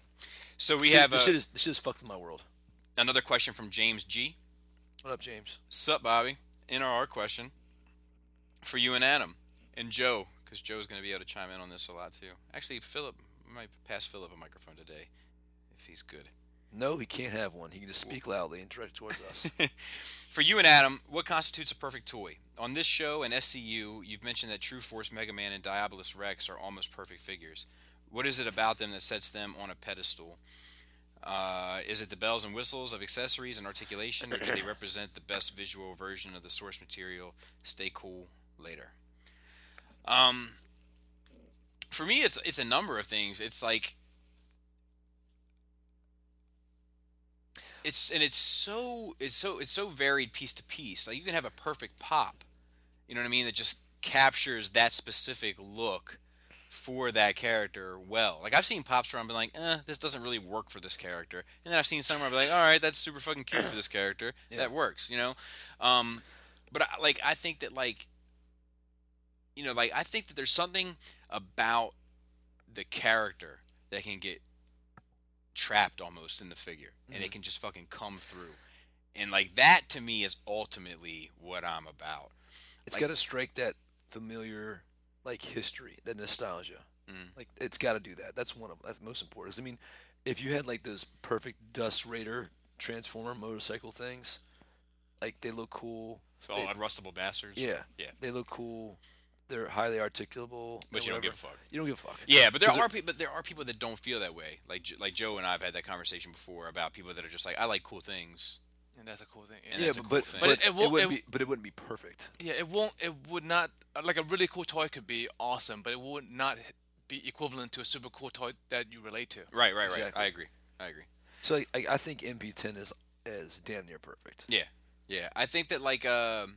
So we
shit-
have
this shit
a,
is this shit is fucked with my world.
another question from James G.
What up, James?
Sup, Bobby? NRR question for you and Adam and Joe, because Joe's going to be able to chime in on this a lot too. Actually, Philip we might pass Philip a microphone today if he's good.
No, he can't have one. He can just speak loudly and direct towards us.
For you and Adam, what constitutes a perfect toy? On this show and SCU, you've mentioned that True Force Mega Man and Diabolus Rex are almost perfect figures. What is it about them that sets them on a pedestal? Uh, is it the bells and whistles of accessories and articulation, or do they represent the best visual version of the source material? Stay cool later. Um, for me, it's it's a number of things. It's like it's and it's so it's so it's so varied piece to piece. Like you can have a perfect pop, you know what I mean, that just captures that specific look for that character well. Like I've seen pops where I'm like, eh, this doesn't really work for this character, and then I've seen some where I'm like, all right, that's super fucking cute for this character, that works, you know. Um, but I, like I think that like, you know, like I think that there's something about the character that can get trapped almost in the figure and it can just fucking come through and like that to me is ultimately what i'm about
It's
Like-
got to strike that familiar, like history, that nostalgia.
Mm.
Like it's got to do that. That's one of that's most important. 'Cause, I mean, if you had like those perfect Dust Raider Transformer motorcycle things, like they look cool.
all
They-
unrustable bastards
yeah,
yeah
they look cool. They're highly articulable.
But
or
you don't
whatever.
give a fuck.
You don't give a fuck.
yeah but there
'Cause
are people but there are people that don't feel that way like J- like joe and i've had that conversation before about people that are just like i like cool things
And that's a cool thing.
And
yeah,
that's a
but,
cool
but,
thing.
but
But
it,
it won't-
wouldn't
it-
be, but it wouldn't be perfect.
Yeah, it won't. It would not like a really cool toy could be awesome, but it would not h- be equivalent to a super cool toy that you relate to.
right right right
Exactly.
i agree i agree
So like, I, I think MP10 is is damn near perfect.
yeah yeah i think that like um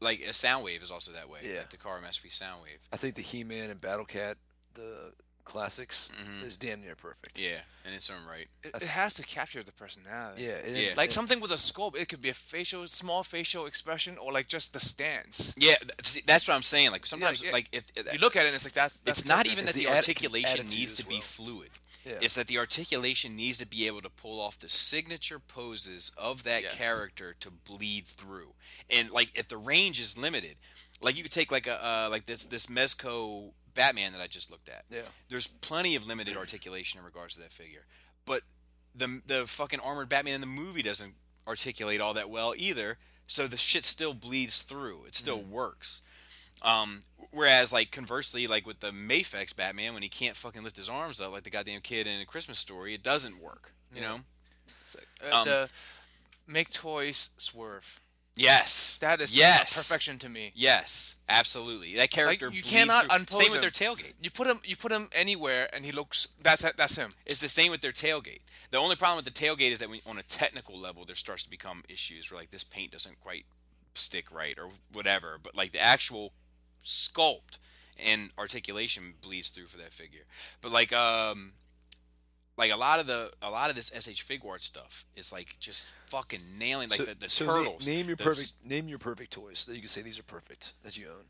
like a sound wave is also that way
Yeah.
like the car must be sound wave
I think the He-Man and Battle Cat, the classics, is damn near perfect.
Mm-hmm. yeah and it's own right
It, it has to capture the personality.
yeah, and-
Yeah.
Like something with a scope, it could be a facial, small facial expression, or like just the stance.
yeah th- see, that's what i'm saying like sometimes
yeah.
like if, if
You look at it, and it's e- like that's. that's
it's not
good.
even
It's
that
the
the,
atti-
articulation
attitude
needs
as
to be
well.
fluid.
Yeah.
It's that the articulation needs to be able to pull off the signature poses of that
Yes.
character to bleed through. And like if the range is limited, like you could take like a uh, like this this Mezco Batman that I just looked at.
Yeah.
There's plenty of limited articulation in regards to that figure. But the the fucking armored Batman in the movie doesn't
Mm-hmm.
articulate all that well either. So the shit still bleeds through. It still works. Um, whereas, like conversely, like with the Mayfex Batman, when he can't fucking lift his arms up like the goddamn kid in A Christmas Story, it doesn't work. You know?
It's like, uh,
Um,
the make toys swerve.
Yes.
That is
yes
perfection to me.
Yes, absolutely. That character.
you
bleeds
cannot
through.
unpose
Same with
him.
their tailgate.
You put him you put him anywhere and he looks that's that's him.
It's the same with their tailgate. The only problem with the tailgate is that when, on a technical level, there starts to become issues where like this paint doesn't quite stick right or whatever. But like the actual sculpt and articulation bleeds through for that figure. But like um, like a lot of the a lot of this SH Figuart stuff is like just fucking nailing like
so,
the, the
so na-
turtles.
name your
the-
perfect name your perfect toys that you can say these are perfect that you own.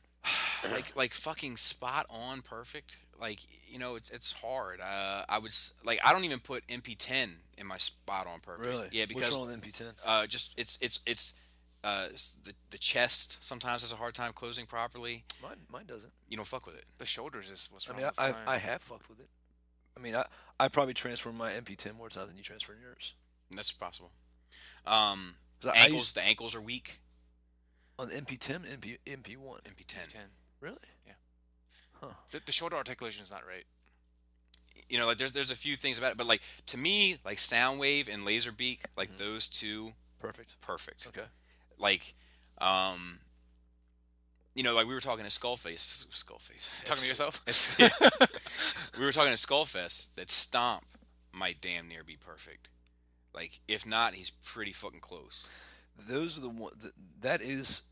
like like fucking spot on perfect. Like you know, it's it's hard. Uh, I would s- like I don't even put MP10 in my spot on perfect.
Really?
Yeah, because
What's wrong with MP10?
uh, just it's it's it's uh s- the the chest sometimes has a hard time closing properly.
Mine mine doesn't.
You don't fuck with it.
The shoulders is what's
I
wrong
mean,
with
I, I,
mine.
I have fucked with it. I mean, I, I probably transformed my MP10 more times than you transferred yours.
That's possible. Um,
'Cause I- I
ankles
used-
the ankles are weak.
On the MP10, MP, MP1.
MP10.
Ten.
Really?
The, the shoulder articulation is not right.
You know, like there's there's a few things about it, but like to me, like Soundwave and Laserbeak, like
Mm-hmm.
those two,
Perfect.
perfect.
Okay.
like um you know like we were talking to skullface skullface
Talking to yourself?
It's- yeah. we were talking to skullfest that stomp might damn near be perfect like if not he's pretty fucking close
Those are the one th- that is.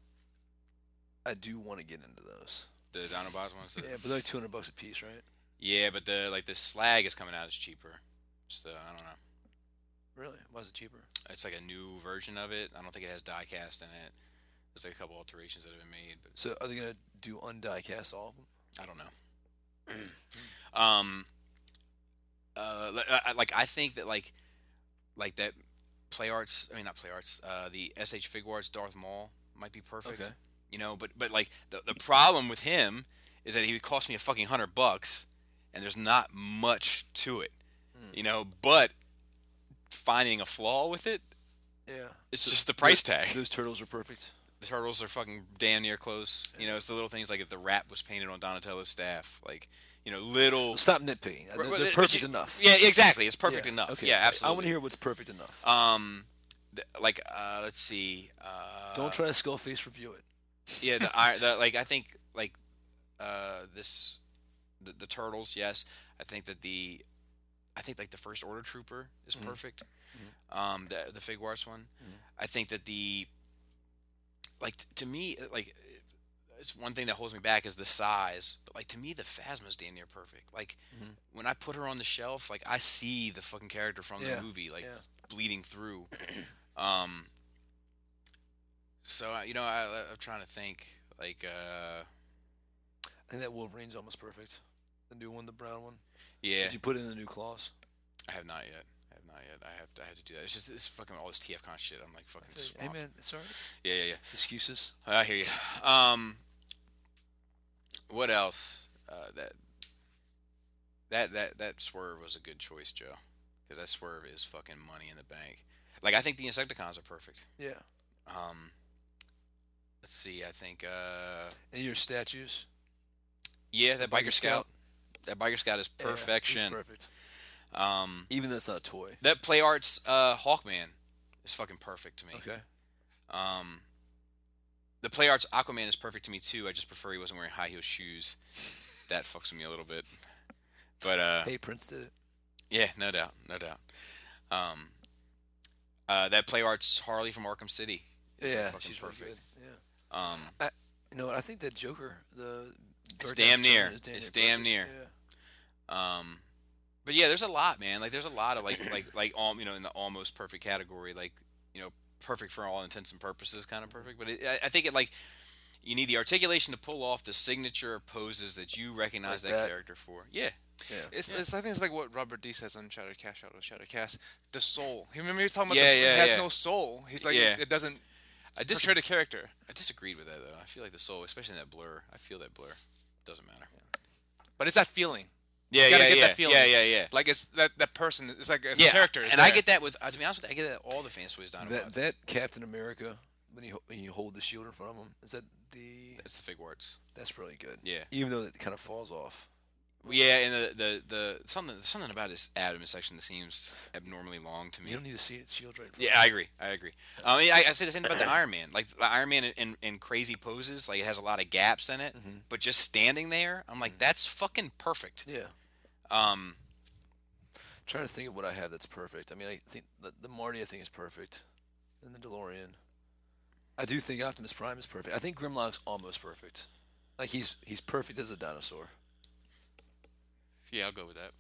I do want to get into those.
the Dinobots ones the-
Yeah, but they're like 200 bucks a piece, right?
yeah but the like the slag is coming out is cheaper so i don't know
Really? Why is it cheaper?
it's like a new version of it i don't think it has diecast in it there's like a couple alterations that have been made but
So are they gonna do undie cast all of them?
I don't know. um, uh, li- I- I- like I think that like, like that play arts. I mean, not play arts. Uh, the SH Figuarts Darth Maul might be perfect.
Okay.
You know, but but like the the problem with him is that he would cost me a fucking hundred bucks, and there's not much to it. You know, but finding a flaw with it,
Yeah.
it's just the price
Those,
tag.
those turtles are perfect.
The turtles are fucking damn near close. You know, it's the little things like if the rat was painted on Donatello's staff, like you know, little
Well, stop nitpicking. They're,
Right, right,
they're
but
perfect
you-
enough.
Yeah, exactly. It's perfect
Yeah,
enough.
Okay.
Yeah,
I
absolutely.
want to hear what's perfect enough.
Um, th- like, uh, let's see. Uh,
Don't try to skull face review it.
Yeah, the, iron- the like I think like uh this the, the turtles. Yes, I think that the I think like the first order trooper is perfect. Um, the the Figuarts one. I think that the like t- to me like it's one thing that holds me back is the size. But like to me, the Phasma's damn near perfect. Like when I put her on the shelf, like I see the fucking character from
Yeah,
the movie like
yeah.
bleeding through. um. So I- you know, I, I- I'm trying to think. Like, uh,
I think that Wolverine's almost perfect. The new one, the brown one.
yeah,
Did you put in the new claws?
I have not yet. I have not yet. I have to. I have to do that. It's just this fucking all this TFCon shit. I'm like fucking.
Hey
swamped.
man, it's alright.
Yeah, yeah, yeah.
Excuses.
I hear you. Um, what else? Uh, that that that that swerve was a good choice, Joe, because that swerve is fucking money in the bank. Like I think the Insecticons are perfect.
Yeah.
Um, let's see. I think uh,
And your statues.
yeah, that biker,
Biker Scout.
scout. that biker scout is
Yeah, he's
perfection.
perfect.
Um,
Even though it's not a toy.
that play arts uh, Hawkman is fucking perfect to me.
Okay.
Um, the play arts Aquaman is perfect to me too. I just prefer he wasn't wearing high heel shoes. That fucks with me a little bit. But uh,
Hey, Prince did it.
yeah, no doubt, no doubt. Um, uh, that play arts Harley from Arkham City is like,
yeah,
fucking
she's really
perfect.
good. Yeah.
um,
I, you know, what, I think that Joker, the
It's
Bird
damn
Dog
near.
Joker
It's damn
perfect.
near. um, but yeah, there's a lot, man. Like there's a lot of like like like all you know in the almost perfect category, like you know perfect for all intents and purposes, kind of perfect. But it, I, I think it like you need the articulation to pull off the signature poses that you recognize
Like
that,
that.
character for.
Yeah.
Yeah,
yeah.
It's, it's I think it's like what Robert D says on Shadow Cash Shadow Shadow Cast. The soul. He remember he was talking about
Yeah,
the,
yeah,
it has
yeah.
no soul. He's like
Yeah.
it, it doesn't
I, dis-
portray the character.
I disagreed with that though. I feel like the soul, especially in that blur, I feel that blur. Doesn't matter.
But it's that feeling.
Yeah,
You gotta
yeah,
get
yeah,
that feeling.
yeah, yeah, yeah.
Like it's that that person. It's like it's
yeah,
a character. It's
and I
there.
get that with uh, to be honest with you, I get that all the fans toys Dinobots.
That that Captain America when you when you hold the shield in front of him is that the.
It's the fig warts.
That's really good.
Yeah.
Even though it kind of falls off.
Yeah, and the the, the something something about his abdomen section that seems abnormally long to me.
You don't need to see it. Shield right.
Yeah, I agree. I agree. Um, yeah, I, I say the same about the Iron Man. Like the Iron Man in, in, in crazy poses, like it has a lot of gaps in it. But just standing there, I'm like, that's fucking perfect.
Yeah.
Um,
trying to think of what I have that's perfect. I mean, I think the, the Marty I think is perfect, and the DeLorean. I do think Optimus Prime is perfect. I think Grimlock's almost perfect. Like he's he's perfect as a dinosaur.
yeah, I'll go with that.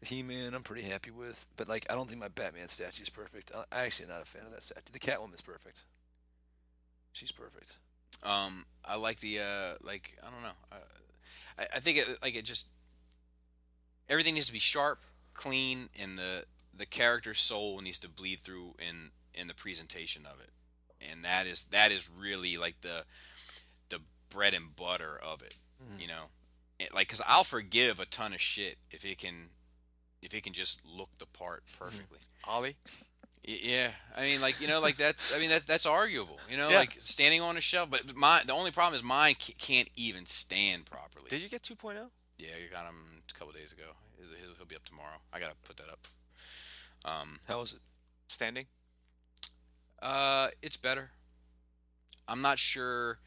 He Man, I'm pretty happy with, but like I don't think my Batman statue is perfect. I, I actually am not a fan of that statue. The Catwoman's perfect. She's perfect.
Um, I like the uh, like I don't know. Uh, I, I think it, like it just everything needs to be sharp, clean, and the the character's soul needs to bleed through in in the presentation of it, and that is that is really like the the bread and butter of it. You know, it, like because I'll forgive a ton of shit if it can if it can just look the part perfectly.
Ollie?
Y- Yeah, I mean, like you know, like that's I mean that that's arguable, you know,
Yeah.
like standing on a shelf. But my the only problem is mine ca- can't even stand properly.
Did you get 2.0?
oh?
yeah, I got him a couple days ago. His, his, he'll be up tomorrow. I gotta put that up. Um,
How is it?
Standing?
uh, it's better. I'm not sure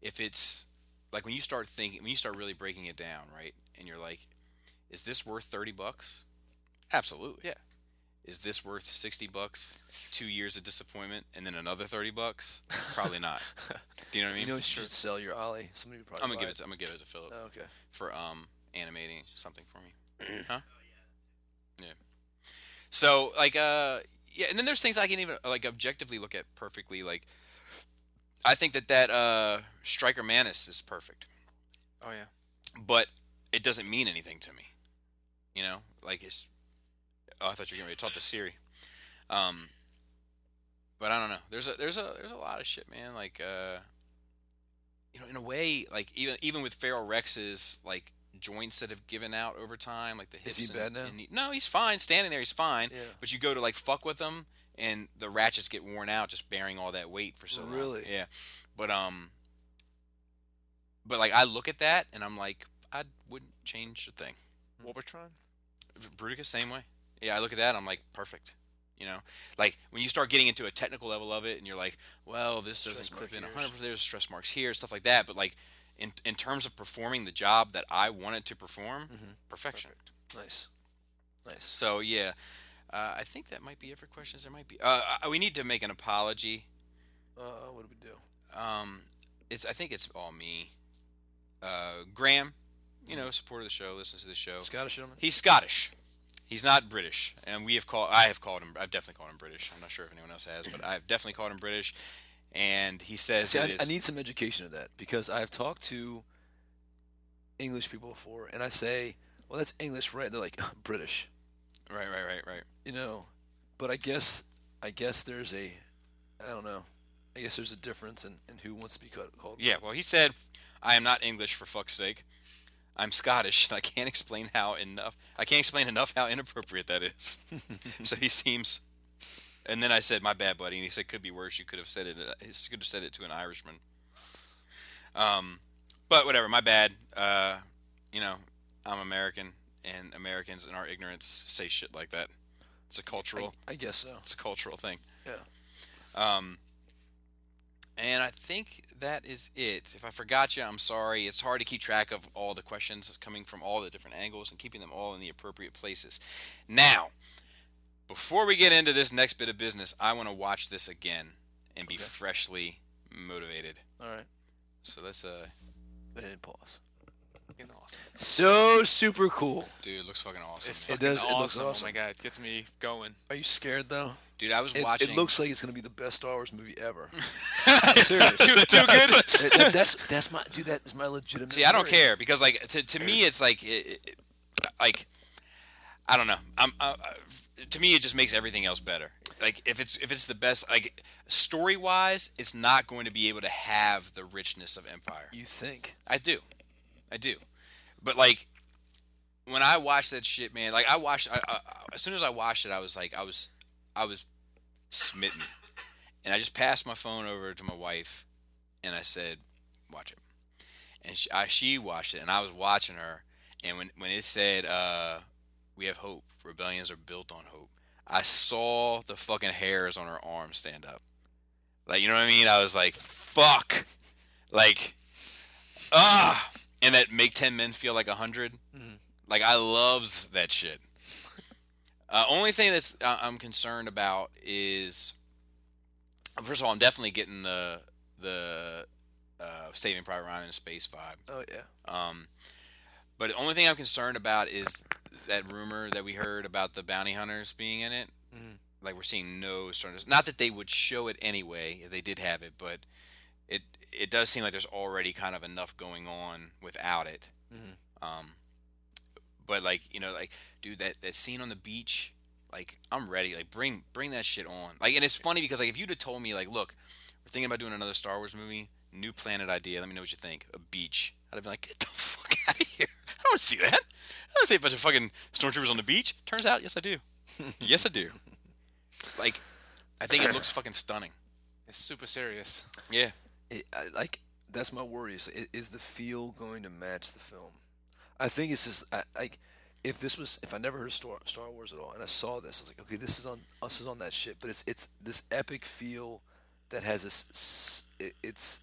if it's like when you start thinking when you start really breaking it down, right? And you're like, is this worth thirty bucks? Absolutely.
Yeah.
Is this worth sixty bucks? Two years of disappointment and then another thirty bucks? Probably not. Do you know what I
You
mean?
know, you should sell your Ollie. Somebody would probably.
I'm gonna
buy
give it. To, I'm gonna give it to Philip
Oh, okay.
for um animating something for me. huh? Yeah. So like uh yeah, and then there's things I can even like objectively look at perfectly. Like I think that that uh Striker Manus is perfect,
Oh, yeah.
but it doesn't mean anything to me. You know, like it's. Oh, I thought you were gonna talk to Siri. Um. But I don't know. There's a there's a there's a lot of shit, man. Like uh. You know, in a way, like even even with Feral Rex's like joints that have given out over time, like the
Is
hips.
he bad
and,
now?
and knee- no, he's fine. Standing there, he's fine.
Yeah.
But you go to like fuck with him, and the ratchets get worn out just bearing all that weight for so long.
Really?
Yeah. But um. But like I look at that and I'm like, I wouldn't change a thing.
Mm-hmm.
Wolvertron?
Bruticus, same way. Yeah, I look at that, I'm like, perfect. You know, like when you start getting into a technical level of it, and you're like, well, this
Stress
doesn't clip
mark
in
here.
100. There's stress marks here, stuff like that. But like, in in terms of performing the job that I wanted to perform,
Mm,
perfection.
Mm-hmm. Nice. Nice.
So yeah, uh, I think that might be it for questions. There might be. Uh, uh, we need to make an apology.
Uh, what do we do?
Um, it's I think it's all me. Uh, Graham, you know, supporter of the show, listens to the show.
Scottish gentleman.
He's Scottish. He's not British, and we have called. I have called him. I've definitely called him British. I'm not sure if anyone else has, but I've definitely called him British. And he says
See,
it
I,
is.
I need some education of that because I've talked to English people before, and I say, "Well, that's English, right?" They're like, "British,"
right, right, right, right.
you know. But I guess, I guess there's a, I don't know, I guess there's a difference in, in who wants to be called. called-
Yeah. Well, he said, "I am not English for fuck's sake. I'm Scottish, and I can't explain how enough. I can't explain enough how inappropriate that is." so he seems. And then I said, "My bad, buddy." And he said, "Could be worse. You could have said it. You could have said it to an Irishman." Um, but whatever. My bad. Uh, you know, I'm American, and Americans in our ignorance say shit like that. It's a
I,
cultural.
I guess so.
It's a cultural thing.
Yeah.
Um, and I think that is it. If I forgot you, I'm sorry. It's hard to keep track of all the questions coming from all the different angles and keeping them all in the appropriate places. Now, before we get into this next bit of business, I want to watch this again and be freshly motivated.
All right.
So let's, uh,
Go ahead and pause.
Fucking awesome.
So super cool.
dude, it looks fucking awesome.
It's
It
fucking
does- it
awesome.
looks
Oh,
awesome.
my God. Gets me going.
Are you scared though?
dude, I was
It,
watching.
it looks like it's gonna be the best Star Wars movie ever.
too, too good.
That- that- that's that's my dude. That is my legitimate.
See, I don't
worry.
care because like to, to me it's like it, it, like I don't know. I'm I, I- to me it just makes everything else better. Like if it's if it's the best like story wise, it's not going to be able to have the richness of Empire.
You think?
I do, I do, but like when I watched that shit, man. Like I watched I, I, I- as soon as I watched it, I was like I was I was smitten, and I just passed my phone over to my wife, and I said, watch it." And she, I, she watched it, and I was watching her. And when when it said, uh, "We have hope. Rebellions are built on hope," I saw the fucking hairs on her arm stand up. Like you know what I mean? I was like, "Fuck!" Like, ah! And that make ten men feel like a 100 Like I loves that shit. Uh, only thing that's I- I'm concerned about is first of all, I'm definitely getting the the uh, Saving Private Ryan in space vibe.
Oh yeah.
Um, but the only thing I'm concerned about is that rumor that we heard about the bounty hunters being in it.
Mhm.
Like we're seeing no sort of not that they would show it anyway if they did have it, but it it does seem like there's already kind of enough going on without it.
Mhm.
Um, but like you know, like dude, that that scene on the beach, like I'm ready. Like bring bring that shit on. Like and it's funny because like if you'd have told me like, look, we're thinking about doing another Star Wars movie, new planet idea. Let me know what you think. A beach. I'd have been like, get the fuck out of here. I don't want to see that. I don't want to see a bunch of fucking stormtroopers on the beach. Turns out, yes I do. yes I do. Like, I think it looks fucking stunning.
It's super serious.
Yeah.
it, I, like that's my worry is, i- is the feel going to match the film i think it's just I- like if this was if i never heard of star, star wars at all and i saw this i was like okay this is on us is on that shit but it's it's this epic feel that has this s- it, it's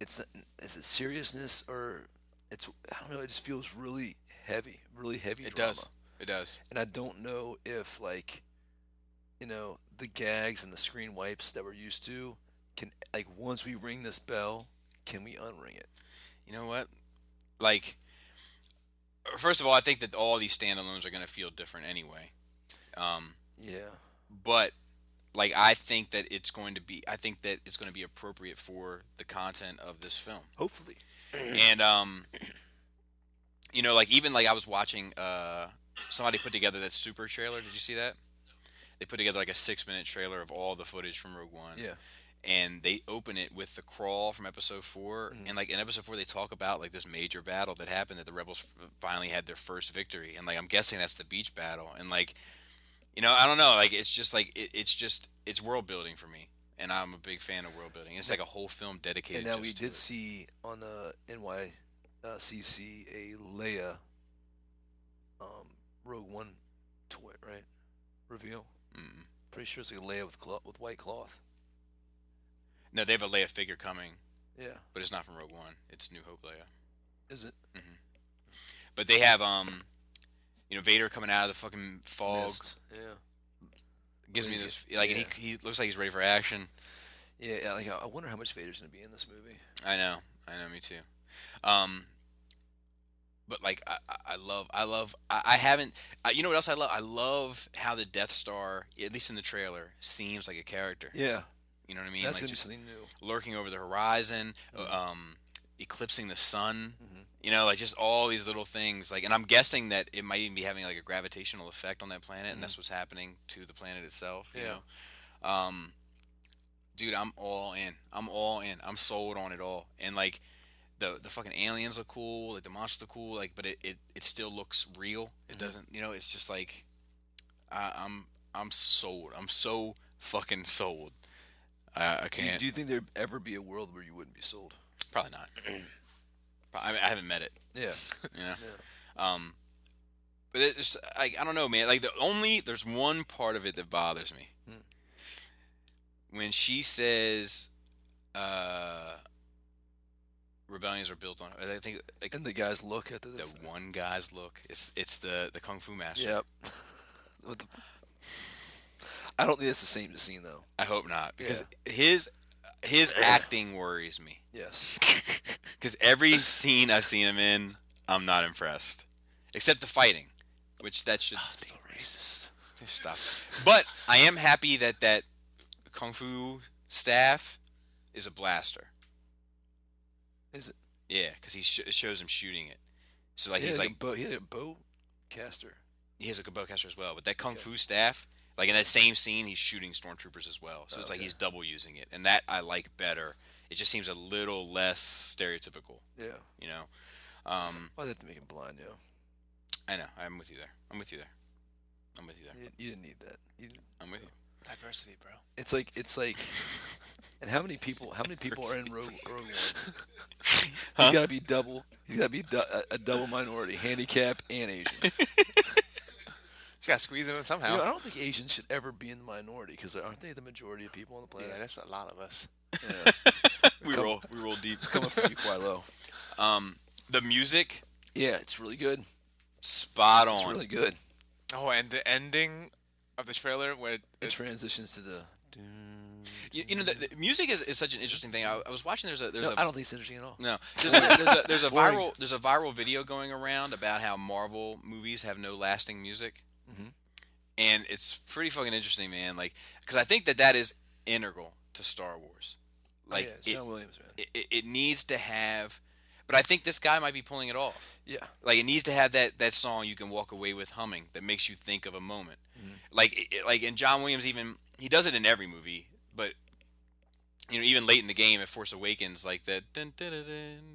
it's not- is it seriousness or it's i don't know it just feels really heavy really heavy
It
drama
does. It does.
and I don't know if like you know the gags and the screen wipes that we're used to can like once we ring this bell can we unring it
you know what? Like, first of all, I think that all these standalones are going to feel different anyway. Um,
yeah
but like, I think that it's going to be, I think that it's going to be appropriate for the content of this film.
hopefully
and um, you know, like even like I was watching uh, somebody put together that super trailer. Did you see that? They put together like a six-minute trailer of all the footage from Rogue One
yeah
and they open it with the crawl from episode 4
Mm-hmm.
and like in episode four they talk about like this major battle that happened that the rebels f- finally had their first victory and like i'm guessing that's the beach battle and like you know i don't know like it's just like it, it's just it's world building for me and i'm a big fan of world building it's like a whole film
and
dedicated
now
just
we
to
did
it.
see on uh, the NYCC uh, a Leia um Rogue One toy right reveal
Mm.
pretty sure it's like a Leia with cloth with white cloth
no they have a leia figure coming
yeah
but it's not from rogue one it's new hope leia
is it
but they have um you know vader coming out of the fucking fog
Mist. yeah
gives me
Crazy.
this like and he, he looks like he's ready for action
yeah, yeah like I I wonder how much Vader's gonna be in this movie
I know, I know, me too. Um, but like, I, I- I love, I love, I, I haven't. I, you know what else I love? I love how the Death Star, at least in the trailer, seems like a character.
yeah
You know what I mean?
that's Mm-hmm. gonna
like
be
just
something new
lurking over the horizon, um, eclipsing the sun. You know, like just all these little things. Like, and I'm guessing that it might even be having like a gravitational effect on that planet, and that's what's happening to the planet itself. You
Mm-hmm. Yeah.
know, um, dude, I'm all in. I'm all in. I'm sold on it all. And like, the the fucking aliens look cool. Like the monsters look cool. Like, but it it, it still looks real. It
Mm-hmm.
doesn't. You know, it's just like, I, I'm I'm sold. I'm so fucking sold. I, I
Do you,
can't.
do you think there'd ever be a world where you wouldn't be sold?
Probably not. Pro- I, mean, I haven't met it.
Yeah.
You know. Um, but it's like I don't know, man. Like the only there's one part of it that bothers me
Hmm.
when she says, uh, "Rebellions are built on." I think like
And the guys look at the.
the one guy's look. It's it's the the kung fu master.
yep. With the- I don't think it's the same scene though.
I hope not because his his acting worries me.
Yes.
Because every scene I've seen him in, I'm not impressed, except the fighting, which that should
So racist.
stop. But I am happy that that kung fu staff is a blaster.
Is it?
Yeah, because he sh- it shows him shooting it. So like
he
he's
had a
like
bow. He had a bow caster.
he has a bowcaster as well. But that kung fu staff, like in that same scene, he's shooting stormtroopers as well. So it's like
Oh, Okay.
he's double using it, and that I like better. It just seems a little less stereotypical,
Yeah.
you know. Um,
Why did they have to make him blind? Yeah.
I know. I'm with you there. I'm with you there. I'm with you there.
You, you didn't need that. You didn't-
I'm with you.
Diversity, bro.
It's like it's like, and how many people? How many people are in row row one? He's got to be double. He's got to be du- a- a double minority, handicap and Asian.
She got to squeeze him in somehow.
You know, I don't think Asians should ever be in the minority because aren't they the majority of people on the
yeah,
planet?
that's a lot of us.
Yeah.
We
Come-
roll, we roll deep.
Come up from Equai Low.
Um, the music,
Yeah, it's really good.
spot on.
It's really good.
Oh, and the ending of the trailer where
It
it,
transitions to the.
You, you know, the, the music is, is such an interesting thing. I, I was watching. There's a there's
No,
a
I don't think it's interesting at all.
No, there's a, there's a, there's a
Boring.
viral there's a viral video going around about how Marvel movies have no lasting music,
Mhm.
and it's pretty fucking interesting, man. Like, because I think that that is integral to Star Wars. Like,
Oh, yeah, it's
it,
John Williams, man.
it- it it needs to have, but I think this guy might be pulling it off.
Yeah,
Like, it needs to have that that song you can walk away with humming that makes you think of a moment.
Mm-hmm.
Like, it- it, like, and John Williams even he does it in every movie, but you know, even late in the game at Force Awakens, like that. dun, dun,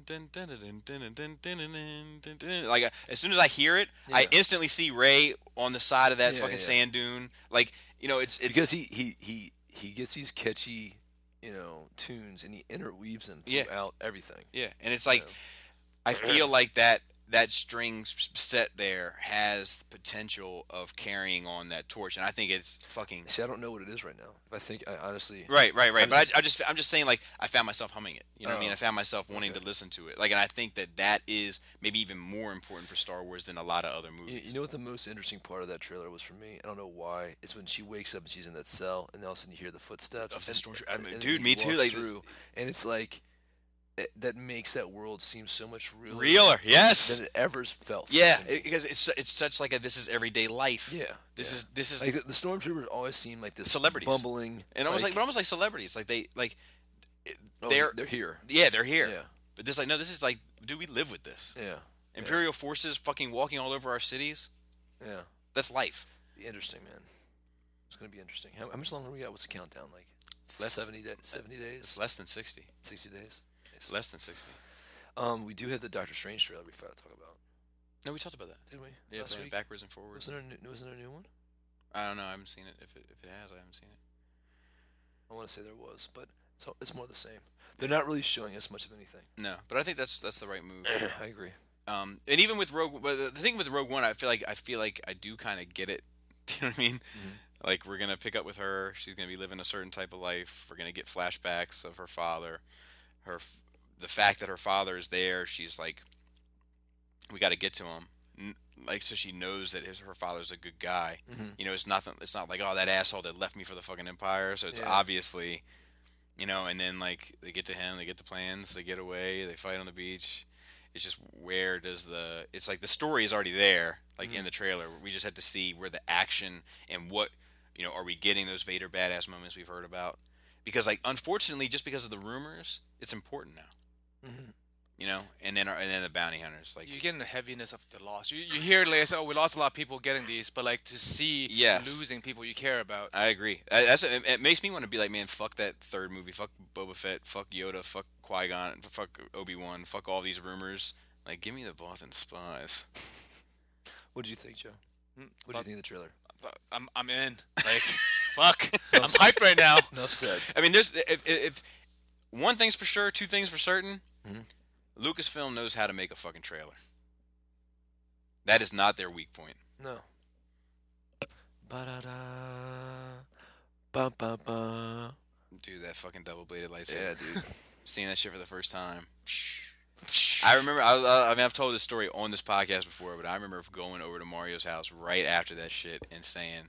dun, dun, dun, dun, dun, dun, dun, dun, dun, dun, dun, dun, dun. Like I- as soon as I hear it, I
Yeah.
instantly see Ray on the side of that
Yeah,
fucking
yeah.
sand dune. Like you know, it's it's
because he he he he gets these catchy, you know, tunes and he interweaves them
Yeah.
throughout everything.
yeah, and it's like
Yeah.
I feel like that that string s- set there has the potential of carrying on that torch, and I think it's fucking
See, I don't know what it is right now. If I think, I honestly,
Right, right, right.
I
But I, I just, I'm just saying, like, I found myself humming it. You know what I mean?
Oh,
I found myself wanting to listen to it. Like, and I think that that is maybe even more important for Star Wars than a lot of other
You,
movies.
you know what the most interesting part of that trailer was for me? I don't know why. It's when she wakes up and she's in that cell, and all of a sudden you hear the footsteps.
Of the
and-
stormtrooper. I mean,
and then
dude,
he
me too,
walks
like-
through, and it's like it, that makes that world seem so much realer,
Realer, yes,
than it ever's felt.
yeah,
to me.
it- because it's it's such like a this is everyday life.
yeah.
this
yeah.
is this is
like the, the stormtroopers always seem like this
Celebrities.
bumbling,
and almost like, but almost like celebrities. Like they like
oh,
they're-
they're here.
yeah they're here.
Yeah,
But this like no, this is like do we live with this?
yeah,
Imperial forces fucking walking all over our cities.
yeah.
That's life.
Be interesting, man. It's gonna be interesting. How, how much longer we got? What's the countdown like?
Less-
seventy days, seventy days,
It's less than sixty.
sixty days. Nice.
Less than sixty.
Um, we do have the Doctor Strange trailer we forgot to talk about,
No, we talked about that.
did we?
Yeah,
last
playing
week.
backwards and forwards.
Wasn't there, a new, wasn't there a new one?
I don't know. I haven't seen it. If it, if it has, I haven't seen it.
I want to say there was, but it's all- it's more the same. They're not really showing us much of anything.
No, but I think that's that's the right move.
I agree.
um, and even with Rogue, but the the thing with Rogue One, I feel like I feel like I do kind of get it. You know what I mean? Like we're gonna pick up with her. She's gonna be living a certain type of life. We're gonna get flashbacks of her father. Her, f- the fact that her father is there. She's like, we got to get to him. N- Like so, she knows that his her father's a good guy.
Mhm.
You know, it's nothing. It's not like oh that asshole that left me for the fucking empire. So it's
Yeah.
obviously, you know. And then like they get to him, they get the plans, they get away, they fight on the beach. It's just where does the? It's like the story is already there, like in the trailer. We just have to see where the action and what you know. Are we getting those Vader badass moments we've heard about? Because like unfortunately, just because of the rumors, it's important now.
Mhm.
You know, and then our, and then the bounty hunters like
you're getting the heaviness of the loss. You, you hear later, oh, we lost a lot of people getting these, but like to see
Yes.
losing people you care about.
I agree. I, that's it, it makes me want to be like, man, fuck that third movie, fuck Boba Fett, fuck Yoda, fuck Qui Gon, fuck Obi Wan, fuck all these rumors. Like, give me the Bothan spies.
What did you think, Joe?
Mm,
What do you
but
think of the trailer?
I'm, I'm in. Like, fuck. I'm hyped right now.
Enough said.
I mean, there's if, if, if one thing's for sure, two things for certain.
Mhm.
Lucasfilm knows how to make a fucking trailer. That is not their weak point.
No. Ba-da-da. Ba-ba-ba.
Dude, that fucking double bladed lightsaber.
Yeah, dude.
Seeing that shit for the first time. I remember. I, I, I mean, I've told this story on this podcast before, but I remember going over to Mario's house right after that shit and saying,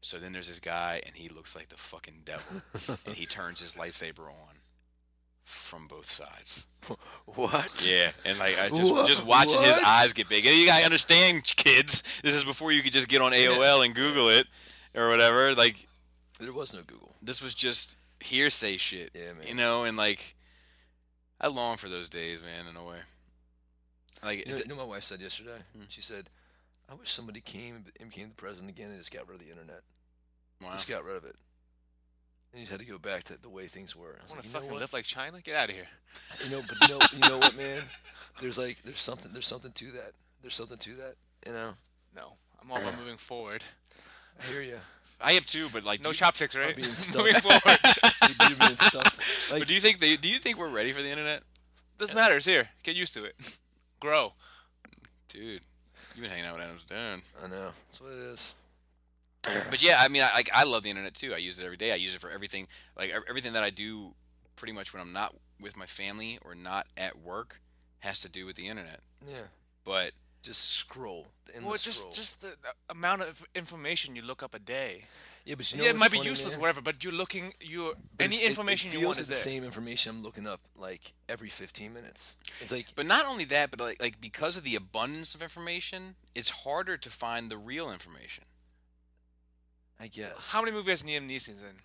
"So then there's this guy, and he looks like the fucking devil, and he turns his lightsaber on from both sides."
what?
Yeah, and like I just
Wha-
just watching his
what?
eyes get big. And you gotta understand, kids, this is before you could just get on AOL and Google it or whatever. Like
There was no Google.
this was just hearsay shit.
Yeah, man.
You know, and like I long for those days, man, in a way. Like
You know,
th-
you know what my wife said yesterday? She said, I wish somebody came and became the president again and just got rid of the internet.
wow.
Just got rid of it. And you just had to go back to the way things were. I
I
was like,
want to
you know
fucking
what?
live like China. Get out of here.
You know, but you know, you know what, man? There's like, there's something, there's something to that. There's something to that. You know,
No, I'm all about moving forward.
I hear you.
I have two, but like
No
you-
chopsticks, right?
being stuck.
Moving forward.
YouTube and stuff. Like,
But do you think they? Do you think we're ready for the internet,
Doesn't matter. It's here. Get used to it. Grow.
dude? You've been hanging out with Adam's done.
I know. That's what it is.
But yeah, I mean, I, like I love the internet too. I use it every day. I use it for everything, like ev- everything that I do, pretty much when I'm not with my family or not at work, has to do with the internet.
Yeah.
But
Just scroll. The endless
Well, just
scroll.
just the the amount of information you look up a day.
yeah, but you know
yeah, it
what's
might be
funny,
useless,
man?
whatever. But you're looking. You
But
any
it's- it-
information
it
you
feels
want is
the
there.
same information I'm looking up like every 15 minutes. It's like
but not only that, but like like because of the abundance of information, it's harder to find the real information.
I guess
How many movies has Liam Neeson's in?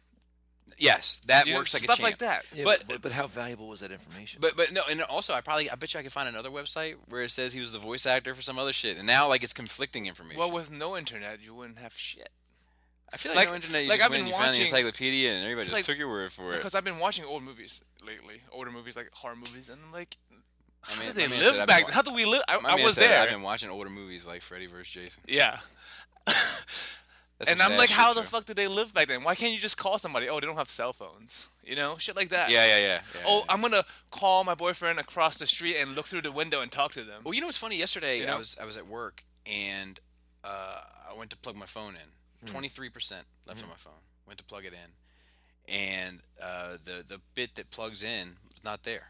Yes, that
You know,
works like
stuff
a champ.
like that.
Yeah,
but-
but, but how valuable was that information?
But but no, and also I probably I bet you I could find another website where it says he was the voice actor for some other shit, and now like it's conflicting information.
Well, with no internet, you wouldn't have shit.
I feel like,
like-
on the internet you
like
just
I've
went
been
and you found the
watching-
encyclopedia and everybody
It's
just
like-
took your word for it.
Because I've been watching old movies lately, older movies like horror movies, and I'm like,
I
how
mean,
did
my
they
man
live
said I've been
back?
wa-
then? How do we live? I,
My
I
man
was
said
there.
I've been watching older movies like Freddy vs. Jason.
Yeah.
That's
And
some
I'm
sad
like,
shit,
how the
too.
fuck did they live back then? Why can't you just call somebody? Oh, they don't have cell phones. You know, shit like that.
Yeah, yeah, yeah. yeah
Oh,
yeah.
I'm gonna call my boyfriend across the street and look through the window and talk to them.
Well, you know what's funny? Yesterday,
You
I
know?
was I was at work and uh, I went to plug my phone in. Twenty three percent left on my phone. Went to plug it in, and uh, the the bit that plugs in was not there.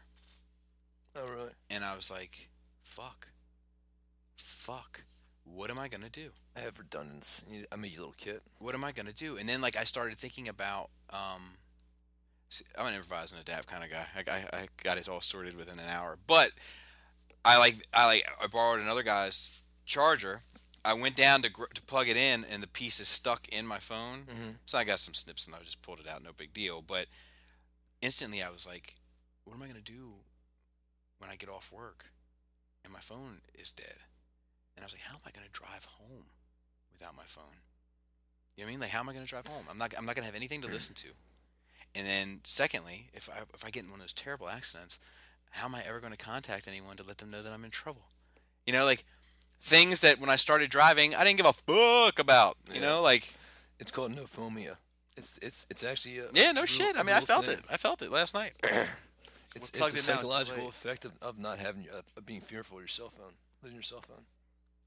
oh really?
And I was like, "Fuck, fuck, what am I gonna do?
I have redundancy. You- I made you a little kit.
What am I gonna do?" And then like I started thinking about. Um, see, I'm an improvise and adapt kind of guy. I, I, I got it all sorted within an hour, but I like I like I borrowed another guy's charger. I went down to gr- to plug it in, and the piece is stuck in my phone.
Mm-hmm.
So I got some snips, and I just pulled it out. No big deal. But instantly, I was like, "What am I gonna do when I get off work and my phone is dead?" And I was like, "How am I gonna drive home without my phone?" You know what I mean? Like, how am I gonna drive home? I'm not. I'm not gonna have anything to listen to. And then, secondly, if I if I get in one of those terrible accidents, how am I ever going to contact anyone to let them know that I'm in trouble? You know, like things that when I started driving, I didn't give a fuck about. You
Yeah.
know, like
It's called nophomia. It's it's it's actually a
yeah, no
real-
shit. I
a
mean, I
real
felt
thing.
it. I felt it last night.
It's,
plugged
it's a
in now, it's too
psychological
late.
effect of, of not having your- of, of being fearful of your cell phone, losing your cell phone.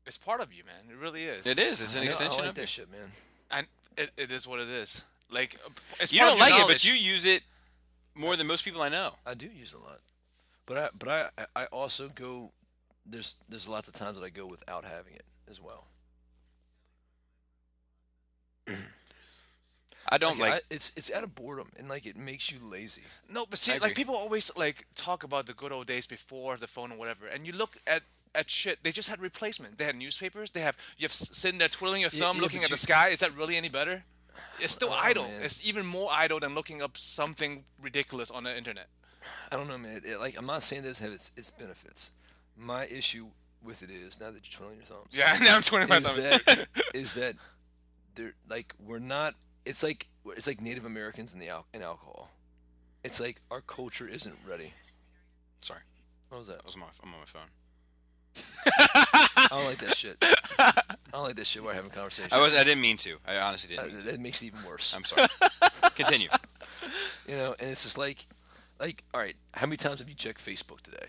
it's part of you, man. It really is.
It is. It's
I
an
know-
extension
I like
of
that
you.
shit, man.
And it, it is what it is. Like, it's
You
part
don't
of your
like it, but
knowledge.
you use it more than most people I know.
I do use it a lot, but I but I I- I also go. There's there's lots of times that I go without having it as well.
I don't like.
I- it's it's out of boredom and like it makes you lazy.
No, but
I
see,
agree.
like people always like talk about the good old days before the phone or whatever, and you look at at shit. They just had replacement. They had newspapers. They have you have s- sitting there twiddling your
Yeah,
thumb,
yeah,
looking
but
at
you-
the sky. Is that really any better? It's still
Oh,
idle.
man.
It's even more idle than looking up something ridiculous on the internet.
I don't know, man. It- it- like I'm not saying this have its its benefits. My issue with it is now that you're twiddling your thumbs.
Yeah, now I'm twiddling my
is
thumbs.
that is that they're like we're not. It's like it's like Native Americans and the al- and alcohol. It's like our culture isn't ready.
Sorry,
What was that?
that was my. I'm on my phone.
I don't like that shit. I don't like that shit. We're having conversations.
I was. I didn't mean to. I honestly
Uh,
didn't. mean to.
that makes it even worse.
I'm sorry. Continue.
You know, and it's just like, like, all right, how many times have you checked Facebook today?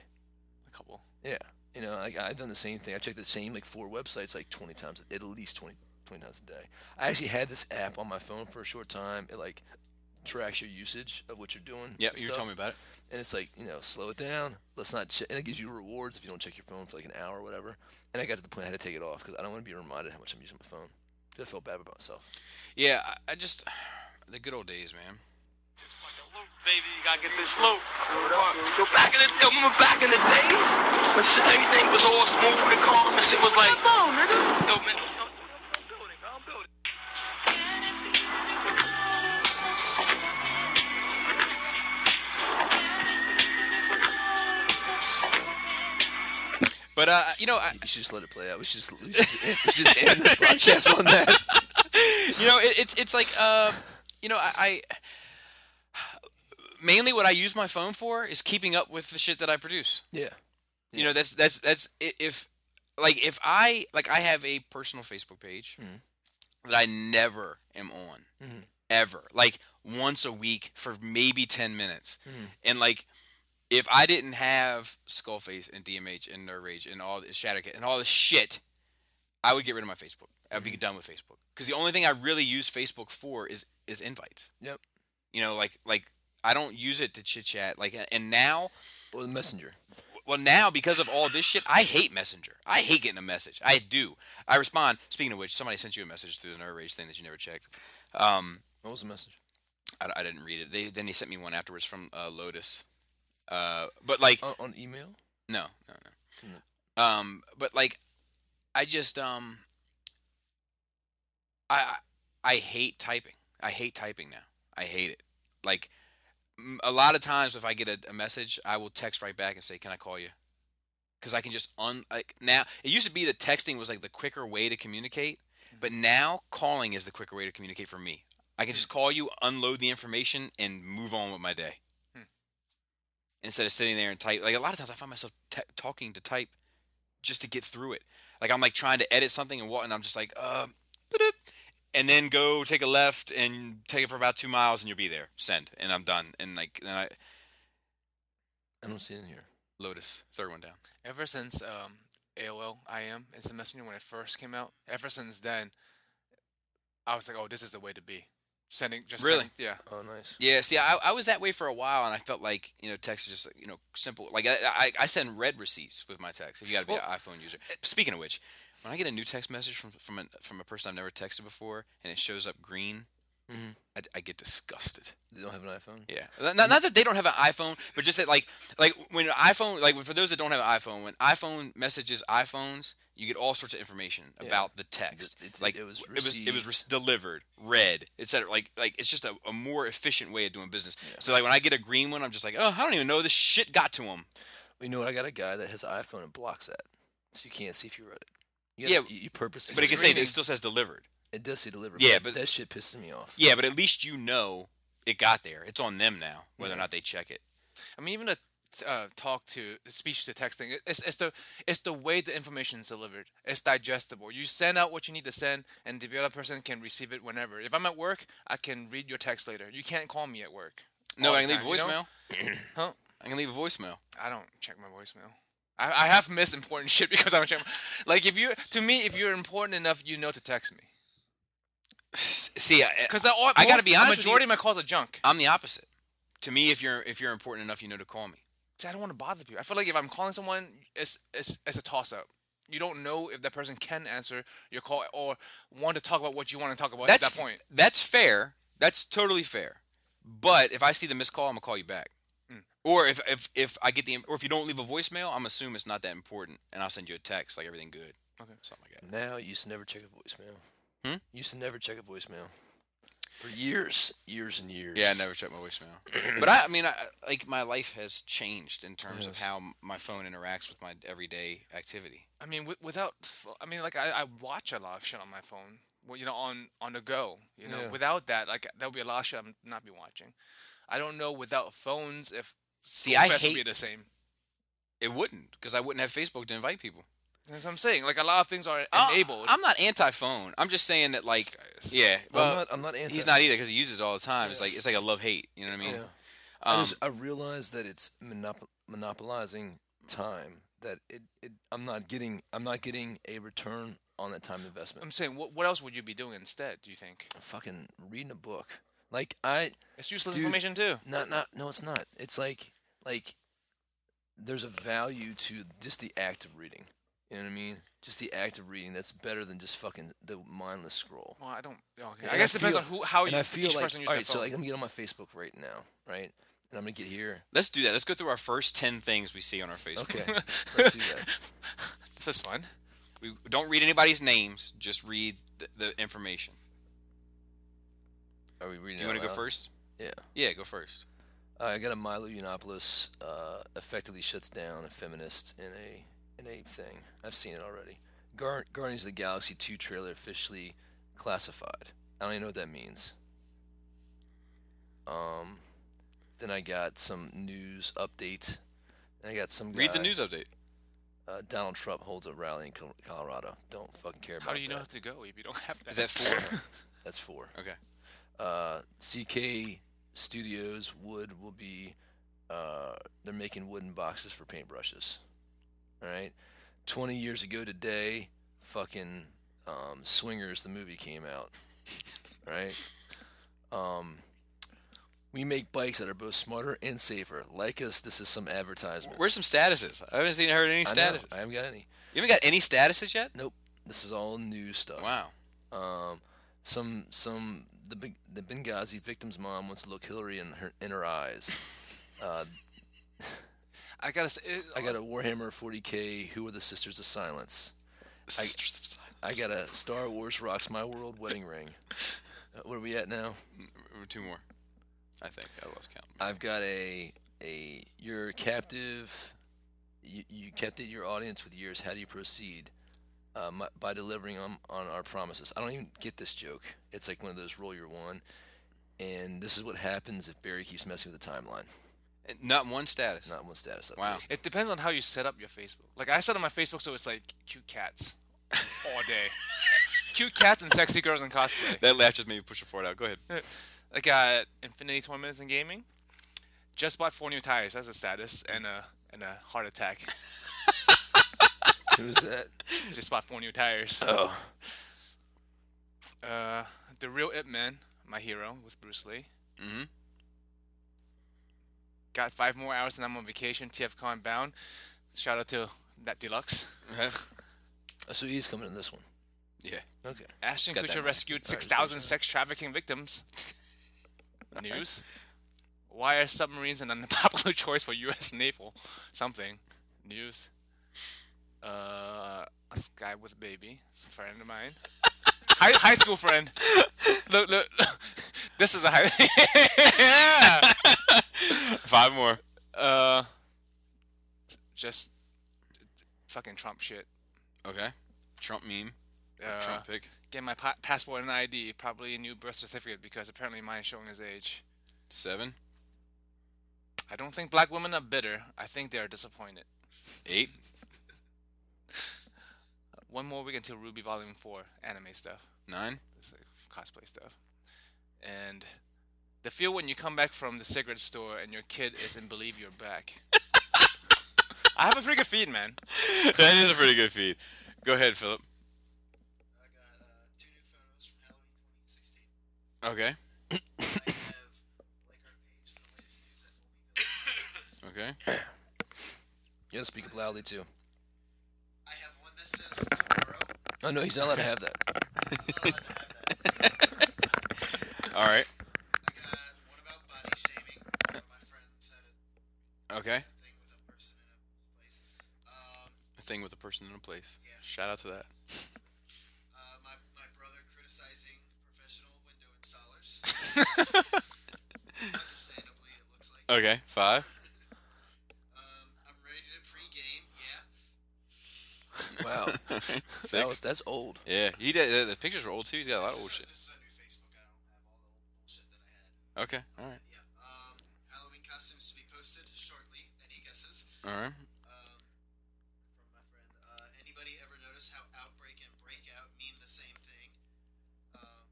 A couple.
Yeah. You know, like I've done the same thing. I checked the same like four websites like 20 times, at least 20, 20 times a day. I actually had this app on my phone for a short time. It like tracks your usage of what you're doing.
Yeah,
and
you were
stuff.
telling me about it.
And it's like, you know, slow it down. Let's not check. And it gives you rewards if you don't check your phone for like an hour or whatever. And I got to the point I had to take it off because I don't want to be reminded how much I'm using my phone. 'Cause I felt bad about myself.
Yeah, I, I just the good old days, man.
Loop, baby, you gotta get this loop. Yo, back in the yo, remember back in the days when shit, everything was all smooth and calm and shit was like. Come on, nigga. Yo, man. yo, I'm building, I'm building.
But uh, you know, I,
You should just let it play out. We should just, we should just, end, we should just end the podcast on that.
you know, it, it's it's like uh, you know, I, I mainly what I use my phone for is keeping up with the shit that I produce.
Yeah.
You know, that's that's that's i- if like if I like I have a personal Facebook page. that I never am on. Ever. Like once a week for maybe 10 minutes. And like if I didn't have Skullface and DMH and Nerd Rage and all the Shattercat and all this shit, I would get rid of my Facebook. I'd be done with Facebook. Because the only thing I really use Facebook for is is invites.
Yep.
You know, like like I don't use it to chit chat. Like and now
Well, the messenger.
well now because of all this shit i hate messenger i hate getting a message i do i respond speaking of which somebody sent you a message through the nerve rage thing that you never checked um
What was the message?
i, I didn't read it they then he sent me one afterwards from uh, lotus uh but like
On, on email?
no, no, no. Um, but like, I just um, I I I hate typing. I hate typing now. I hate it. Like, m- a lot of times if I get a, a message, I will text right back and say, "Can I call you?" Because I can just un like now. It used to be that texting was like the quicker way to communicate, but now calling is the quicker way to communicate for me. I can just call you, unload the information, and move on with my day instead of sitting there and type. Like a lot of times, I find myself t- talking to type just to get through it. Like I'm like trying to edit something and what, and I'm just like, uh, ba-doop, and then go take a left and take it for about two miles, and you'll be there. Send, and I'm done. And like then I
I don't see it in here.
Lotus third one down.
Ever since um, AOL IM is the messenger when it first came out, ever since then, I was like, oh, this is the way to be. Sending just
Really?
sending- yeah.
Oh, nice.
Yeah, see, I, I was that way for a while, and I felt like you know text is just you know simple. Like I I, I send red receipts with my text. If you got to be an iPhone user. Speaking of which, when I get a new text message from from a, from a person I've never texted before, and it shows up green,
Mhm.
I, I get disgusted.
You don't have an iPhone?
Yeah. Not, not- not that they don't have an iPhone, but just that like like when an iPhone like for those that don't have an iPhone, when iPhone messages iPhones, you get all sorts of information about the text.
It- it-
like
it was
it was it was
received.
re- delivered, read, etc. Like like it's just a, a more efficient way of doing business. So like when I get a green one, I'm just like, "Oh, I don't even know this shit got to him."
You know what? I got a guy that has an iPhone and blocks that. So you can't see if you read it. You gotta-
Yeah,
You, you purposely.
But it can say
screen
it still says delivered.
It does say delivered.
Yeah,
but
but-
that shit pisses me off.
Yeah, but at least you know it got there. It's on them now whether or
Yeah.
not they check it.
I mean, even the t- uh, talk to speech to text thing. it- It's, it's the it's the way the information is delivered. It's digestible. You send out what you need to send, and the other person can receive it whenever. If I'm at work, I can read your text later. You can't call me at work.
No,
all
I
the
can leave
time,
a
Oh, you know?
voicemail.
Huh?
I can leave a voicemail.
I don't check my voicemail. I, I have missed important shit because I don't check. My, like if you to me, if you're important enough, you know to text me.
See, I,
Because I,
I gotta be honest
The
with you.
majority of my calls are junk.
I'm the opposite. To me, if you're if you're important enough, you know to call me.
See, I don't want to bother people. I feel like if I'm calling someone, it's it's, it's a toss up. You don't know if that person can answer your call or want to talk about what you want to talk about
That's
at that point.
That's fair. That's totally fair. But if I see the missed call, I'm gonna call you back. Or if, if if I get the or if you don't leave a voicemail, I'm assume it's not that important, and I'll send you a text like everything good. Okay, something like that.
Now you used to never check a voicemail.
Hmm?
You used to never check a voicemail. For years, years and years.
Yeah, I never check my voicemail. but I, I mean, I, like my life has changed in terms of how m- my phone interacts with my everyday activity.
I mean, wi- without, ph- I mean, like I, I watch a lot of shit on my phone. Well, you know, on on the go. You know,
Yeah.
without that, like there would be a lot of shit I'm not be watching. I don't know without phones if
See, I
Fest would be
hate-
the same.
It wouldn't because I wouldn't have Facebook to invite people.
That's what I'm saying. Like a lot of things are
Uh,
I-
enabled.
Uh, I'm not anti-phone. I'm just saying that like,
guy is-
yeah.
Well,
well,
I'm not. I'm not anti.
He's not either because he uses it all the time. It's like it's like a love hate. You know what I mean?
Yeah. I,
Um,
just, I realize that it's monop- monopolizing time. That it, it. I'm not getting. I'm not getting a return on that time investment.
I'm saying, what what else would you be doing instead? Do you think
I'm fucking reading a book. Like I.
it's useless
Dude,
information too?
Not not no, it's not. It's like like there's a value to just the act of reading. You know what I mean? Just the act of reading. That's better than just fucking the mindless scroll.
Well, I don't. oh, Okay.
And
I guess it depends
feel-
on who, how
and
you,
I feel
each
like,
person uses
all
their
right, so
phone.
like I'm gonna get on my Facebook right now, right? And I'm gonna get here.
let's do that. Let's go through our first ten things we see on our Facebook.
Okay, let's do that.
this is fun.
We don't read anybody's names. Just read the, the information.
Are we reading?
You
out
want to go
loud?
first?
Yeah.
Yeah, go first.
Uh, I got a Milo Yiannopoulos uh, effectively shuts down a feminist in a in a thing. I've seen it already. Guar- Guardians of the Galaxy 2 trailer officially classified. I don't even know what that means. Um, then I got some news update. And I got some.
Read the
guy-
news update.
uh, Donald Trump holds a rally in Col- Colorado. Don't fucking care about
How do you
that.
know how to go if you don't have that?
Is that four?
That's four.
okay.
Uh, CK Studios Wood will be. Uh, they're making wooden boxes for paintbrushes. All right. Twenty years ago today, fucking um, Swingers the movie came out. All right. Um, we make bikes that are both smarter and safer. Like us, this is some advertisement.
Where's some statuses? I haven't seen heard any
I know,
statuses.
I haven't got any.
You haven't got any statuses yet?
Nope. This is all new stuff.
Wow.
Um, some some the big the Benghazi victim's mom wants to look Hillary in her in her eyes. Uh,
I gotta say, it,
I got a Warhammer 40k. Who are the Sisters of Silence?
Sisters of Silence.
I got a Star Wars rocks my world wedding ring. Uh, where are we at now?
two more. I think I lost count.
I've got a a your captive. You, you captive your audience with years. How do you proceed? Uh, my, by delivering on, on our promises. I don't even get this joke. It's like one of those roll your one. And this is what happens if Barry keeps messing with the timeline.
And Not one status.
Not one status update.
Wow.
it depends on how you set up your Facebook. Like I set up my Facebook so it's like cute cats all day, cute cats and sexy girls in cosplay.
That laugh just made me push it forward out. Go ahead.
I got Infinity Twenty Minutes in Gaming. Just bought four new tires. That's a status and a and a heart attack.
Who's that?
Just bought four new tires.
Oh,
Uh, the real Ip Man, my hero with Bruce Lee.
Mm-hmm.
Got five more hours and I'm on vacation. TFCon bound. Shout out to that deluxe.
Oh, so he's coming in this one.
yeah.
Okay.
Ashton
got that
Kutcher
right.
rescued 6,000 sex trafficking victims. News. Why are submarines an unpopular choice for U.S. naval? Something. News. Uh, a guy with a baby. It's a friend of mine. high, high school friend. Look, look. This is a high. yeah.
Five more.
Uh, just fucking Trump shit.
Okay. Trump meme.
Uh,
Trump pick.
Get my pa- passport and ID, probably a new birth certificate because apparently mine's showing his age.
Seven.
I don't think black women are bitter. I think they are disappointed.
Eight.
One more week until Ruby Volume 4 anime stuff.
Nine.
It's like cosplay stuff. And the feel when you come back from the cigarette store and your kid is in Believe You're Back. I have a pretty good feed, man.
that is a pretty good feed. Go ahead, Philip.
I got uh, two new photos from Halloween 2016.
Okay.
I have like our page for the latest news at Olmego.
Okay.
You gotta speak up loudly too.
I have one that says tomorrow.
Oh no, he's not allowed to have that.
I'm not allowed to have that.
All right.
I got one about body shaming. One of my friends had a
Okay.
thing with a person in a place. Um,
A thing with a person in a place.
Yeah.
Shout out to that.
uh, my, my brother criticizing professional window installers. Understandably, it looks like.
Okay. Five.
Um, I'm ready to pregame. Yeah.
Wow, that
Six.
was, that's old.
yeah. He did. The pictures were old too. He's got a lot of old
this is
shit.
A, this is a new Facebook. I don't have all the old bullshit that I had.
Okay. All right.
Yeah. Um, Halloween costumes to be posted shortly. Any guesses?
All right.
Um, from my friend. Uh, anybody ever notice how outbreak and breakout mean the same thing? Um,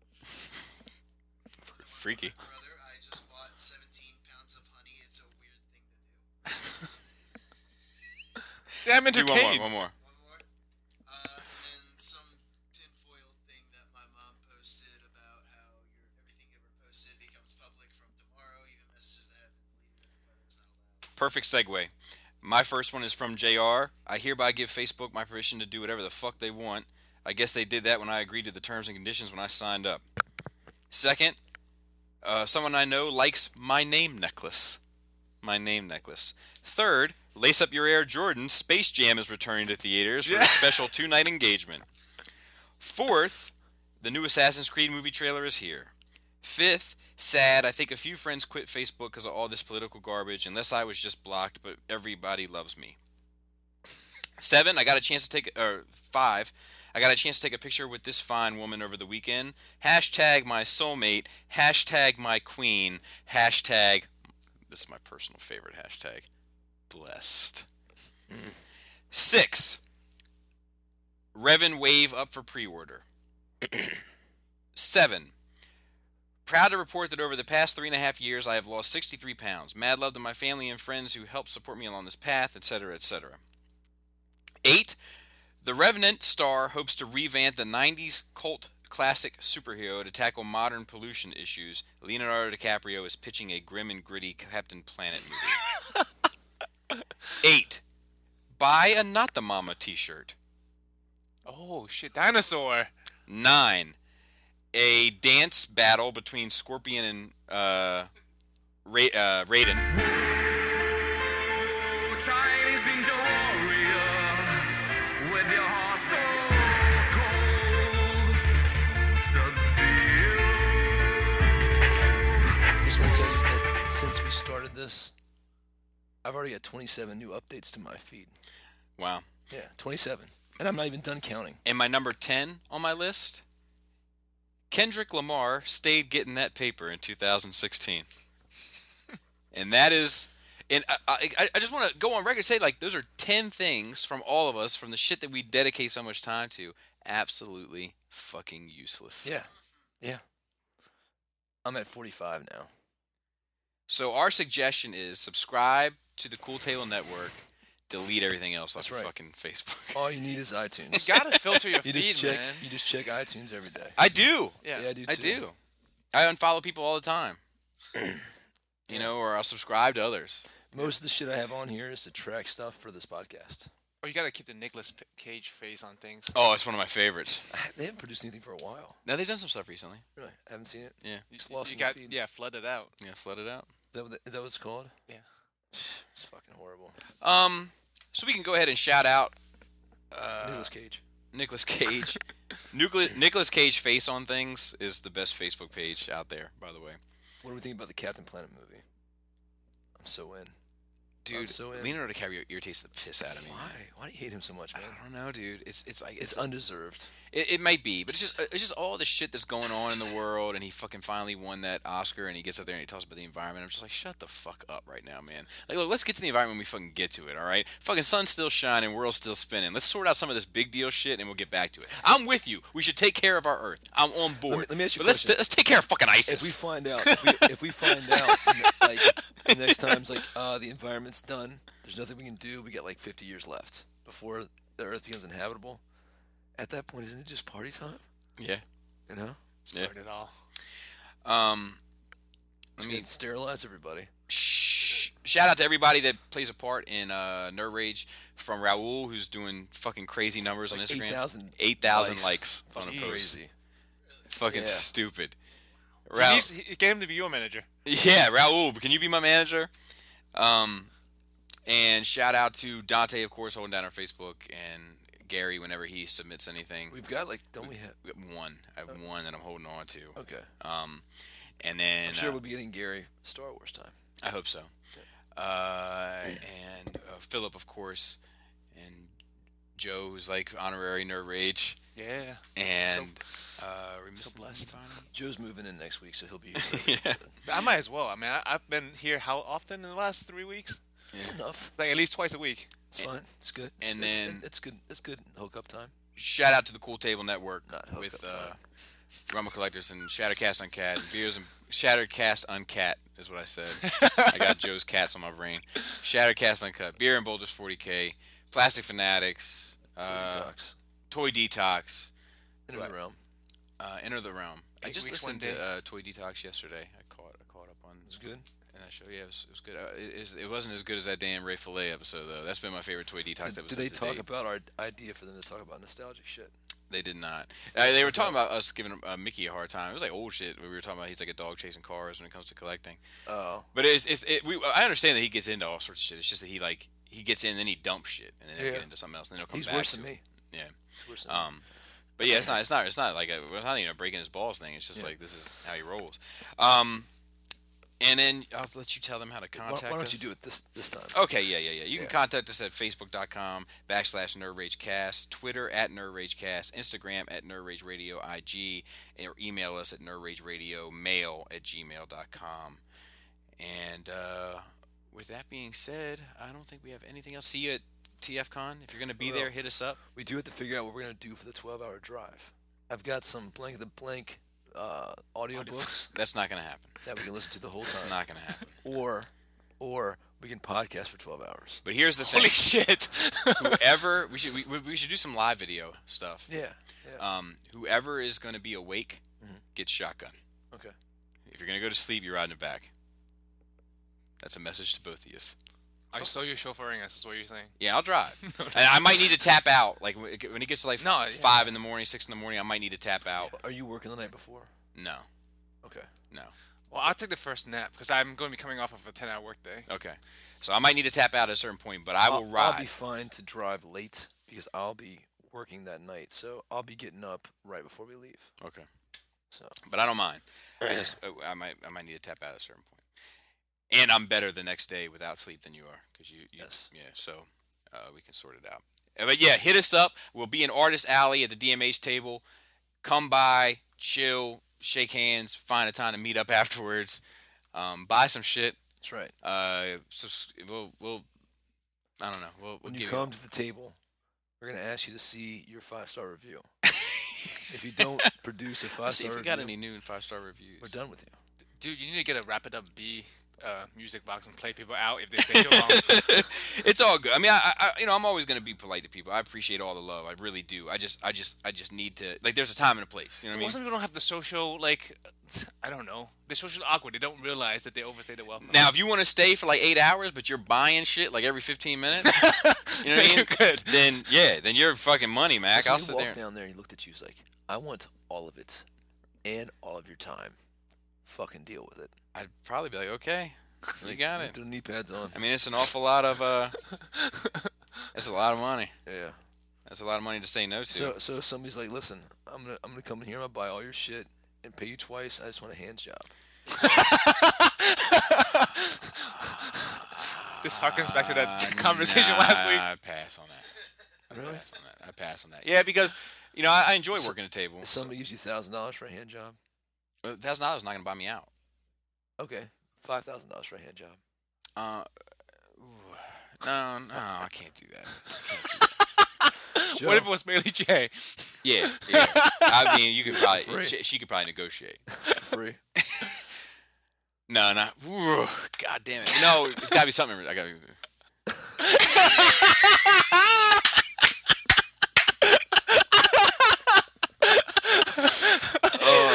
from the one from
Freaky.
my Brother, I just bought 17 pounds of honey. It's a weird thing to do.
See, I'm
Do
entertained.
one more. One more.
One more. Uh, and then some tinfoil thing that my mom posted about how your everything you ever posted becomes public from tomorrow, even messages that have been deleted if the photo is not allowed.
Perfect segue. My first one is from JR. I hereby give Facebook my permission to do whatever the fuck they want. I guess they did that when I agreed to the terms and conditions when I signed up. Second, uh, someone I know likes my name necklace. My name necklace. Third, lace up your Air Jordan. Space Jam is returning to theaters for a special two night engagement. Fourth, the new Assassin's Creed movie trailer is here. Fifth, sad. I think a few friends quit Facebook because of all this political garbage, unless I was just blocked, but everybody loves me. Seven, I got a chance to take, or five, I got a chance to take a picture with this fine woman over the weekend. Hashtag my soulmate, hashtag my queen, hashtag, this is my personal favorite hashtag, blessed. Six. Revan Wave up for pre-order. Seven. Proud to report that over the past three and a half years, I have lost 63 pounds. Mad love to my family and friends who helped support me along this path, etc., etc. Eight. The Revenant star hopes to revamp the 90s cult classic superhero to tackle modern pollution issues. Leonardo DiCaprio is pitching a grim and gritty Captain Planet movie. Eight. Buy a Not the Mama t shirt.
Oh, shit. Dinosaur.
Nine. A dance battle between Scorpion and uh, Ra- uh, Raiden.
Just want to tell you that since we started this, I've already got 27 new updates to my feed.
Wow.
Yeah, 27. And I'm not even done counting.
And my number 10 on my list Kendrick Lamar stayed getting that paper in 2016. and that is. And I, I, I just want to go on record and say, like, those are 10 things from all of us, from the shit that we dedicate so much time to, absolutely fucking useless.
Yeah. Yeah. I'm at 45 now.
So our suggestion is subscribe to the Cool Table Network, delete everything else
That's
off
right.
your fucking Facebook.
All you need is iTunes.
You gotta filter your
you
feed,
just check
man.
you just check iTunes every day.
I do.
Yeah.
Yeah, I do too.
I do. I unfollow people all the time. you know, or I'll subscribe to others.
Most of the shit I have on here is to track stuff for this podcast.
Or Oh, you gotta keep the Nicolas P- Cage face on things.
Oh, it's one of my favorites.
They haven't produced anything for a while.
Now they've done some stuff recently.
Really, I haven't seen it.
Yeah.
You,
It's lost
you
in
got
the feed.
yeah, flooded out.
Yeah, flood it out.
Is that what, the, is that what it's called?
Yeah.
It's fucking horrible.
Um, so we can go ahead and shout out
Uh,
Nicolas Cage.
Nicolas Cage. Nucle- Nicolas Cage face on things is the best Facebook page out there, by the way.
What do we think about the Captain Planet movie? I'm so in.
Dude,
so in.
Leonardo DiCaprio irritates the piss out of me. man.
Why? Why do you hate him so much, man?
I don't know, dude. It's it's like
It's undeserved.
It, it might be, but it's just it's just all the shit that's going on in the world, and he fucking finally won that Oscar, and he gets up there and he talks about the environment. I'm just like, shut the fuck up right now, man. Like, look, let's get to the environment when we fucking get to it, all right? Fucking sun's still shining, world's still spinning. Let's sort out some of this big deal shit, and we'll get back to it. I'm with you. We should take care of our Earth. I'm on board.
let me ask you a
but let's
question.
let's take care of fucking
If we
ISIS.
find out, if we, if we find out, like the next time's like, uh, the environment's done. There's nothing we can do. We got like 50 years left before the Earth becomes inhabitable. At that point, isn't it just party time?
yeah.
You know,
Yeah.
Flooded all.
Um. Let
I
me
mean, sterilize everybody.
Shh. Shout out to everybody that plays a part in uh, Nerd Rage from Raul, who's doing fucking crazy numbers on
Like
Instagram.
8,000
8,000
likes.
likes. on a
Fucking
post.
crazy.
Fucking
Yeah.
stupid.
He
Raul,
needs- he- get him to be your manager.
yeah, Raul, can you be my manager? Um, and shout out to Dante, of course, holding down our Facebook, and Gary whenever he submits anything.
We've got like, don't we have?
We got one. I have one that I'm holding on to.
Okay,
Um, and then
I'm sure
uh,
we'll be getting Gary Star Wars time.
I hope so. Uh, and uh, Philip, of course, and Joe, who's like honorary nerd rage,
Yeah.
and uh, we're missing
blessed.
anybody?
Joe's moving in next week, so he'll be.
Yeah.
I might as well. I mean, I, I've been here how often in the last three weeks?
It's enough.
Like at least twice a week.
It's fine. It's good.
and
it's,
then-
it's, it's good. It's good hookup time.
Shout out to the Cool Table Network
Not hooked
with
up
uh,
time.
Rumble Collectors and Shattercast Uncat and Beers and Shattercast Uncat is what I said. I got Joe's cats on my brain. Shattercast Uncut, Beer and Boulders 40K, Plastic Fanatics, uh,
Talks.
Toy Detox.
In the
what?
realm.
uh, Enter the Realm. I
Eight
just
weeks, one
listened to
day.
uh, Toy Detox yesterday. I caught I caught up on
It's good.
in that show. Yeah, it was, it was good. Uh, it, it's- it wasn't as good as that damn Ray Fillet episode though. That's been my favorite Toy Detox
Did,
episode.
did they
to
talk
date.
about our idea for them to talk about nostalgic shit?
They did not. Uh, they were talking about us giving uh, Mickey a hard time. It was like old shit. We were talking about he's like a dog chasing cars when it comes to collecting.
Oh,
But it's, it's it, we, I understand that he gets into all sorts of shit. It's just that he like he gets in, then he dumps shit, and then he'll
Yeah.
get into something else, and then he'll come
he's
back.
worse
to
than
it.
me.
Yeah.
He's worse than me.
Um, but yeah, it's not. It's not. It's not like a, it's not even a breaking his balls thing. It's just
Yeah.
like this is how he rolls. Um, and then I'll let you tell them how to
Why,
contact.
why don't
us. Oh.
you do it this this time?
Okay, yeah, yeah, yeah. You
Yeah.
can contact us at facebook.com backslash nerdragecast, Twitter at nerdragecast, Instagram at nerdrageradio IG, or email us at nerdrageradio mail at gmail.com. And uh, with that being said, I don't think we have anything else. See you at TFCon. If you're gonna be
Well,
there, hit us up.
We do have to figure out what we're going to do for the 12 hour drive. I've got some blank the blank uh, audiobooks
That's not gonna happen.
that we can listen to the whole
That's
time.
not gonna happen.
Or or we can podcast for 12 hours.
But here's the thing.
Holy shit!
whoever we should we, we- we should do some live video stuff.
Yeah. Mm-hmm. yeah.
Um, whoever is gonna be awake gets shotgun.
okay.
If you're gonna go to sleep, you're riding it back. That's a message to both of you.
I saw you chauffeuring us. Is what you're saying?
Yeah, I'll drive. and I might need to tap out. Like when it when it gets to like
No, yeah.
five in the morning, six in the morning, I might need to tap out.
Are you working the night before?
No,
Okay.
no.
Well, I'll take the first nap because I'm going to be coming off of a 10-hour workday.
Okay. So I might need to tap out at a certain point, but I will
I'll-
ride.
I'll be fine to drive late because I'll be working that night. So I'll be getting up right before we leave.
okay.
So
But I don't mind. I just Uh, I- I might I might need to tap out at a certain point. And I'm better the next day without sleep than you are because you, you
Yes.
yeah. So uh, we can sort it out. Uh, But yeah, hit us up. We'll be in Artist Alley at the DMH table. Come by, chill, shake hands, find a time to meet up afterwards. Um, buy some shit.
that's right.
Uh, subs- we'll we'll I don't know. We'll, we'll
When
give
you come to the table, we're gonna ask you to see your five star review. if you don't produce a five
Let's see
star
if we
review,
got any new and five star reviews.
we're done with you.
Dude, you need to get a wrap it up B uh, music box and play people out if they stay too long.
it's all good. I mean, I, I, you know, I'm always going to be polite to people. I appreciate all the love. I really do. I just, I just, I just need to. Like, there's a time and a place. You know what I
Well,
mean?
some people don't have the social like I don't know. They're socially awkward. They don't realize that they overstay their welcome.
Now, if you want to stay for like eight hours, but you're buying shit like every 15 minutes, you know what I mean?
You're good.
Then, yeah, then you're fucking money, Mac.
So
I'll
he
sit
walked
there.
down there and he looked at you. He's like, "I want all of it, and all of your time. Fucking deal with it."
I'd probably be like, okay, you got it.
Throw knee pads on.
I mean, it's an awful lot of, uh, it's a lot of money.
Yeah.
That's a lot of money to say no to.
So so somebody's like, "Listen, I'm gonna I'm gonna come in here. I'm gonna buy all your shit and pay you twice. I just want a hand job."
This harkens back to that
Uh,
conversation
nah,
last week.
I pass on that. I
Really?
pass on that. I pass on that. Yeah, because you know I, I enjoy working a table.
If somebody gives you thousand dollars for a hand job,
Thousand dollars not gonna buy me out.
okay, five thousand dollars for a hand job.
Uh, ooh, no, no, I can't do that.
Joe,
What if it was Bailey J?
Yeah, yeah. I mean, you could probably
Free.
she, she could probably negotiate.
free?
No, no. Ooh, God damn it. No, it's gotta be something. I gotta. Be,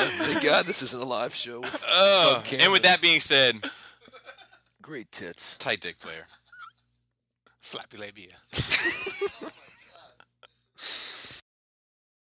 Thank Oh God this isn't a live show. With
oh,
Okay.
and with that being said,
great tits.
tight dick player.
Flappy labia.